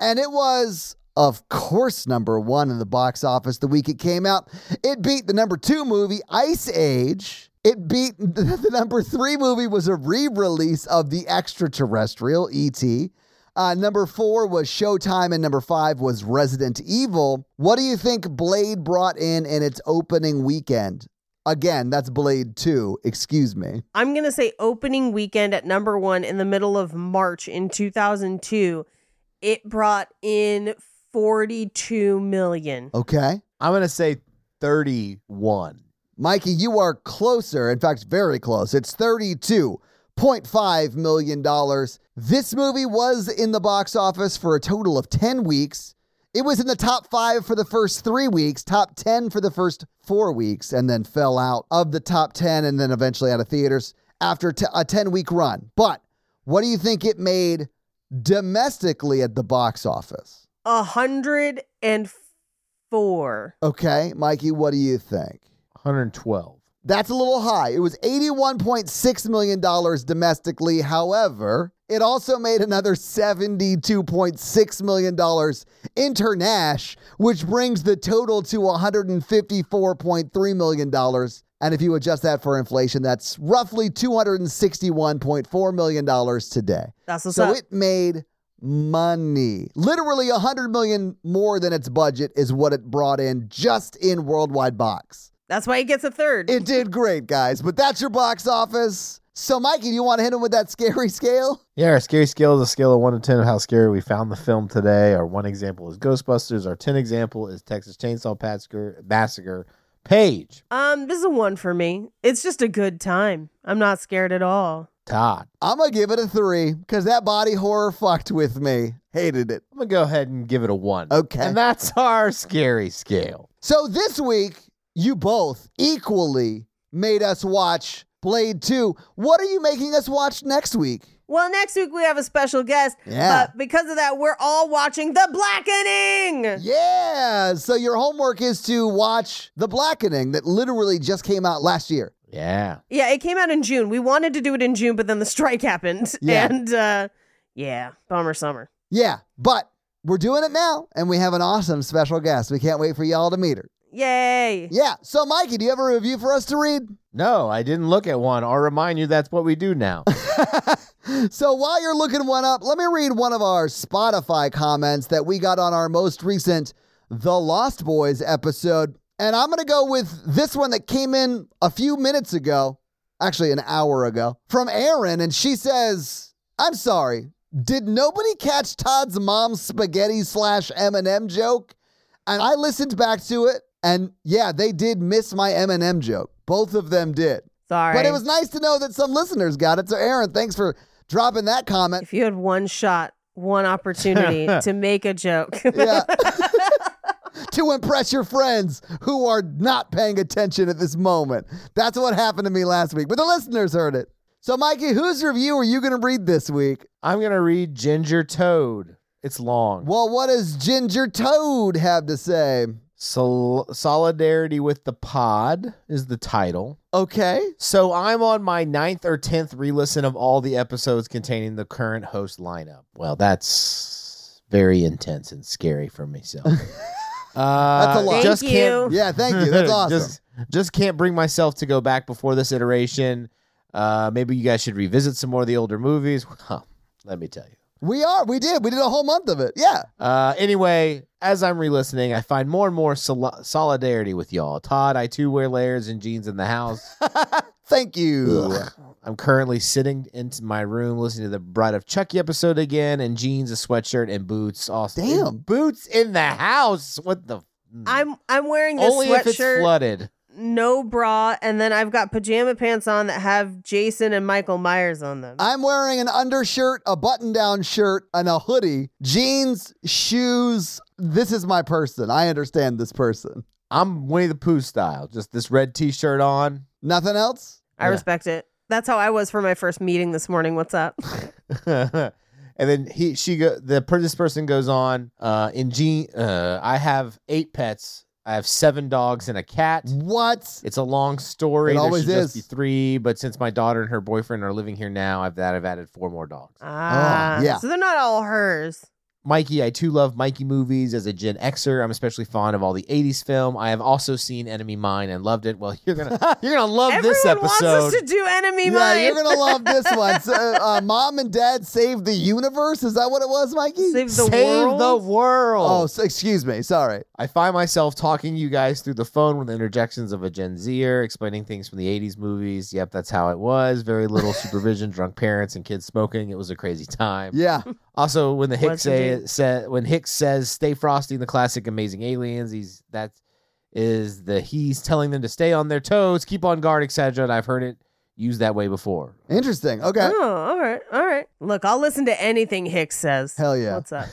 [SPEAKER 4] and it was of course number 1 in the box office the week it came out. It beat the number 2 movie Ice Age. It beat the number 3 movie was a re-release of The Extraterrestrial ET. Uh, number four was Showtime, and number five was Resident Evil. What do you think Blade brought in in its opening weekend? Again, that's Blade 2, excuse me.
[SPEAKER 6] I'm gonna say opening weekend at number one in the middle of March in 2002. It brought in 42 million.
[SPEAKER 4] Okay.
[SPEAKER 5] I'm gonna say thirty-one.
[SPEAKER 4] Mikey, you are closer. In fact, very close. It's $32.5 million. This movie was in the box office for a total of 10 weeks. It was in the top five for the first three weeks, top 10 for the first four weeks, and then fell out of the top 10 and then eventually out of theaters after t- a 10 week run. But what do you think it made domestically at the box office?
[SPEAKER 6] A hundred and four.
[SPEAKER 4] Okay, Mikey, what do you think?
[SPEAKER 5] 112.
[SPEAKER 4] That's a little high. It was $81.6 million domestically. However, it also made another $72.6 million international, which brings the total to $154.3 million. And if you adjust that for inflation, that's roughly $261.4 million today.
[SPEAKER 6] That's what's
[SPEAKER 4] so
[SPEAKER 6] up.
[SPEAKER 4] it made money. Literally 100 million more than its budget is what it brought in just in worldwide box.
[SPEAKER 6] That's why it gets a third.
[SPEAKER 4] It did great, guys, but that's your box office. So, Mikey, do you want to hit him with that scary scale?
[SPEAKER 5] Yeah, our scary scale is a scale of 1 to 10 of how scary we found the film today. Our one example is Ghostbusters. Our 10 example is Texas Chainsaw Massacre. Massacre. Paige,
[SPEAKER 6] um, this is a one for me. It's just a good time. I'm not scared at all.
[SPEAKER 5] Todd.
[SPEAKER 4] I'm going to give it a three because that body horror fucked with me. Hated it.
[SPEAKER 5] I'm going to go ahead and give it a 1.
[SPEAKER 4] Okay.
[SPEAKER 5] And that's our scary scale.
[SPEAKER 4] So, this week, you both equally made us watch Blade 2. What are you making us watch next week?
[SPEAKER 6] Well, next week we have a special guest.
[SPEAKER 4] Yeah.
[SPEAKER 6] But because of that, we're all watching The Blackening.
[SPEAKER 4] Yeah. So, your homework is to watch The Blackening that literally just came out last year.
[SPEAKER 5] Yeah.
[SPEAKER 6] Yeah, it came out in June. We wanted to do it in June, but then the strike happened.
[SPEAKER 4] Yeah.
[SPEAKER 6] And uh, yeah, bummer summer.
[SPEAKER 4] Yeah. But we're doing it now, and we have an awesome special guest. We can't wait for y'all to meet her.
[SPEAKER 6] Yay.
[SPEAKER 4] Yeah. So, Mikey, do you have a review for us to read?
[SPEAKER 5] No, I didn't look at one. I'll remind you that's what we do now.
[SPEAKER 4] So while you're looking one up, let me read one of our Spotify comments that we got on our most recent The Lost Boys episode. And I'm going to go with this one that came in a few minutes ago, actually, an hour ago, from Erin. And she says, I'm sorry. Did nobody catch Todd's mom's spaghetti slash M&M joke? And I listened back to it, and yeah, they did miss my M&M joke. Both of them did.
[SPEAKER 6] Sorry.
[SPEAKER 4] But it was nice to know that some listeners got it. So, Aaron, thanks for dropping that comment.
[SPEAKER 6] If you had one shot, one opportunity to make a joke.
[SPEAKER 4] Yeah. to impress your friends who are not paying attention at this moment. That's what happened to me last week, but the listeners heard it. So, Mikey, whose review are you going to read this week?
[SPEAKER 5] I'm gonna read Ginger Toad. It's long.
[SPEAKER 4] Well, what does Ginger Toad have to say?
[SPEAKER 5] Sol- Solidarity with the Pod is the title.
[SPEAKER 4] Okay.
[SPEAKER 5] So I'm on my ninth or tenth re-listen of all the episodes containing the current host lineup. Well, that's very intense and scary for myself. uh, that's
[SPEAKER 4] a lot.
[SPEAKER 5] Just
[SPEAKER 6] Thank
[SPEAKER 5] can't,
[SPEAKER 4] Yeah, thank you. That's awesome.
[SPEAKER 5] Just, just can't bring myself to go back before this iteration. Uh, maybe you guys should revisit some more of the older movies. Huh, let me tell you.
[SPEAKER 4] we are. We did. We did a whole month of it. Yeah.
[SPEAKER 5] Uh, anyway, as I'm re-listening, I find more and more sol- solidarity with y'all. Todd, I too wear layers and jeans in the house.
[SPEAKER 4] Thank you.
[SPEAKER 5] I'm currently sitting into my room listening to the Bride of Chucky episode again, and jeans, a sweatshirt, and boots. Also,
[SPEAKER 4] Damn.
[SPEAKER 5] boots in the house. What the?
[SPEAKER 6] I'm I'm wearing this
[SPEAKER 5] only if it's
[SPEAKER 6] sweatshirt,
[SPEAKER 5] flooded.
[SPEAKER 6] no bra, and then I've got pajama pants on that have Jason and Michael Myers on them.
[SPEAKER 4] I'm wearing an undershirt, a button down shirt, and a hoodie, jeans, shoes. This is my person. I understand this person.
[SPEAKER 5] I'm Winnie the Pooh style. Just this red T-shirt on.
[SPEAKER 4] Nothing else?
[SPEAKER 6] I
[SPEAKER 5] Yeah.
[SPEAKER 6] respect it. That's how I was for my first meeting this morning. What's up?
[SPEAKER 5] and then he she go the per- this person goes on uh in G uh I have eight pets. I have seven dogs and a cat.
[SPEAKER 4] What?
[SPEAKER 5] It's a long story.
[SPEAKER 4] It
[SPEAKER 5] there
[SPEAKER 4] always
[SPEAKER 5] should just be
[SPEAKER 4] is.
[SPEAKER 5] three, but since my daughter and her boyfriend are living here now, I've that I've added four more dogs.
[SPEAKER 6] Ah,
[SPEAKER 4] yeah.
[SPEAKER 6] So they're not all hers.
[SPEAKER 5] Mikey, I too love Mikey movies. As a Gen Xer, I'm especially fond of all the '80s film. I have also seen Enemy Mine and loved it. Well, you're gonna you're gonna love
[SPEAKER 6] Everyone
[SPEAKER 5] this
[SPEAKER 6] wants
[SPEAKER 5] episode.
[SPEAKER 6] us to do enemy mine.
[SPEAKER 4] you're gonna love this one. So, uh, Mom and Dad save the universe. Is that what it was, Mikey?
[SPEAKER 6] Save the
[SPEAKER 5] Save
[SPEAKER 6] world.
[SPEAKER 5] the world.
[SPEAKER 4] oh, so, excuse me. Sorry.
[SPEAKER 5] I find myself talking to you guys through the phone with interjections of a Gen Zer, explaining things from the 80s movies. Yep, that's how it was. Very little supervision, drunk parents, and kids smoking. It was a crazy time.
[SPEAKER 4] Yeah.
[SPEAKER 5] Also, when the Hicks
[SPEAKER 6] Was indeed.
[SPEAKER 5] say, say, when Hicks says "Stay frosty" in the classic Amazing Aliens, he's that is the he's telling them to stay on their toes, keep on guard, etc. And I've heard it used that way before.
[SPEAKER 4] Interesting. Okay.
[SPEAKER 6] Oh, all right, all right. Look, I'll listen to anything Hicks says.
[SPEAKER 4] Hell yeah.
[SPEAKER 6] What's up?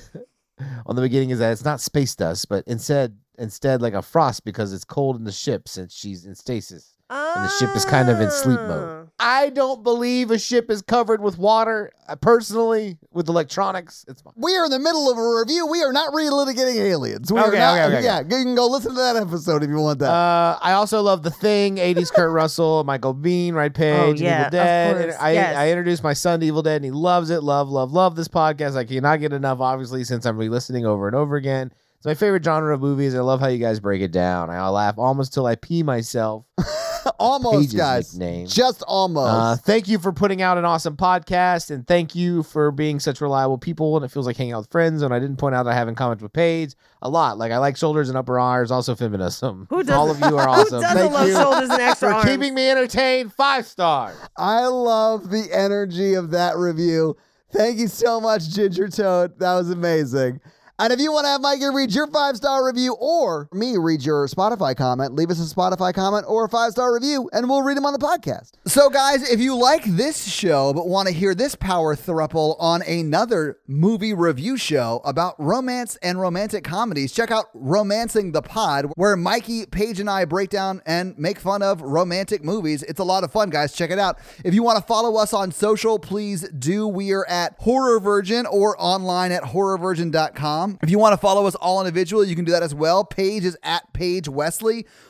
[SPEAKER 5] On the beginning is that it's not space dust, but instead instead like a frost because it's cold in the ship since she's in stasis. the ship is kind of in sleep
[SPEAKER 6] Ah.
[SPEAKER 5] mode. I don't believe a ship is covered with water. I personally, with electronics, it's fine.
[SPEAKER 4] We are in the middle of a review. We are not relitigating aliens. We
[SPEAKER 5] Okay,
[SPEAKER 4] are not,
[SPEAKER 5] okay, okay, okay.
[SPEAKER 4] yeah, you can go listen to that episode if you want that.
[SPEAKER 5] Uh, I also love The Thing, 80s Kurt Russell, Michael Bean, Right Page,
[SPEAKER 6] Oh,
[SPEAKER 5] and
[SPEAKER 6] yeah,
[SPEAKER 5] Evil
[SPEAKER 6] of
[SPEAKER 5] Dead.
[SPEAKER 6] course,
[SPEAKER 5] And I,
[SPEAKER 6] yes.
[SPEAKER 5] I introduced my son to Evil Dead, and he loves it. Love, love, love this podcast. I cannot get enough, obviously, since I'm re listening over and over again. It's my favorite genre of movies. I love how you guys break it down. I laugh almost till I pee myself. Uh,
[SPEAKER 4] almost,
[SPEAKER 5] Page's
[SPEAKER 4] guys.
[SPEAKER 5] nickname.
[SPEAKER 4] Just almost.
[SPEAKER 5] Uh, thank you for putting out an awesome podcast, and thank you for being such reliable people. And it feels like hanging out with friends. And I didn't point out that I haven't commented with Paige a lot. Like I like shoulders and upper arms, also feminism.
[SPEAKER 6] Who
[SPEAKER 5] All of
[SPEAKER 6] doesn't-
[SPEAKER 5] you are
[SPEAKER 6] Who
[SPEAKER 5] awesome.
[SPEAKER 6] doesn't
[SPEAKER 5] Thank
[SPEAKER 6] love
[SPEAKER 5] you
[SPEAKER 6] shoulders and extra
[SPEAKER 5] for
[SPEAKER 6] arms?
[SPEAKER 5] keeping me entertained. Five stars.
[SPEAKER 4] I love the energy of that review. Thank you so much, Ginger Toad. That was amazing. And if you want to have Mikey read your five star review or me read your Spotify comment, leave us a Spotify comment or a five star review and we'll read them on the podcast. So, guys, if you like this show but want to hear this power thruple on another movie review show about romance and romantic comedies, check out Romancing the Pod, where Mikey, Paige, and I break down and make fun of romantic movies. It's a lot of fun, guys. Check it out. If you want to follow us on social, please do. We are at Horror Virgin or online at horrorvirgin.com. patreon.com. If you want to follow us all individually, you can do that as well. Paige is at Paige Wesley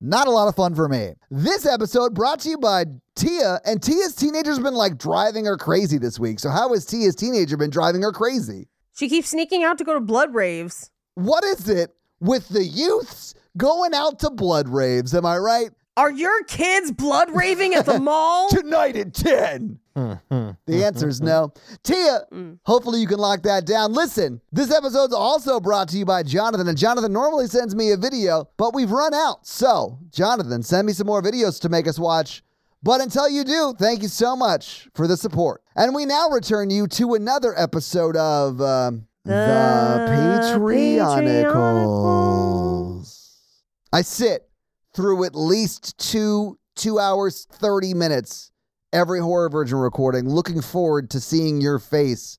[SPEAKER 4] Not a lot of fun for me. This episode brought to you by Tia, and Tia's teenager's been like driving her crazy this week. So, how has Tia's teenager been driving her crazy?
[SPEAKER 6] She keeps sneaking out to go to blood raves.
[SPEAKER 4] What is it with the youths going out to blood raves? Am I right?
[SPEAKER 6] Are your kids blood raving at the mall?
[SPEAKER 4] Tonight at 10. the answer is no. Tia, hopefully you can lock that down. Listen, this episode's also brought to you by Jonathan, and Jonathan normally sends me a video, but we've run out. So, Jonathan, send me some more videos to make us watch. But until you do, thank you so much for the support. And we now return you to another episode of um, The, Patreonicals. I sit through at least two two hours thirty minutes every horror virgin recording, looking forward to seeing your face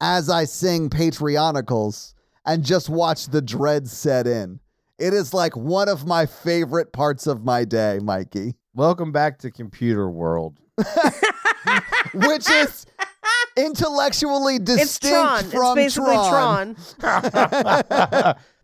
[SPEAKER 4] as I sing Patreonicals and just watch the dread set in. It is like one of my favorite parts of my day, Mikey,
[SPEAKER 5] Welcome back to computer world.
[SPEAKER 4] which is intellectually
[SPEAKER 6] It's
[SPEAKER 4] distinct
[SPEAKER 6] Tron. It's
[SPEAKER 4] from
[SPEAKER 6] basically Tron.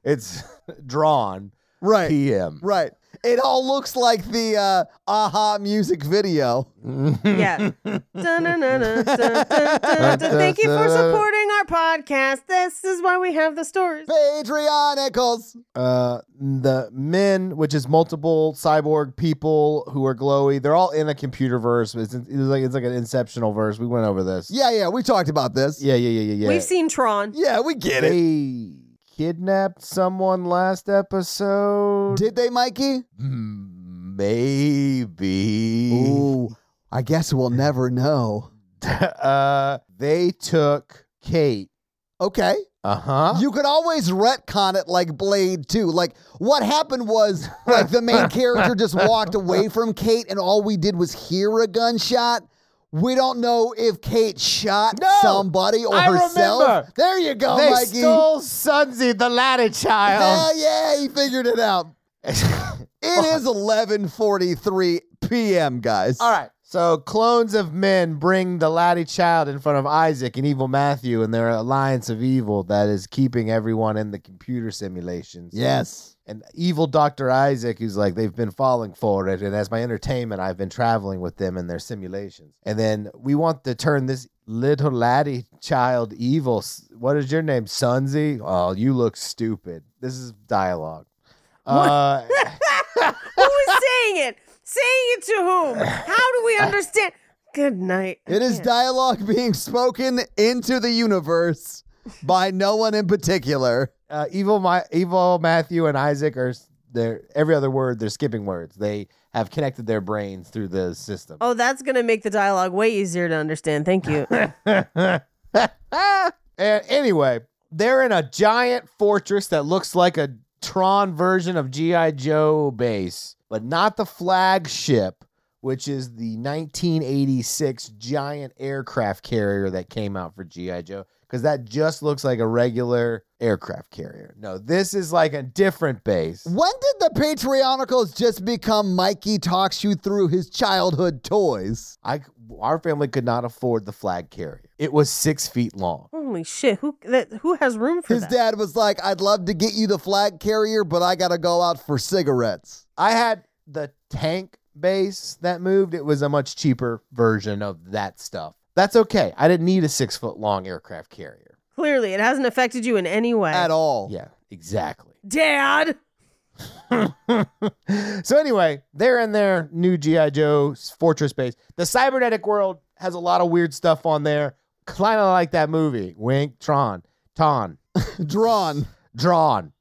[SPEAKER 5] it's drawn
[SPEAKER 4] Right.
[SPEAKER 5] PM.
[SPEAKER 4] Right. It all looks like the uh, aha music video.
[SPEAKER 6] yeah. Dun-dun-dun-dun, dun-dun-dun-dun. Thank you for supporting our podcast. This is why we have the stores.
[SPEAKER 4] Patreonicals.
[SPEAKER 5] Uh, the men, which is multiple cyborg people who are glowy, they're all in a computer verse. It's, it's like it's like an inceptional verse. We went over this.
[SPEAKER 4] Yeah, yeah, we talked about this.
[SPEAKER 5] yeah, yeah, yeah, yeah. yeah.
[SPEAKER 6] We've seen Tron.
[SPEAKER 4] Yeah, we get it.
[SPEAKER 5] they kidnapped someone last episode.
[SPEAKER 4] Did they, Mikey?
[SPEAKER 5] Maybe.
[SPEAKER 4] Ooh, I guess we'll never know.
[SPEAKER 5] uh, they took Kate.
[SPEAKER 4] Okay.
[SPEAKER 5] Uh huh.
[SPEAKER 4] You could always retcon it like Blade 2. Like, what happened was, like, the main character just walked away from Kate, and all we did was hear a gunshot. We don't know if Kate shot
[SPEAKER 5] No!
[SPEAKER 4] somebody or
[SPEAKER 5] I
[SPEAKER 4] herself.
[SPEAKER 5] remember.
[SPEAKER 4] There you go,
[SPEAKER 5] they
[SPEAKER 4] Mikey.
[SPEAKER 5] stole Sunzi, the latter child.
[SPEAKER 4] Hell yeah, he figured it out. It is 11:43 p.m., guys.
[SPEAKER 5] Uh-huh. All right. So clones of men bring the laddie child in front of Isaac and evil Matthew and their alliance of evil that is keeping everyone in the computer simulations.
[SPEAKER 4] Yes.
[SPEAKER 5] And evil Dr. Isaac, who's like, they've been falling for it. And as my entertainment, I've been traveling with them in their simulations. And then we want to turn this little laddie child evil. S- What is your name? Sunzi? Oh, you look stupid. This is dialogue. Uh,
[SPEAKER 6] Who is saying it? Saying it to whom? How do we understand? Good night.
[SPEAKER 4] It is dialogue being spoken into the universe by no one in particular.
[SPEAKER 5] uh, evil, my evil Matthew and Isaac are s- they're every other word. They're skipping words. They have connected their brains through the system.
[SPEAKER 6] Oh, that's going to make the dialogue way easier to understand. Thank you.
[SPEAKER 5] And anyway, they're in a giant fortress that looks like a Tron version of G.I. Joe base, but not the flagship, which is the 1986 giant aircraft carrier that came out for G.I. Joe. because that just looks like a regular aircraft carrier. No, this is like a different base.
[SPEAKER 4] When did the Patreonicals just become Mikey talks you through his childhood toys?
[SPEAKER 5] I our family could not afford the flag carrier. It was six feet long.
[SPEAKER 6] Holy shit! Who that, who has room for
[SPEAKER 4] His
[SPEAKER 6] that?
[SPEAKER 4] dad was like, I'd love to get you the flag carrier, but I gotta go out for cigarettes.
[SPEAKER 5] I had the tank base that moved. It was a much cheaper version of that stuff. That's okay. I didn't need a six foot long aircraft carrier.
[SPEAKER 6] Clearly, it hasn't affected you in any way
[SPEAKER 4] At all.
[SPEAKER 5] Yeah, exactly.
[SPEAKER 6] Dad.
[SPEAKER 5] so anyway, they're in their new GI Joe's Fortress Base. The cybernetic world has a lot of weird stuff on there, kind of like that movie, Wink Tron, Ton,
[SPEAKER 4] Drawn.
[SPEAKER 5] Drawn.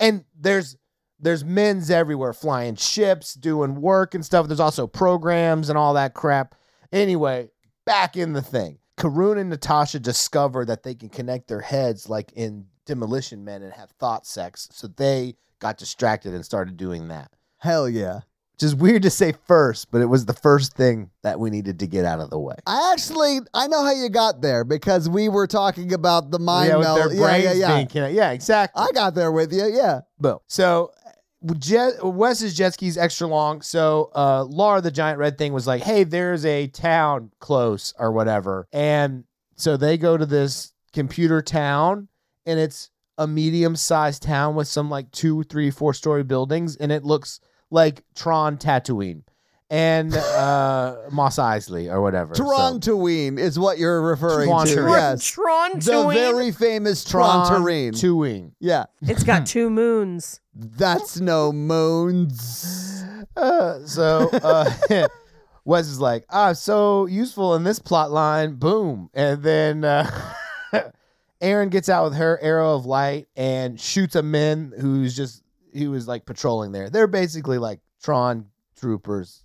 [SPEAKER 5] And there's there's men's everywhere flying ships, doing work and stuff. There's also programs and all that crap. Anyway, back in the thing. Karun and Natasha discover that they can connect their heads like in Demolition Men and have thought sex. So they got distracted and started doing that
[SPEAKER 4] Hell yeah.
[SPEAKER 5] which is weird to say first, but it was the first thing that we needed to get out of the way.
[SPEAKER 4] I actually I know how you got there because we were talking about the mind
[SPEAKER 5] yeah, with
[SPEAKER 4] meld.
[SPEAKER 5] their
[SPEAKER 4] yeah,
[SPEAKER 5] brains
[SPEAKER 4] yeah, yeah.
[SPEAKER 5] being connected. Yeah, exactly.
[SPEAKER 4] I got there with you. Yeah.
[SPEAKER 5] Boom. So uh, jet, Wes's jet ski's extra long. So uh, Laura, the giant red thing, was like, "Hey, there's a town close or whatever," and so they go to this computer town, and it's a medium-sized town with some like two, three, four-story buildings, and it looks like Tron Tatooine and uh, Moss Isley or whatever. So-
[SPEAKER 4] Torontoween is what you're referring to.
[SPEAKER 5] Tronterine.
[SPEAKER 4] Yes.
[SPEAKER 6] Tron
[SPEAKER 4] The
[SPEAKER 6] Tooine.
[SPEAKER 4] very famous
[SPEAKER 5] Tron
[SPEAKER 4] Tronterine.
[SPEAKER 5] to wing.
[SPEAKER 4] yeah.
[SPEAKER 6] It's got two moons.
[SPEAKER 4] That's no moons.
[SPEAKER 5] Uh, so uh, Wes is like, ah, so useful in this plot line. Boom. And then uh, Aaron gets out with her arrow of light and shoots a man who's just, he was like patrolling there. They're basically like Tron troopers.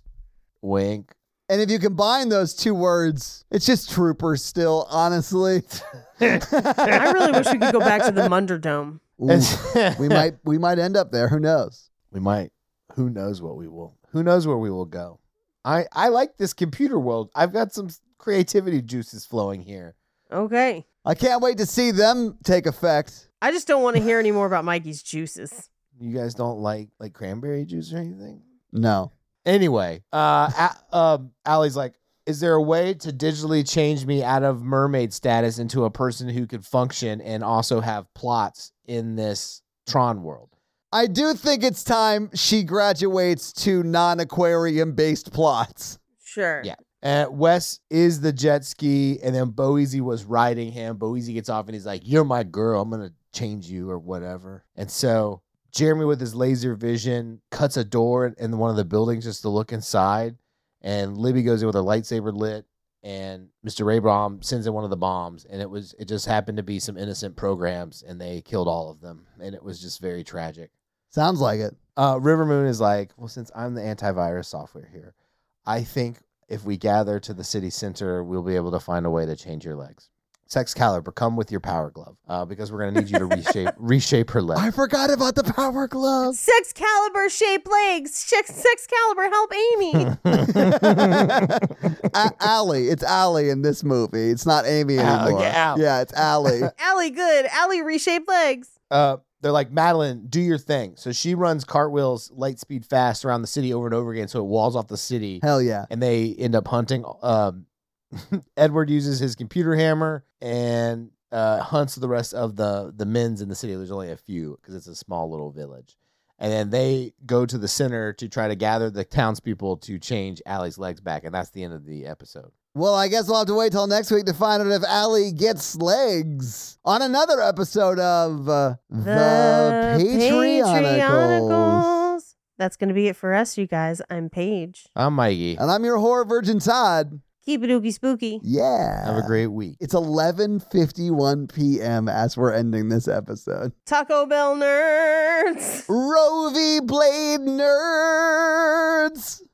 [SPEAKER 5] Wink.
[SPEAKER 4] And if you combine those two words, it's just troopers still, honestly.
[SPEAKER 6] I really wish we could go back to the Munderdome.
[SPEAKER 4] Ooh, we might we might end up there. Who knows?
[SPEAKER 5] we might who knows what we will who knows where we will go i i like this computer world i've got some s- creativity juices flowing here
[SPEAKER 6] Okay.
[SPEAKER 4] I can't wait to see them take effect.
[SPEAKER 6] I just don't want to hear any more about Mikey's juices.
[SPEAKER 5] you guys don't like like cranberry juice or anything
[SPEAKER 4] No.
[SPEAKER 5] anyway uh a- um ali's like is there a way to digitally change me out of mermaid status into a person who could function and also have plots in this tron world
[SPEAKER 4] I do think it's time she graduates to non-aquarium based plots.
[SPEAKER 6] Sure.
[SPEAKER 5] Yeah. And Wes is the jet ski, and then Boezy was riding him. Boezy gets off and he's like, You're my girl. I'm going to change you or whatever. And so Jeremy, with his laser vision, cuts a door in one of the buildings just to look inside. And Libby goes in with her lightsaber lit, and Mr. Raybaum sends in one of the bombs. And it was, it just happened to be some innocent programs, and they killed all of them. And it was just very tragic
[SPEAKER 4] Sounds like it.
[SPEAKER 5] uh, River Moon is like, well, since I'm the antivirus software here, I think if we gather to the city center, we'll be able to find a way to change your legs. Sex Calibur, come with your power glove uh, because we're gonna need you to reshape reshape her
[SPEAKER 4] I
[SPEAKER 5] leg.
[SPEAKER 4] forgot about the power glove.
[SPEAKER 6] Sex caliber shaped legs. Sex, sex caliber help Amy.
[SPEAKER 4] A- Allie. It's Allie in this movie. It's not Amy
[SPEAKER 5] Al-
[SPEAKER 4] anymore.
[SPEAKER 5] yeah, Al.
[SPEAKER 4] yeah, it's Allie.
[SPEAKER 6] Allie good. Allie reshaped legs.
[SPEAKER 5] Uh, they're like Madeline, do your thing. So she runs cartwheels light speed fast around the city over and over again, so it walls off the city.
[SPEAKER 4] Hell yeah.
[SPEAKER 5] and they end up hunting. Um, Edward uses his computer hammer and uh, hunts the rest of the the men's in the city. There's only a few because it's a small little village. And then they go to the center to try to gather the townspeople to change Allie's legs back, and that's the end of the episode.
[SPEAKER 4] Well, I guess we'll have to wait till next week to find out if Allie gets legs on another episode of uh, The, Patreonicals.
[SPEAKER 6] Patreonicals. That's going to be it for us, you guys. I'm Paige.
[SPEAKER 5] I'm Mikey.
[SPEAKER 4] And I'm your horror virgin, Todd.
[SPEAKER 6] Keep it oogie spooky.
[SPEAKER 4] Yeah.
[SPEAKER 5] Have a great week.
[SPEAKER 4] It's 11:51 p.m. as we're ending this episode.
[SPEAKER 6] Taco Bell nerds.
[SPEAKER 4] Roe v. Blade nerds.